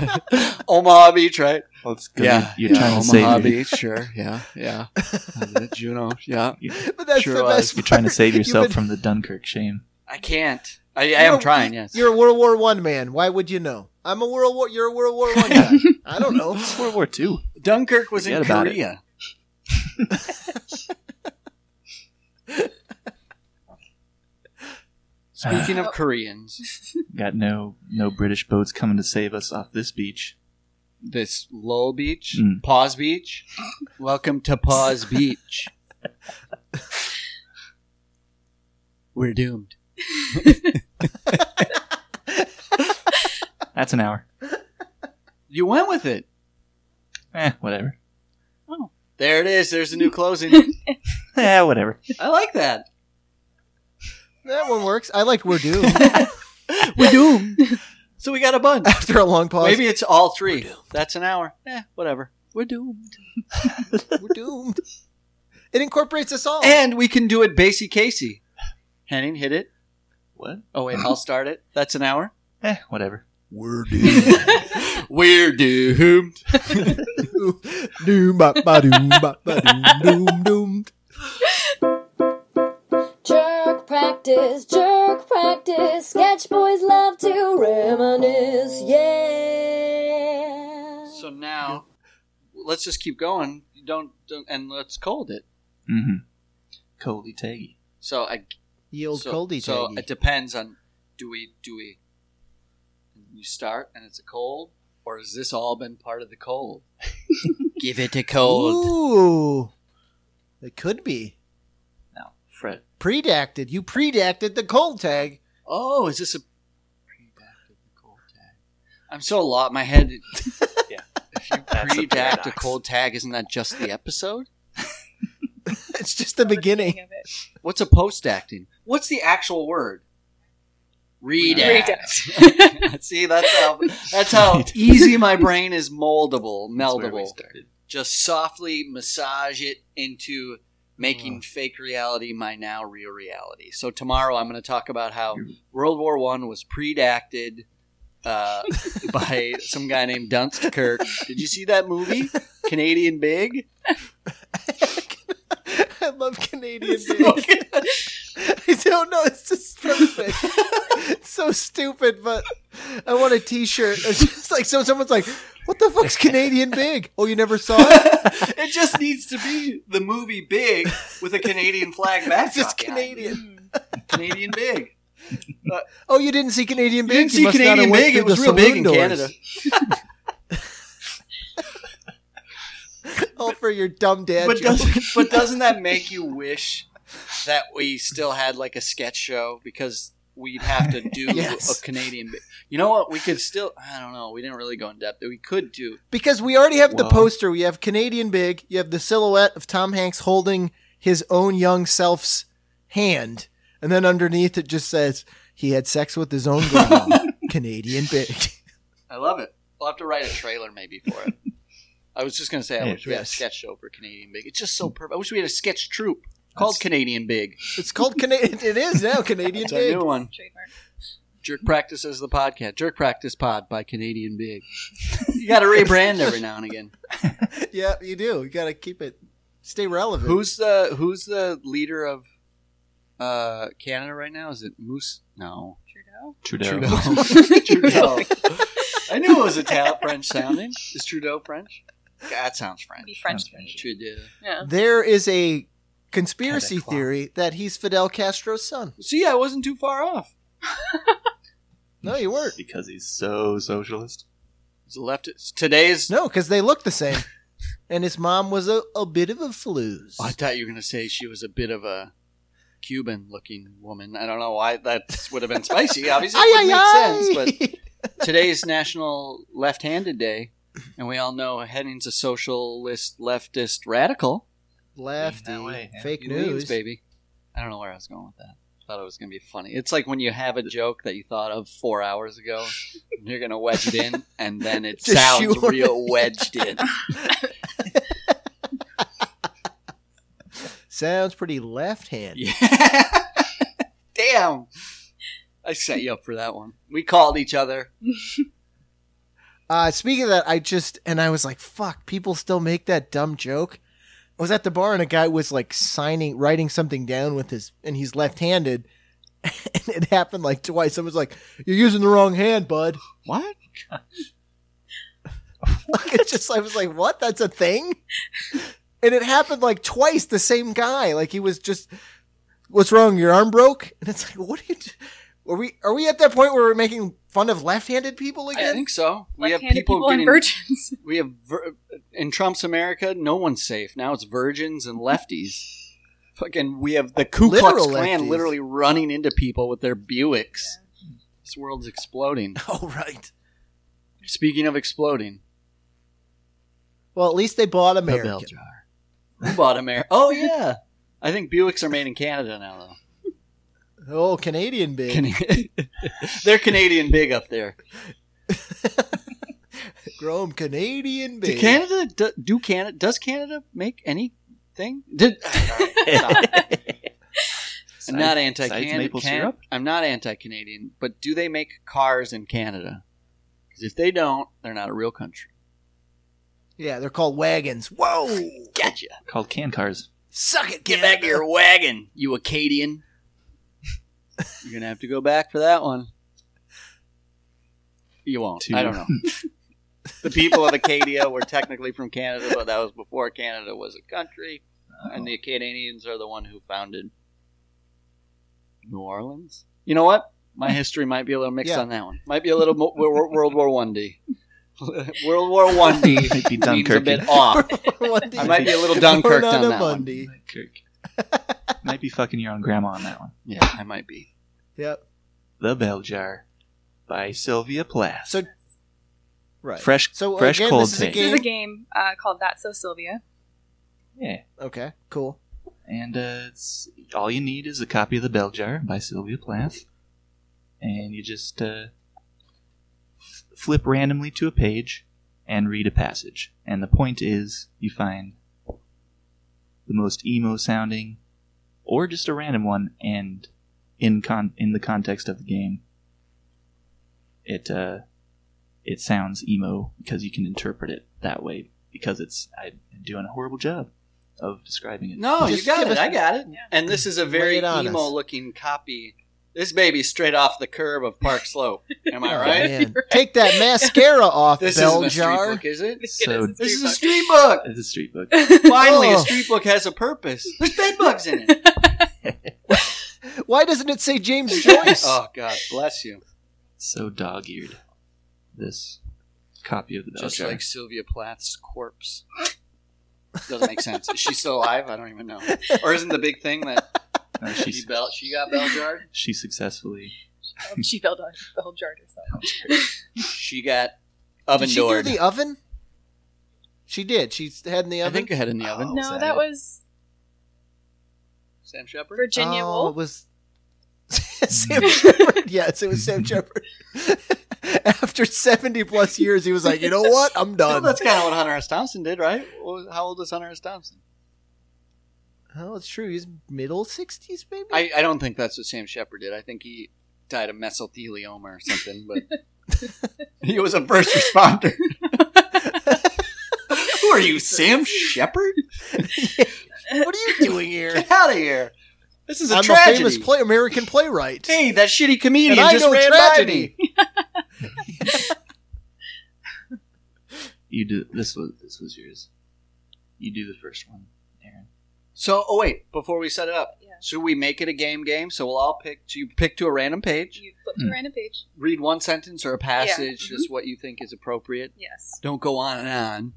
Omaha Beach, right? Well, it's good. You're, you're trying to save. Your, Beach, sure, yeah, yeah. Uh, Juno, yeah. But that's Sure the was. best you're trying to part. save You've yourself been- from the Dunkirk shame. I can't. I, I am You're- trying. Yes. You're a World War One man. Why would you know? I'm a World War. You're a World War One guy. I don't know. It's World War Two. Dunkirk was in Forget about it. Korea. Speaking of Koreans, Got no no British boats coming to save us off this beach. this Lowell Beach, Mm. Paws Beach. Welcome to Paws Beach. We're doomed. That's an hour. You went with it. Eh, whatever. There it is. There's the new closing. Yeah, Eh, whatever. I like that. That one works. I liked We're Doomed We're doomed. So we got a bunch. after a long pause. Maybe it's all three. That's an hour. Eh, whatever. We're doomed. We're doomed. It incorporates us all. And we can do it Basie Casey. Henning, hit it. What? Oh, wait, I'll start it. That's an hour. Eh, whatever. We're doomed. We're doomed. doom, ba, ba, doom, ba, ba, doom, doom, doomed. Jerk practice, jerk practice. Sketch boys love to reminisce. Yeah. So now, let's just keep going. You Don't, don't and let's cold it. Mm-hmm. Coley Taggy. So I Ye old so, coldy So taggy. it depends on do we do we you start and it's a cold or has this all been part of the cold? Give it a cold. Ooh, it could be Now, Fred. predacted. You predacted the cold tag. Oh, is this a predacted cold tag? I'm so lost. My head. Yeah. If you That's a predact a paradox. cold tag, isn't that just the episode? It's just the beginning. Of it. What's a post acting? What's the actual word? Redact. See, that's how that's how easy my brain is moldable, That's where we meldable. started. just softly massage it into making Mm. fake reality my now real reality. So tomorrow I'm going to talk about how World War One was predacted uh, by some guy named Dunst Kirk. Did you see that movie, Canadian Big? I love Canadian dude. I don't know. It's just perfect. it's so stupid, but I want a T-shirt. It's just like so. Someone's like, "What the fuck's Canadian Big?" Oh, you never saw it? It just needs to be the movie Big with a Canadian flag backdrop. That's just behind Canadian. Hmm, it. Canadian Big. Oh, you didn't see Canadian Big? You didn't see must not have Canadian went Big. through It was the real big saloon in doors. Canada. All for your dumb dad but joke. doesn't but doesn't that make you wish that we still had like a sketch show because we'd have to do Yes. a Canadian? bi- You know what? We could still. I don't know. We didn't really go in depth. We could do. Because we already have the Wow. poster. We have Canadian Big. You have the silhouette of Tom Hanks holding his own young self's hand. And then underneath it just says, he had sex with his own grandma. Canadian Big. I love it. We'll have to write a trailer maybe for it. I was just gonna say I Yeah, wish we had a yes. sketch show for Canadian Big. It's just so perfect. I wish we had a sketch troupe called That's- Canadian Big. It's called Canadian. It is now Canadian It's a Big. new one. Trademark. Jerk Practice is the podcast. Jerk Practice Pod by Canadian Big. You got to rebrand every now and again. Yeah, you do. You got to keep it, stay relevant. Who's the Who's the leader of uh, Canada right now? Is it Moose? No, Trudeau. Trudeau. Trudeau. I knew it was Italian French sounding. Is Trudeau French? That sounds Be French. French. Trudeau. Yeah. there is a conspiracy Cataclysm. theory that he's Fidel Castro's son. See, I wasn't too far off. No, you weren't. because he's so socialist. It's a left. it's- Today's. No, because they look the same. And his mom was a, a bit of a flues. I thought you were going to say she was a bit of a Cuban-looking woman. I don't know why that would have been spicy. Obviously, it would make sense. sense, But today's National Left-Handed Day, and we all know Henning's a socialist, leftist, radical. but lefty Lean that way, yeah. fake He leans, news. baby. I don't know where I was going with that. Thought it was gonna be funny. It's like when you have a joke that you thought of four hours ago, and you're gonna wedge it in, and then it Just sounds shoehorn real wedged in. Sounds pretty left-handed. Yeah. Damn. I set you up for that one. We called each other. Uh, speaking of that, I just and I was like, "Fuck!" People still make that dumb joke. I was at the bar and a guy was like signing, writing something down with his, and he's left-handed, and it happened like twice. Someone's like, "You're using the wrong hand, bud." What? Like, it's just I was like, "What? That's a thing?" And it happened like twice. The same guy, like he was just, "What's wrong? Your arm broke?" And it's like, "What are you?" d are we are we at that point where we're making fun of left-handed people again? I think so. We have Left-handed people, and getting. virgins. we have vir- in Trump's America. No one's safe now. It's virgins and lefties. Fucking, we have the Ku Klux Literal Klan lefties. literally running into people with their Buicks. This world's exploding. Oh right. Speaking of exploding, Well, at least they bought the American. bell jar. Who bought America? Oh yeah, I think Buicks are made in Canada now Oh, Canadian though. big. Can- They're Canadian big up there. Grow 'em Canadian Do big. Canada do, do Canada does Canada make anything? Did Stop. I'm not anti Besides maple Canadian. syrup? I'm not anti Canadian, but do they make cars in Canada? Because if they don't, they're not a real country. yeah, they're called wagons. Whoa! Gotcha. Called can cars. Suck it, Get back to your wagon, you Acadian. You're gonna have to go back for that one. You won't. I don't know. The people of Acadia were technically from Canada, but that was before Canada was a country, and the Acadians are the one who founded New Orleans. You know what? My history might be a little mixed Hmm. Yeah. on that one. Might be a little mo- Wor- Wor- World War One D. World War One D Might be seems a Dunkirk. bit off. Monday. I might be a little Dunkirk We're not on a that one. Monday. Might be fucking your own grandma on that one. Yeah, I might be. Yep. The Bell Jar by Sylvia Plath. So- Right. fresh, So, fresh again, cold this is a take. This is a game uh, called That So Sylvia. Yeah, Okay. Cool. and uh, it's all you need is a copy of The Bell Jar by Sylvia Plath, and you just uh, f- flip randomly to a page, and read a passage. And the point is, you find the most emo sounding, or just a random one, and in con- in the context of the game, it uh, it sounds emo because you can interpret it that way. Because it's I'm doing a horrible job of describing it. No, you Just got give it. us- I got it. And this is a very Lay it on us. emo looking copy. This baby's straight off the curb of Park Slope. Am I right? Man, Take that mascara off, This bell isn't a street jar. book, is it? So It This is is a street book. it's a street book. Finally, a Oh. street book has a purpose. There's bed bugs in it. Why doesn't it say James Joyce? Oh God, bless you. So dog eared. This copy of the bell Just jar. like Sylvia Plath's corpse. Doesn't make sense. Is she still alive? I don't even know. Or isn't the big thing that No, she she's, bell she got bell jarred? Uh, she successfully She fell down the whole jar herself. She got oven Did she do doored. the oven? She did. She had in the I oven. think I had in the oven. Oh, No, was that that it? was Sam Shepard. Virginia oh, Woolf. it was Sam Shepard. Yes, it was Sam Shepard. After seventy plus years, he was like, you know what? I'm Well, done. that's kind of what Hunter S. Thompson did, right? What was- How old is Hunter S. Thompson? Oh, it's true. He's middle sixties, maybe. I, I don't think that's what Sam Shepard did. I think he died of mesothelioma or something, but he was a first responder. Who are you, Sam Shepard? what are you doing here? Get out of here. This is a I'm a tragedy. famous play American playwright. hey, that shitty comedian And I just know ran tragedy. by me. you do this was this was yours. You do the first one, Aaron. So, oh wait, before we set it up, Yeah. should we make it a game game? So we'll all pick, you pick to a random page, You flipped Hmm. around a page. read one sentence or a passage, mhm. just what you think is appropriate. Yes. don't go on and on.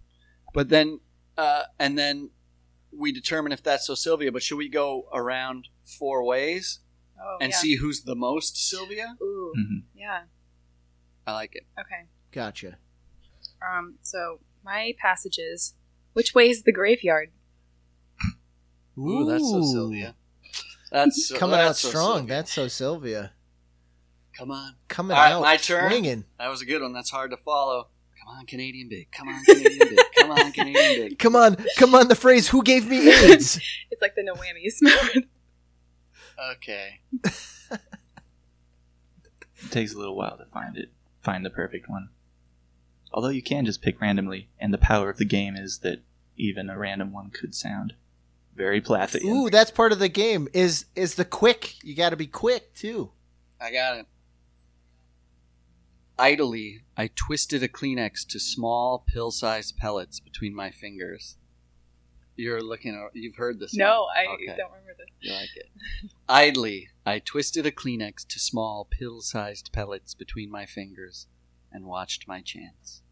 But then, uh, and then we determine if that's so Sylvia. But should we go around four ways Oh, and yeah. see who's the most Sylvia? Ooh, hmm yeah. I like it. Okay. Gotcha. Um. So my passage is, which way is the graveyard? Ooh, that's so Ooh. Sylvia. That's so, Coming out that's so strong. Sylvia. That's so Sylvia. Come on, Coming All right, out my turn. swinging. that was a good one. That's hard to follow. Come on, Canadian big. Come on, Canadian big. Come on, Canadian big. Come on, come on. The phrase "Who gave me AIDS?" It's like the no whammies moment. Okay. It takes a little while to find it, find the perfect one. Although you can just pick randomly, and the power of the game is that even a random one could sound very Plathian. Ooh, that's part of the game. Is is the quick? You got to be quick too. I got it. Idly, I twisted a Kleenex to small pill-sized pellets between my fingers. You're looking. You've heard this. No, I Okay. don't remember this. You like it. Idly, I twisted a Kleenex to small pill-sized pellets between my fingers, and watched my chance.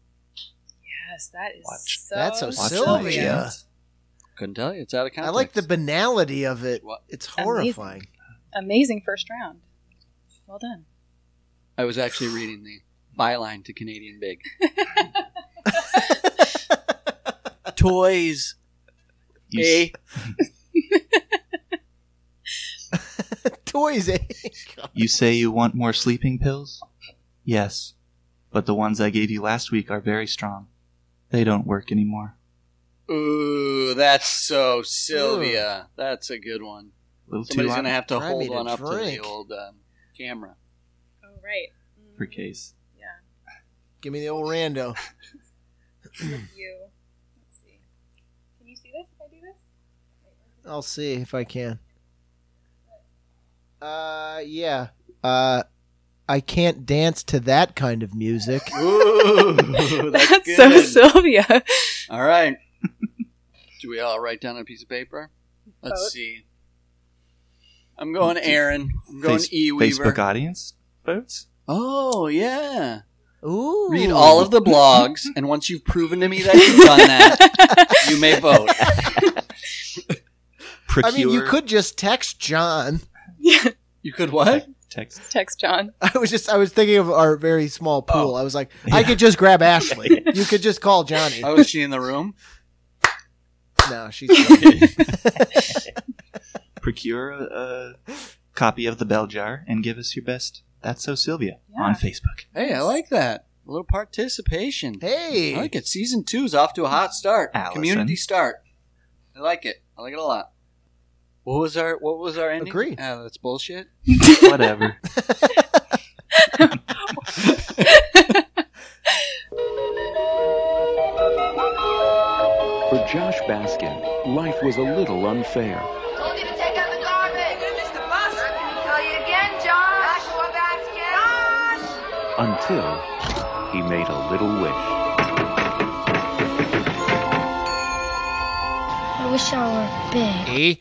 Yes, that is Watch- so. That's so Watch Sylvia. my chance. Couldn't tell you. It's out of I context. like the banality of it. What? It's Amazing. horrifying. Amazing first round. Well done. I was actually reading the byline to Canadian Big. Toys. You eh? Toys. eh? You say you want more sleeping pills? Yes. But the ones I gave you last week are very strong. They don't work anymore. Ooh, that's so Sylvia. That's a good one. A little too Somebody's hot gonna have to Try hold me to one up to the drink. old um, camera. Oh right. Mm, for case. Yeah. Give me the old rando. You. Let's see. Can you see this? If I do this. I'll see if I can. Uh, yeah. Uh, I can't dance to that kind of music. Ooh, that's, That's so good. Sylvia. All right. Do we all write down on a piece of paper? Let's Vote. see. I'm going Aaron. I'm going Face- E Weaver. Facebook audience votes? Oh yeah. Ooh. Read all of the blogs, and once you've proven to me that you've done that, you may vote. Procure I mean, you could just text John. You could what? text. Text John. I was just I was thinking of our very small pool. I was like, I Yeah. could just grab Ashley. you could just call Johnny. Oh, is she in the room? No, she's not. Procure a, a copy of the bell jar and give us your best. That's so Sylvia Yeah. on Facebook. Hey, I like that. A little participation. Hey, I like it. Season two's off to a hot start. Allison. Community start. I like it. I like it a lot. What was our What was our ending? Agree. Ah, that's bullshit. Whatever. For Josh Baskin, life was a little unfair. Told you to take out the garbage. You missed the bus. Let me tell you again, Josh. Joshua Baskin. Josh! until he made a little wish. I wish I were big. hey,